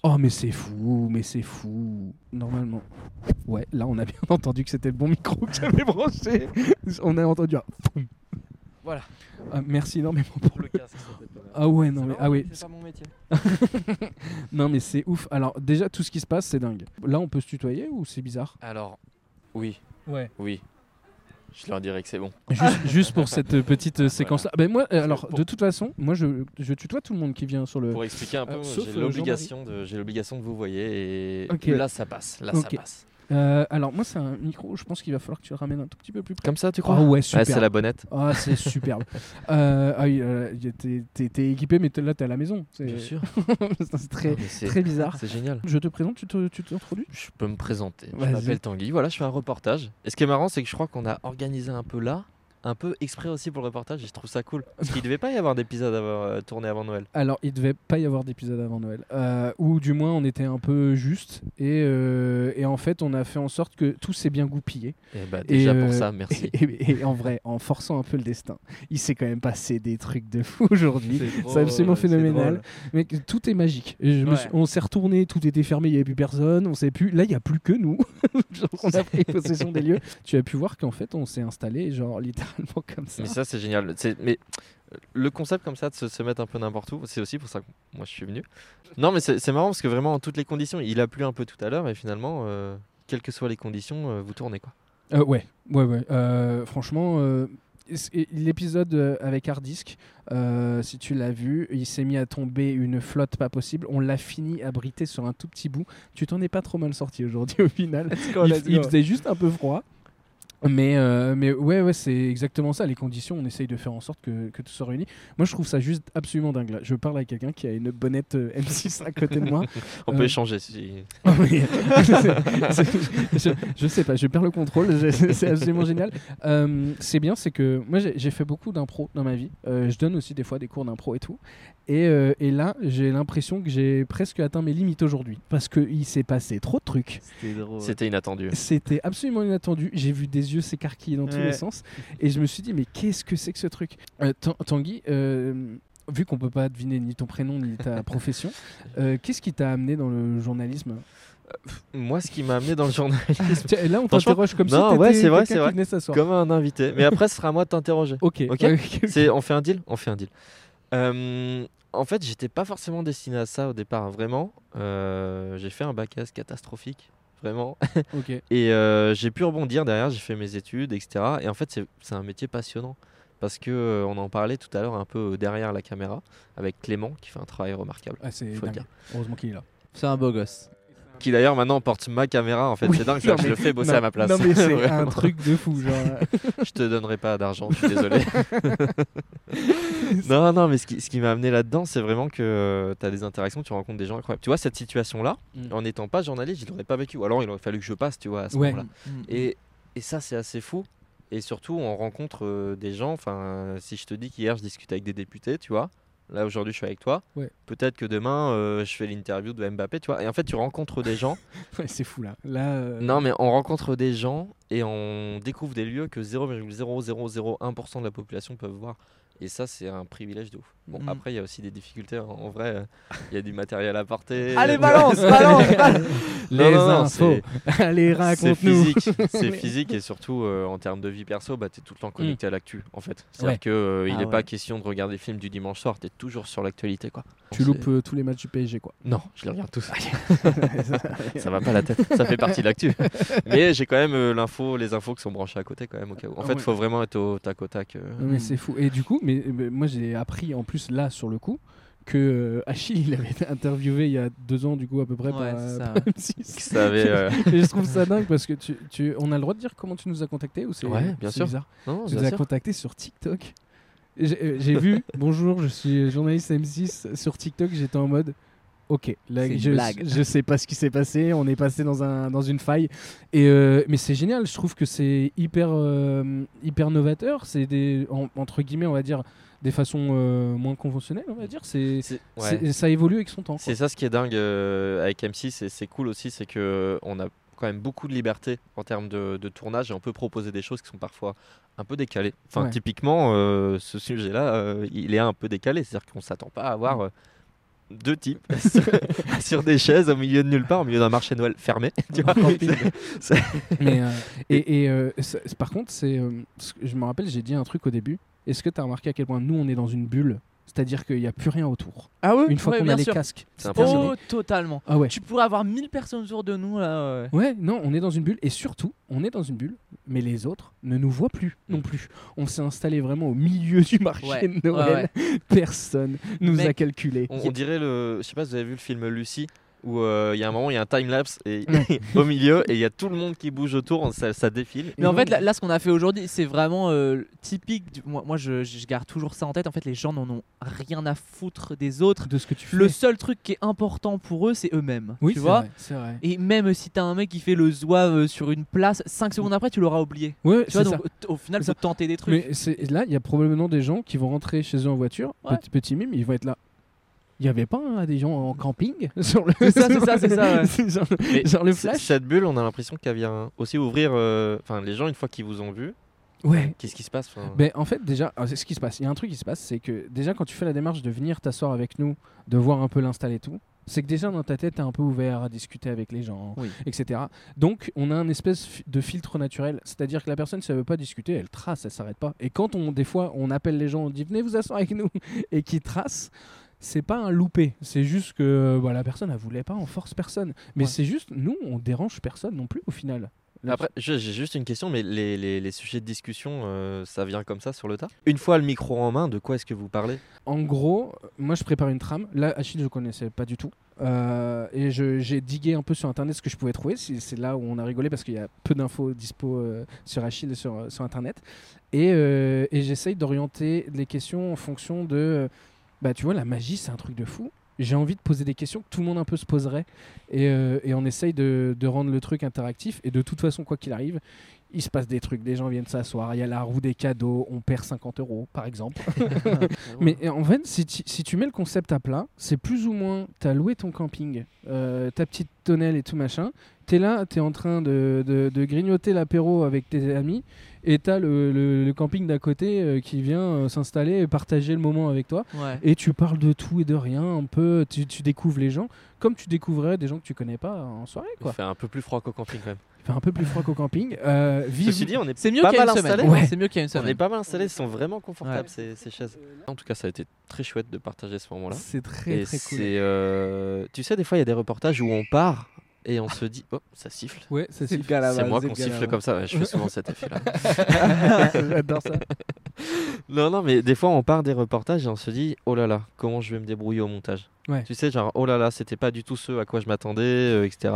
[SPEAKER 1] Oh mais c'est fou, mais c'est fou. Normalement. Ouais, là on a bien entendu que c'était le bon micro que j'avais branché. On a entendu un foum.
[SPEAKER 6] Voilà.
[SPEAKER 1] Ah, merci énormément pour le.
[SPEAKER 6] le casque, ça peut être pas mal.
[SPEAKER 1] Ah ouais non
[SPEAKER 6] C'est
[SPEAKER 1] mais
[SPEAKER 6] marrant,
[SPEAKER 1] ah ouais
[SPEAKER 6] C'est pas mon métier.
[SPEAKER 1] non mais c'est ouf. Alors déjà tout ce qui se passe c'est dingue. Là on peut se tutoyer ou c'est bizarre
[SPEAKER 6] Alors, oui,
[SPEAKER 1] Ouais.
[SPEAKER 6] oui. Je leur dirais que c'est bon.
[SPEAKER 1] Juste, juste pour cette euh, petite euh, séquence là. Ben moi euh, alors
[SPEAKER 6] pour-
[SPEAKER 1] de toute façon moi je, je tutoie tout le monde qui vient sur le.
[SPEAKER 6] Pour expliquer un peu,
[SPEAKER 1] Euh, sauf,
[SPEAKER 6] j'ai
[SPEAKER 1] euh, Jean-Marie.
[SPEAKER 6] l'obligation de, j'ai l'obligation de vous voyez et
[SPEAKER 1] Ok.
[SPEAKER 6] là ça passe, là
[SPEAKER 1] Ok.
[SPEAKER 6] ça passe.
[SPEAKER 1] Euh, alors moi c'est un micro. Je pense qu'il va falloir que tu le ramènes un tout petit peu plus. près.
[SPEAKER 6] Comme ça, tu
[SPEAKER 1] Ah ouais super.
[SPEAKER 6] Ouais, c'est la bonnette.
[SPEAKER 1] Ah, c'est superbe. Euh, ah oui, euh, y a- t'es- t'es t'es équipé, mais t'es- là, t'es à la maison. C'est
[SPEAKER 6] Bien sûr.
[SPEAKER 1] c'est très,
[SPEAKER 6] Non, mais c'est-
[SPEAKER 1] Euh, très bizarre.
[SPEAKER 6] C'est génial.
[SPEAKER 1] Je te présente, tu te- tu t'introduis
[SPEAKER 6] Je peux me présenter. Je
[SPEAKER 1] Vas-y.
[SPEAKER 6] m'appelle Tanguy. Voilà, je fais un reportage. Et ce qui est marrant, c'est que je crois qu'on a organisé un peu là un peu exprès aussi pour le reportage et je trouve ça cool. Parce qu'il devait pas y avoir d'épisode avant- euh, tourné avant Noël.
[SPEAKER 1] Alors, il devait pas y avoir d'épisode avant Noël. Euh, ou du moins, on était un peu juste. Et, euh, et en fait, on a fait en sorte que tout s'est bien goupillé.
[SPEAKER 6] Et bah déjà
[SPEAKER 1] Et, euh,
[SPEAKER 6] pour ça, merci.
[SPEAKER 1] Et, et- et en vrai, en forçant un peu le destin, il s'est quand même passé des trucs de fou aujourd'hui. C'est absolument phénoménal. Mais que- tout est magique. Et je me
[SPEAKER 3] Ouais.
[SPEAKER 1] suis- on s'est retourné, tout était fermé, il n'y avait plus personne, on savait plus. Là, il n'y a plus que nous. Genre, on a pris possession des lieux. Tu as pu voir qu'en fait, on s'est installé, genre littéralement comme ça.
[SPEAKER 6] Mais ça, c'est génial. C'est- Mais euh, le concept comme ça de se, se mettre un peu n'importe où, c'est aussi pour ça que moi je suis venu. Non, mais c'est c'est marrant parce que vraiment, en toutes les conditions, il a plu un peu tout à l'heure et finalement, euh, quelles que soient les conditions, euh, vous tournez quoi.
[SPEAKER 1] Euh, ouais, ouais, ouais. Euh, franchement, euh, c'est- et l'épisode euh, avec Hardisk, euh, si tu l'as vu, il s'est mis à tomber une flotte pas possible. On l'a fini abrité sur un tout petit bout. Tu t'en es pas trop mal sorti aujourd'hui au final. il, f- il faisait juste un peu froid. Mais, euh, mais ouais, ouais c'est exactement ça. Les conditions, on essaye de faire en sorte que, que tout soit réuni. Moi, je trouve ça juste absolument dingue. Là. Je parle à quelqu'un qui a une bonnette euh, M6 à côté de moi.
[SPEAKER 6] On
[SPEAKER 1] Euh,
[SPEAKER 6] peut échanger si.
[SPEAKER 1] Ah oui. C'est- c'est- je, je sais pas, je perds le contrôle, je- c'est absolument génial. Euh, c'est bien, c'est que moi j'ai j'ai fait beaucoup d'impro dans ma vie. Euh, je donne aussi des fois des cours d'impro et tout. Et, euh, et là, j'ai l'impression que j'ai presque atteint mes limites aujourd'hui parce qu'il s'est passé trop de trucs.
[SPEAKER 3] C'était drôle.
[SPEAKER 6] C'était inattendu.
[SPEAKER 1] C'était absolument inattendu. J'ai vu des yeux s'écarquiller dans tous
[SPEAKER 3] Ouais.
[SPEAKER 1] les sens. Et je me suis dit, mais qu'est-ce que c'est que ce truc Euh, Tan- Tanguy, euh, vu qu'on peut pas deviner ni ton prénom ni ta profession, euh, qu'est-ce qui t'a amené dans le journalisme
[SPEAKER 6] Moi, ce qui m'a amené dans le journalisme,
[SPEAKER 1] Tiens, Là, on
[SPEAKER 6] Franchement,
[SPEAKER 1] t'interroge comme si
[SPEAKER 6] non,
[SPEAKER 1] t'étais
[SPEAKER 6] ouais, c'est vrai,
[SPEAKER 1] quelqu'un
[SPEAKER 6] c'est
[SPEAKER 1] qui
[SPEAKER 6] vrai.
[SPEAKER 1] venait s'asseoir.
[SPEAKER 6] comme un invité. Mais après, ce sera à moi de t'interroger.
[SPEAKER 1] Ok.
[SPEAKER 6] Ok. C'est, on fait un deal On fait un deal. Euh, en fait, j'étais pas forcément destiné à ça au départ, vraiment. Euh, j'ai fait un bac S catastrophique, vraiment.
[SPEAKER 1] ok.
[SPEAKER 6] Et euh, j'ai pu rebondir derrière, j'ai fait mes études, etc. Et en fait, c'est- c'est un métier passionnant. Parce que euh, on en parlait tout à l'heure un peu euh, derrière la caméra avec Clément qui fait un travail remarquable,
[SPEAKER 1] Ah, c'est
[SPEAKER 6] faut
[SPEAKER 1] dingue.
[SPEAKER 6] dire.
[SPEAKER 1] Heureusement qu'il est là.
[SPEAKER 3] C'est un beau gosse.
[SPEAKER 6] Qui d'ailleurs maintenant porte ma caméra en fait,
[SPEAKER 1] Oui,
[SPEAKER 6] c'est dingue,
[SPEAKER 1] non,
[SPEAKER 6] ça, je
[SPEAKER 1] mais-
[SPEAKER 6] le fais bosser
[SPEAKER 1] non,
[SPEAKER 6] à ma place.
[SPEAKER 1] Non, mais c'est un
[SPEAKER 6] Vraiment.
[SPEAKER 1] truc de fou. Genre, euh,
[SPEAKER 6] Je te donnerai pas d'argent, je suis désolé. non, non, mais ce qui, ce qui m'a amené là-dedans, c'est vraiment que tu as des interactions, tu rencontres des gens incroyables. Tu vois, cette situation-là,
[SPEAKER 1] Mm.
[SPEAKER 6] en n'étant pas journaliste, je l'aurais pas vécu. Ou alors, il aurait fallu que je passe, tu vois, à ce
[SPEAKER 1] Ouais.
[SPEAKER 6] moment-là.
[SPEAKER 3] Mm,
[SPEAKER 6] Et, et ça, c'est assez fou. Et surtout, on rencontre euh, des gens. Enfin, euh, si je te dis qu'hier, je discutais avec des députés, tu vois. Là, aujourd'hui, je suis avec toi.
[SPEAKER 1] Ouais.
[SPEAKER 6] Peut-être que demain, euh, je fais l'interview de Mbappé, tu vois. Et en fait, tu rencontres des gens.
[SPEAKER 1] ouais, c'est fou là. Là. euh,
[SPEAKER 6] non, mais on rencontre des gens et on découvre des lieux que 0,0001% de la population peuvent voir. Et ça, c'est un privilège de ouf. Bon,
[SPEAKER 3] Mm.
[SPEAKER 6] après, il y a aussi des difficultés. hein. En vrai, euh, il y a du matériel à porter.
[SPEAKER 3] euh, Allez, balance, balance, balance.
[SPEAKER 1] Les
[SPEAKER 6] Non, non, non,
[SPEAKER 1] infos.
[SPEAKER 6] c'est-
[SPEAKER 1] Allez,
[SPEAKER 6] c'est
[SPEAKER 1] raconte-nous.
[SPEAKER 6] physique, c'est physique et surtout euh, en termes de vie perso, bah, tu es tout le temps connecté à l'actu en fait. C'est-à-dire
[SPEAKER 1] Mm. Ouais.
[SPEAKER 6] que euh, il
[SPEAKER 3] Ah
[SPEAKER 6] n'est
[SPEAKER 3] ouais.
[SPEAKER 6] pas question de regarder le film du dimanche soir, tu es toujours sur l'actualité quoi.
[SPEAKER 1] Tu
[SPEAKER 6] C'est-
[SPEAKER 1] loupes euh, tous les matchs du PSG, quoi.
[SPEAKER 6] Non, je les regarde tous. ça va pas la tête, ça fait partie de l'actu. Mais j'ai quand même euh, l'info, les infos qui sont branchées à côté quand même au cas où. En
[SPEAKER 1] Ah
[SPEAKER 6] fait,
[SPEAKER 1] ouais. Mm.
[SPEAKER 6] faut vraiment être au tac au tac. euh.
[SPEAKER 1] Non, mais c'est fou. Et du coup, mais, mais moi j'ai appris en plus là sur le coup que euh, Achille il avait été interviewé il y a deux ans du coup à peu près
[SPEAKER 3] Ouais,
[SPEAKER 1] par, euh,
[SPEAKER 3] c'est ça.
[SPEAKER 1] par M6.
[SPEAKER 6] Que ça avait, euh,
[SPEAKER 1] Et je trouve ça dingue parce que tu, tu- on a le droit de dire comment tu nous as contacté ou c'est
[SPEAKER 6] Ouais, bien
[SPEAKER 1] c'est
[SPEAKER 6] sûr.
[SPEAKER 1] bizarre
[SPEAKER 6] Non,
[SPEAKER 1] Tu
[SPEAKER 6] bien
[SPEAKER 1] nous as
[SPEAKER 6] sûr.
[SPEAKER 1] contacté sur TikTok. J'ai euh, j'ai vu, bonjour, je suis journaliste M6 sur TikTok, j'étais en mode, ok, là,
[SPEAKER 3] C'est une
[SPEAKER 1] je,
[SPEAKER 3] blague.
[SPEAKER 1] je sais pas ce qui s'est passé, on est passé dans, un, dans une faille. Et, euh, mais c'est génial, je trouve que c'est hyper, euh, hyper novateur, c'est des, en- entre guillemets, on va dire, des façons euh, moins conventionnelles, on va dire. C'est,
[SPEAKER 6] C'est- ouais.
[SPEAKER 1] c'est- Ça évolue avec son temps. quoi.
[SPEAKER 6] C'est ça ce qui est dingue euh, avec M6 et c'est cool aussi, c'est que euh, on a quand même beaucoup de liberté en termes de, de tournage et on peut proposer des choses qui sont parfois un peu décalées. Enfin,
[SPEAKER 1] Ouais.
[SPEAKER 6] typiquement, euh, ce sujet-là, euh, il est un peu décalé, c'est-à-dire qu'on s'attend pas à
[SPEAKER 1] Mm.
[SPEAKER 6] avoir euh, deux types sur, sur des chaises au milieu de nulle part, au milieu d'un marché de Noël fermé. Tu
[SPEAKER 1] Ah,
[SPEAKER 6] vois
[SPEAKER 1] Mais, euh, et et, euh, ça- c'est- par contre, c'est, euh, ce que- je me rappelle, j'ai dit un truc au début. Est-ce que tu as remarqué à quel point nous, on est dans une bulle C'est-à-dire qu'il n'y a plus rien autour.
[SPEAKER 3] Ah ouais
[SPEAKER 1] Une fois
[SPEAKER 3] Ouais,
[SPEAKER 1] qu'on
[SPEAKER 3] bien
[SPEAKER 1] a les
[SPEAKER 3] sûr.
[SPEAKER 1] casques.
[SPEAKER 6] C'est impressionnant.
[SPEAKER 3] Oh, totalement.
[SPEAKER 1] Ah ouais.
[SPEAKER 3] Tu pourrais avoir 1000 personnes autour de nous là. ouais.
[SPEAKER 1] Ouais, non, on est dans une bulle. Et surtout, on est dans une bulle, mais les autres ne nous voient plus non plus. On s'est installé vraiment au milieu du marché
[SPEAKER 3] Mm. Ouais,
[SPEAKER 1] de Noël. Personne nous a
[SPEAKER 3] Mec,
[SPEAKER 1] calculé.
[SPEAKER 6] On, on dirait le, je sais pas si vous avez vu le film Lucie où euh, il y a un moment, il y a un time-lapse et au milieu, et il y a tout le monde qui bouge autour, ça, ça défile.
[SPEAKER 3] Mais en fait, là, là, ce qu'on a fait aujourd'hui, c'est vraiment euh, typique. du- moi, moi, je, je garde toujours ça en tête. En fait, les gens n'en ont rien à foutre des autres.
[SPEAKER 1] de ce que tu fais.
[SPEAKER 3] Le seul truc qui est important pour eux, c'est eux-mêmes.
[SPEAKER 1] oui,
[SPEAKER 3] tu
[SPEAKER 1] c'est
[SPEAKER 3] vois
[SPEAKER 1] vrai, c'est vrai.
[SPEAKER 3] Et même si t'as un mec qui fait le zouave euh, sur une place, 5 secondes après, tu l'auras oublié.
[SPEAKER 1] Ouais,
[SPEAKER 3] Tu
[SPEAKER 1] c'est
[SPEAKER 3] vois,
[SPEAKER 1] ça.
[SPEAKER 3] donc t- au final,
[SPEAKER 1] C'est ça.
[SPEAKER 3] faut tenter des trucs.
[SPEAKER 1] Mais c'est- là, il y a probablement des gens qui vont rentrer chez eux en voiture,
[SPEAKER 3] Ouais.
[SPEAKER 1] petit, petit mime, ils vont être là. Il n'y avait pas hein, des gens en camping sur le.
[SPEAKER 3] C'est ça, c'est ça, c'est ça, ouais.
[SPEAKER 1] C'est genre,
[SPEAKER 6] Mais
[SPEAKER 1] genre le
[SPEAKER 6] c-
[SPEAKER 1] flash.
[SPEAKER 6] Cette bulle, on a l'impression qu'elle vient aussi ouvrir. euh, Enfin, les gens, une fois qu'ils vous ont vu,
[SPEAKER 1] Ouais.
[SPEAKER 6] qu'est-ce qui se passe
[SPEAKER 3] Euh,
[SPEAKER 6] Enfin,
[SPEAKER 1] Ben, en fait, déjà, alors, c'est ce qui se passe, il y a un truc qui se passe, c'est que déjà, quand tu fais la démarche de venir t'asseoir avec nous, de voir un peu l'install et tout, c'est que déjà dans ta tête, t'es un peu ouvert à discuter avec les gens,
[SPEAKER 3] Oui.
[SPEAKER 1] etc. Donc, on a un espèce fi- de filtre naturel. C'est-à-dire que la personne, si elle veut pas discuter, elle trace, elle s'arrête pas. Et quand on, des fois, on appelle les gens, on dit venez vous asseoir avec nous, et qui trace, c'est pas un loupé. C'est juste que bah, la personne, elle voulait pas, on force personne. Mais
[SPEAKER 3] Ouais.
[SPEAKER 1] c'est juste, nous, on dérange personne non plus au final.
[SPEAKER 6] Après, je- j'ai juste une question, mais les, les- les sujets de discussion, euh, ça vient comme ça sur le tas Une fois le micro en main, de quoi est-ce que vous parlez
[SPEAKER 1] En gros, euh, moi je prépare une trame. Là, Achille, je connaissais pas du tout. Euh, et je- j'ai digué un peu sur internet ce que je pouvais trouver. C'est c'est là où on a rigolé parce qu'il y a peu d'infos dispo euh, sur Achille et sur, euh, sur internet. Et, euh, et j'essaye d'orienter les questions en fonction de. euh, bah, tu vois, la magie, c'est un truc de fou. J'ai envie de poser des questions que tout le monde un peu se poserait. Et, euh, et on essaye de, de rendre le truc interactif. Et de toute façon, quoi qu'il arrive, il se passe des trucs. Des gens viennent s'asseoir. Il y a la roue des cadeaux. On perd 50 euros, par exemple. Mais euh, en fait, si tu, si tu mets le concept à plat, c'est plus ou moins, t'as loué ton camping, euh, ta petite tonnelle et tout machin, t'es là, t'es en train de, de- de grignoter l'apéro avec tes amis, et t'as le, le- le camping d'à côté euh, qui vient euh, s'installer et partager le moment avec toi,
[SPEAKER 3] Ouais.
[SPEAKER 1] et tu parles de tout et de rien, un peu, tu, tu découvres les gens, comme tu découvrais des gens que tu connais pas en soirée,
[SPEAKER 6] Il
[SPEAKER 1] quoi.
[SPEAKER 6] fait un peu plus froid qu'au camping quand même.
[SPEAKER 1] Il fait un peu plus froid qu'au camping. Euh, vive-
[SPEAKER 6] Ceci dit, on est
[SPEAKER 3] C'est mieux
[SPEAKER 6] pas
[SPEAKER 3] qu'il y a
[SPEAKER 6] mal
[SPEAKER 3] une semaine.
[SPEAKER 6] installé.
[SPEAKER 1] Ouais.
[SPEAKER 3] C'est mieux qu'il y a une
[SPEAKER 6] On est
[SPEAKER 3] semaine.
[SPEAKER 6] pas mal installés, ils sont vraiment confortables
[SPEAKER 3] Ouais.
[SPEAKER 6] ces, ces chaises. En tout cas, ça a été très chouette de partager ce moment-là.
[SPEAKER 1] C'est très
[SPEAKER 6] Et
[SPEAKER 1] très cool.
[SPEAKER 6] c'est, euh, tu sais, des fois, il y a des reportages où on part et on se dit, oh, ça siffle.
[SPEAKER 1] Ouais, ça
[SPEAKER 3] C'est le
[SPEAKER 1] siffle.
[SPEAKER 3] gars là-bas,
[SPEAKER 6] C'est moi
[SPEAKER 3] c'est le
[SPEAKER 6] qu'on
[SPEAKER 3] gars
[SPEAKER 6] siffle
[SPEAKER 3] là-bas.
[SPEAKER 6] comme ça. Ouais, je fais souvent cet effet-là.
[SPEAKER 1] J'adore ça.
[SPEAKER 6] Non, non, mais des fois, on part des reportages et on se dit, oh là là, comment je vais me débrouiller au montage
[SPEAKER 1] Ouais.
[SPEAKER 6] Tu sais, genre, oh là là, c'était pas du tout ce à quoi je m'attendais, euh, etc.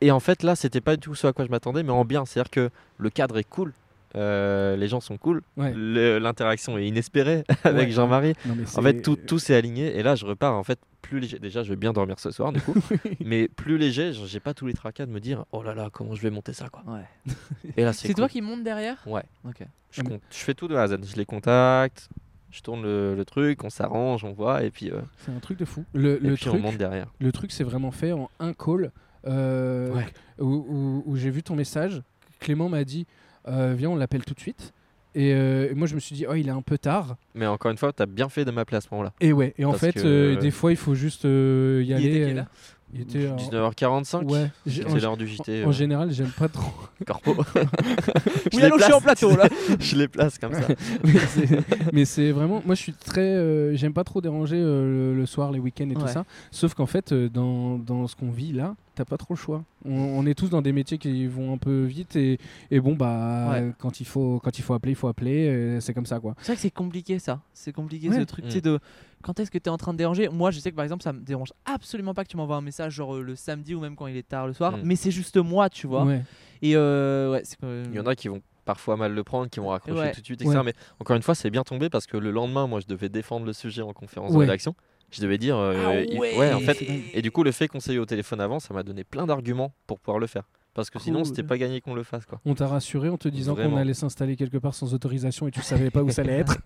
[SPEAKER 6] Et en fait, là, c'était pas du tout ce à quoi je m'attendais, mais en bien. C'est-à-dire que le cadre est cool, euh, les gens sont cool,
[SPEAKER 1] Ouais.
[SPEAKER 6] le- l'interaction est inespérée avec
[SPEAKER 1] Ouais.
[SPEAKER 6] Jean-Marie.
[SPEAKER 1] Non, mais
[SPEAKER 6] En
[SPEAKER 1] c'est-
[SPEAKER 6] fait, tout, tout s'est aligné et là, je repars en fait plus léger. Déjà, je vais bien dormir ce soir, du coup, mais plus léger. genre, J'ai pas tous les tracas de me dire, oh là là, comment je vais monter ça, quoi.
[SPEAKER 3] Ouais.
[SPEAKER 6] Et là, Ah, c'est
[SPEAKER 3] C'est toi
[SPEAKER 6] cool.
[SPEAKER 3] qui monte derrière
[SPEAKER 6] Ouais.
[SPEAKER 3] Ok.
[SPEAKER 6] Je, compte- je fais tout de A à Z. Je les contacte, je tourne le, le truc, on s'arrange, on voit et puis, euh,
[SPEAKER 1] C'est un truc de fou. Le,
[SPEAKER 6] et
[SPEAKER 1] le
[SPEAKER 6] puis on
[SPEAKER 1] truc,
[SPEAKER 6] monte derrière.
[SPEAKER 1] le truc, c'est vraiment fait en un call euh,
[SPEAKER 6] Ouais.
[SPEAKER 1] où, où- où j'ai vu ton message. Clément m'a dit euh, Viens, on l'appelle tout de suite. Et, euh, et moi, je me suis dit Oh, il est un peu tard.
[SPEAKER 6] Mais encore une fois, t'as bien fait de m'appeler à ce moment-là.
[SPEAKER 1] Et ouais, et en
[SPEAKER 6] Parce
[SPEAKER 1] fait,
[SPEAKER 6] que-
[SPEAKER 1] euh, des fois, il faut juste euh, y
[SPEAKER 3] Il
[SPEAKER 1] aller.
[SPEAKER 3] était
[SPEAKER 1] euh,
[SPEAKER 3] quelle heure
[SPEAKER 1] il était, euh,
[SPEAKER 6] 19h45,
[SPEAKER 1] ouais, j'ai- en,
[SPEAKER 6] c'était l'heure du JT.
[SPEAKER 1] en
[SPEAKER 6] euh,
[SPEAKER 1] général, j'aime pas trop.
[SPEAKER 6] corpo.
[SPEAKER 3] Oui, allô, je suis en plateau là.
[SPEAKER 6] je les place comme ça.
[SPEAKER 1] mais c'est- mais c'est vraiment moi je suis très euh, j'aime pas trop déranger euh, le, le soir les week-ends et tout
[SPEAKER 3] Ouais.
[SPEAKER 1] ça sauf qu'en fait euh, dans, dans ce qu'on vit là t'as pas trop le choix on, on est tous dans des métiers qui vont un peu vite et, et bon bah
[SPEAKER 3] Ouais.
[SPEAKER 1] euh, quand il faut quand il faut appeler il faut appeler euh, c'est comme ça quoi
[SPEAKER 3] C'est vrai que c'est compliqué ça. C'est compliqué
[SPEAKER 1] Ouais.
[SPEAKER 3] ce truc, tu sais, de quand est-ce que t'es en train de déranger. Moi, je sais que par exemple, ça me dérange absolument pas que tu m'envoies un message, genre euh, le samedi ou même quand il est tard le soir.
[SPEAKER 6] Mm.
[SPEAKER 3] Mais c'est juste moi, tu vois.
[SPEAKER 1] Ouais.
[SPEAKER 3] Et euh, ouais, c'est.
[SPEAKER 6] Il y en a qui vont parfois mal le prendre, qui vont raccrocher
[SPEAKER 3] Ouais.
[SPEAKER 6] tout de suite, etc.
[SPEAKER 1] Ouais.
[SPEAKER 6] Mais encore une fois, c'est bien tombé parce que le lendemain, moi, je devais défendre le sujet en conférence de
[SPEAKER 1] Ouais.
[SPEAKER 6] rédaction. Je devais dire, euh, il- en fait. Et du coup, le fait qu'on s'est eu au téléphone avant, ça m'a donné plein d'arguments pour pouvoir le faire. Parce que sinon,
[SPEAKER 1] Cool.
[SPEAKER 6] c'était pas gagné qu'on le fasse, quoi.
[SPEAKER 1] on t'a rassuré en te disant qu'on
[SPEAKER 6] Vraiment.
[SPEAKER 1] allait s'installer quelque part sans autorisation et tu savais pas où ça allait être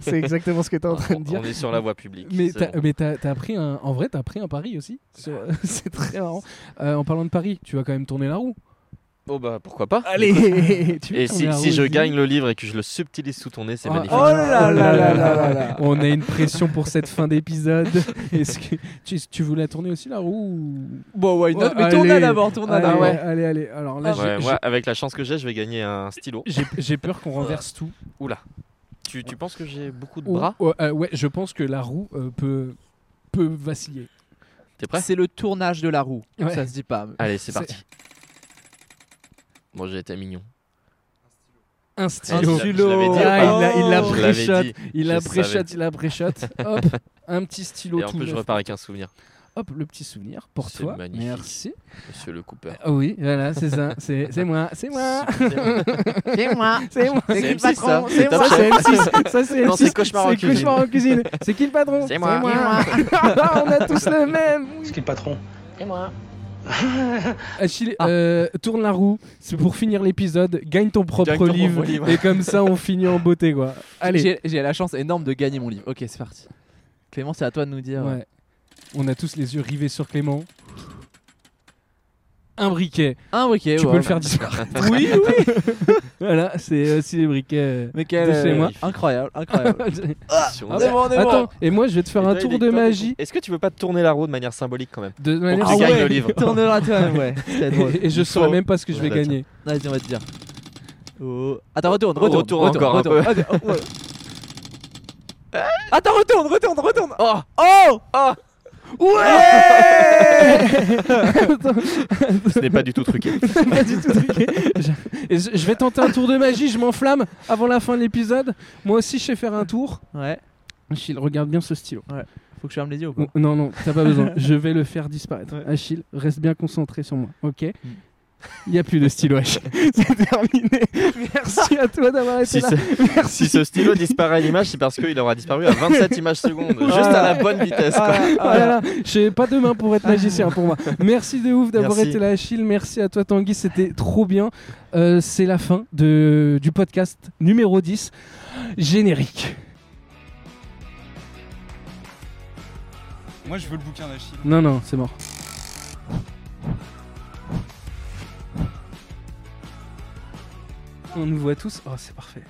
[SPEAKER 1] c'est exactement ce que t'es en train de
[SPEAKER 6] On
[SPEAKER 1] dire
[SPEAKER 6] est sur la voie publique.
[SPEAKER 1] Mais
[SPEAKER 6] c'est
[SPEAKER 1] t'as,
[SPEAKER 6] bon.
[SPEAKER 1] mais t'as- t'as pris un. En vrai, t'as pris un pari aussi. sur- C'est très marrant. Euh, en parlant de pari, tu vas quand même tourner la roue.
[SPEAKER 6] Oh bah pourquoi pas
[SPEAKER 1] Allez. tu
[SPEAKER 6] Et
[SPEAKER 1] tournes
[SPEAKER 6] si,
[SPEAKER 1] la
[SPEAKER 6] si
[SPEAKER 1] roue
[SPEAKER 6] je
[SPEAKER 1] aussi.
[SPEAKER 6] gagne le livre et que je le subtilise sous ton nez, c'est
[SPEAKER 1] Ah,
[SPEAKER 6] magnifique.
[SPEAKER 3] Oh là là là là là là.
[SPEAKER 1] On a une pression pour cette fin d'épisode. Est-ce que tu, tu voulais tourner aussi la roue ou-
[SPEAKER 3] Bon, ouais, une
[SPEAKER 1] Ouais,
[SPEAKER 3] autre, mais tourne
[SPEAKER 1] allez.
[SPEAKER 3] d'abord, tourne
[SPEAKER 1] allez,
[SPEAKER 3] d'abord. Ouais.
[SPEAKER 1] allez, allez. Alors là,
[SPEAKER 3] Ah,
[SPEAKER 1] j'ai-
[SPEAKER 6] Ouais,
[SPEAKER 1] j'ai-
[SPEAKER 6] moi, avec la chance que j'ai, je vais gagner un stylo.
[SPEAKER 1] j'ai, j'ai peur qu'on renverse tout.
[SPEAKER 6] Oula. Tu, tu penses que j'ai beaucoup de
[SPEAKER 1] Ou-
[SPEAKER 6] bras
[SPEAKER 1] ou- euh, ouais, je pense que la roue euh, peut peut vaciller.
[SPEAKER 6] T'es prêt
[SPEAKER 3] C'est le tournage de la roue.
[SPEAKER 1] Ouais.
[SPEAKER 3] Ça se dit pas.
[SPEAKER 6] Allez, c'est
[SPEAKER 1] C'est-
[SPEAKER 6] parti. Bon, j'ai été mignon.
[SPEAKER 1] Un
[SPEAKER 6] Eh,
[SPEAKER 1] stylo.
[SPEAKER 6] je l'avais- je l'avais dit ou
[SPEAKER 1] Ah,
[SPEAKER 6] pas
[SPEAKER 1] il a, il a
[SPEAKER 3] Oh.
[SPEAKER 6] Je l'avais
[SPEAKER 1] pré-shot,
[SPEAKER 6] dit.
[SPEAKER 1] il a
[SPEAKER 6] je savais.
[SPEAKER 1] pré-shot, il a pré-shot. Hop, un petit stylo
[SPEAKER 6] Et en
[SPEAKER 1] tout
[SPEAKER 6] plus, je
[SPEAKER 1] neuf.
[SPEAKER 6] repars avec un souvenir.
[SPEAKER 1] hop, le petit souvenir pour
[SPEAKER 6] C'est
[SPEAKER 1] toi.
[SPEAKER 6] magnifique.
[SPEAKER 1] Merci.
[SPEAKER 6] Monsieur le Cooper.
[SPEAKER 1] Ah oui, voilà, c'est ça. C'est c'est moi, c'est moi.
[SPEAKER 6] Super.
[SPEAKER 3] C'est moi
[SPEAKER 1] C'est moi.
[SPEAKER 6] C'est
[SPEAKER 1] qui le
[SPEAKER 6] M6, ça.
[SPEAKER 1] patron,
[SPEAKER 6] C'est
[SPEAKER 1] c'est moi.
[SPEAKER 6] Top
[SPEAKER 1] C'est
[SPEAKER 6] Chef.
[SPEAKER 1] M6. Ça, c'est
[SPEAKER 6] Non, c'est
[SPEAKER 1] M6.
[SPEAKER 6] Cauchemar en
[SPEAKER 1] C'est
[SPEAKER 6] cuisine.
[SPEAKER 1] Cauchemar en cuisine. C'est qui le patron
[SPEAKER 6] C'est moi.
[SPEAKER 1] Ah, On a tous le même.
[SPEAKER 7] C'est qui le patron
[SPEAKER 1] Achille, euh, tourne la roue. C'est pour finir l'épisode. Gagne ton propre
[SPEAKER 6] Gagne ton
[SPEAKER 1] livre.
[SPEAKER 6] propre livre.
[SPEAKER 1] Et comme ça, on finit en beauté, quoi. Allez.
[SPEAKER 3] J'ai- J'ai la chance énorme de gagner mon livre. Ok, c'est parti. Clément, c'est à toi de nous dire. euh,
[SPEAKER 1] Ouais. On a tous les yeux rivés sur Clément. Un briquet.
[SPEAKER 3] Un briquet.
[SPEAKER 1] tu
[SPEAKER 3] ouais.
[SPEAKER 1] peux le faire disparaître. oui, oui. voilà, c'est aussi les briquets. euh.
[SPEAKER 3] Michael,
[SPEAKER 1] De chez
[SPEAKER 3] euh,
[SPEAKER 1] moi.
[SPEAKER 3] Incroyable, incroyable.
[SPEAKER 6] Si on
[SPEAKER 1] Ah
[SPEAKER 6] a-
[SPEAKER 1] ouais.
[SPEAKER 3] bon, on est bon.
[SPEAKER 1] Attends, et moi, je vais te faire
[SPEAKER 6] Ah, Et
[SPEAKER 1] un
[SPEAKER 6] toi,
[SPEAKER 1] tour
[SPEAKER 6] il est
[SPEAKER 1] de
[SPEAKER 6] comme-
[SPEAKER 1] magie.
[SPEAKER 6] Est-ce que tu veux pas tourner la roue de manière symbolique quand même
[SPEAKER 1] De manière
[SPEAKER 6] tu gagnes
[SPEAKER 1] Ah, Ouais.
[SPEAKER 6] le livre.
[SPEAKER 3] Tournera toi-même, ouais. C'était drôle.
[SPEAKER 1] Et, et je
[SPEAKER 6] Il
[SPEAKER 1] saurais
[SPEAKER 6] faut-
[SPEAKER 1] même pas ce que je vais
[SPEAKER 6] Ouais, là,
[SPEAKER 1] gagner.
[SPEAKER 3] Vas-y, on va te dire. Attends, retourne,
[SPEAKER 6] Oh,
[SPEAKER 3] retourne.
[SPEAKER 6] retourne encore un
[SPEAKER 3] retourne. Ok, oh, ouais. Attends, retourne, retourne, retourne. Oh Oh
[SPEAKER 6] Oh
[SPEAKER 3] Ouais
[SPEAKER 6] Ce n'est pas du tout truqué.
[SPEAKER 1] Pas du tout truqué. Je- et je je vais tenter un tour de magie. Je m'enflamme avant la fin de l'épisode. Moi aussi, je sais faire un tour.
[SPEAKER 3] Ouais,
[SPEAKER 1] Achille, regarde bien ce stylo.
[SPEAKER 3] faut que je ferme les yeux ou quoi
[SPEAKER 1] Oh, Non, non, t'as pas besoin. Je vais le faire disparaître.
[SPEAKER 3] Ouais.
[SPEAKER 1] Achille, reste bien concentré sur moi, ok
[SPEAKER 6] Mm.
[SPEAKER 1] Il n'y a plus de stylo, Achille. C'est terminé. Merci à toi d'avoir été
[SPEAKER 6] si,
[SPEAKER 1] là.
[SPEAKER 6] ce,
[SPEAKER 1] Merci.
[SPEAKER 6] si ce stylo disparaît à l'image, c'est parce qu'il aura disparu à 27 images secondes, juste à la bonne vitesse. quoi.
[SPEAKER 3] Ah,
[SPEAKER 1] Ah là là, j'ai pas de main pour être magicien pour moi. Merci de ouf d'avoir
[SPEAKER 6] Merci.
[SPEAKER 1] été là, Achille. Merci à toi, Tanguy. C'était trop bien. Euh, c'est la fin de, du podcast numéro 10, générique.
[SPEAKER 4] Moi, je veux le bouquin d'Achille.
[SPEAKER 1] Non, non, c'est mort. On nous voit tous. Oh, c'est parfait.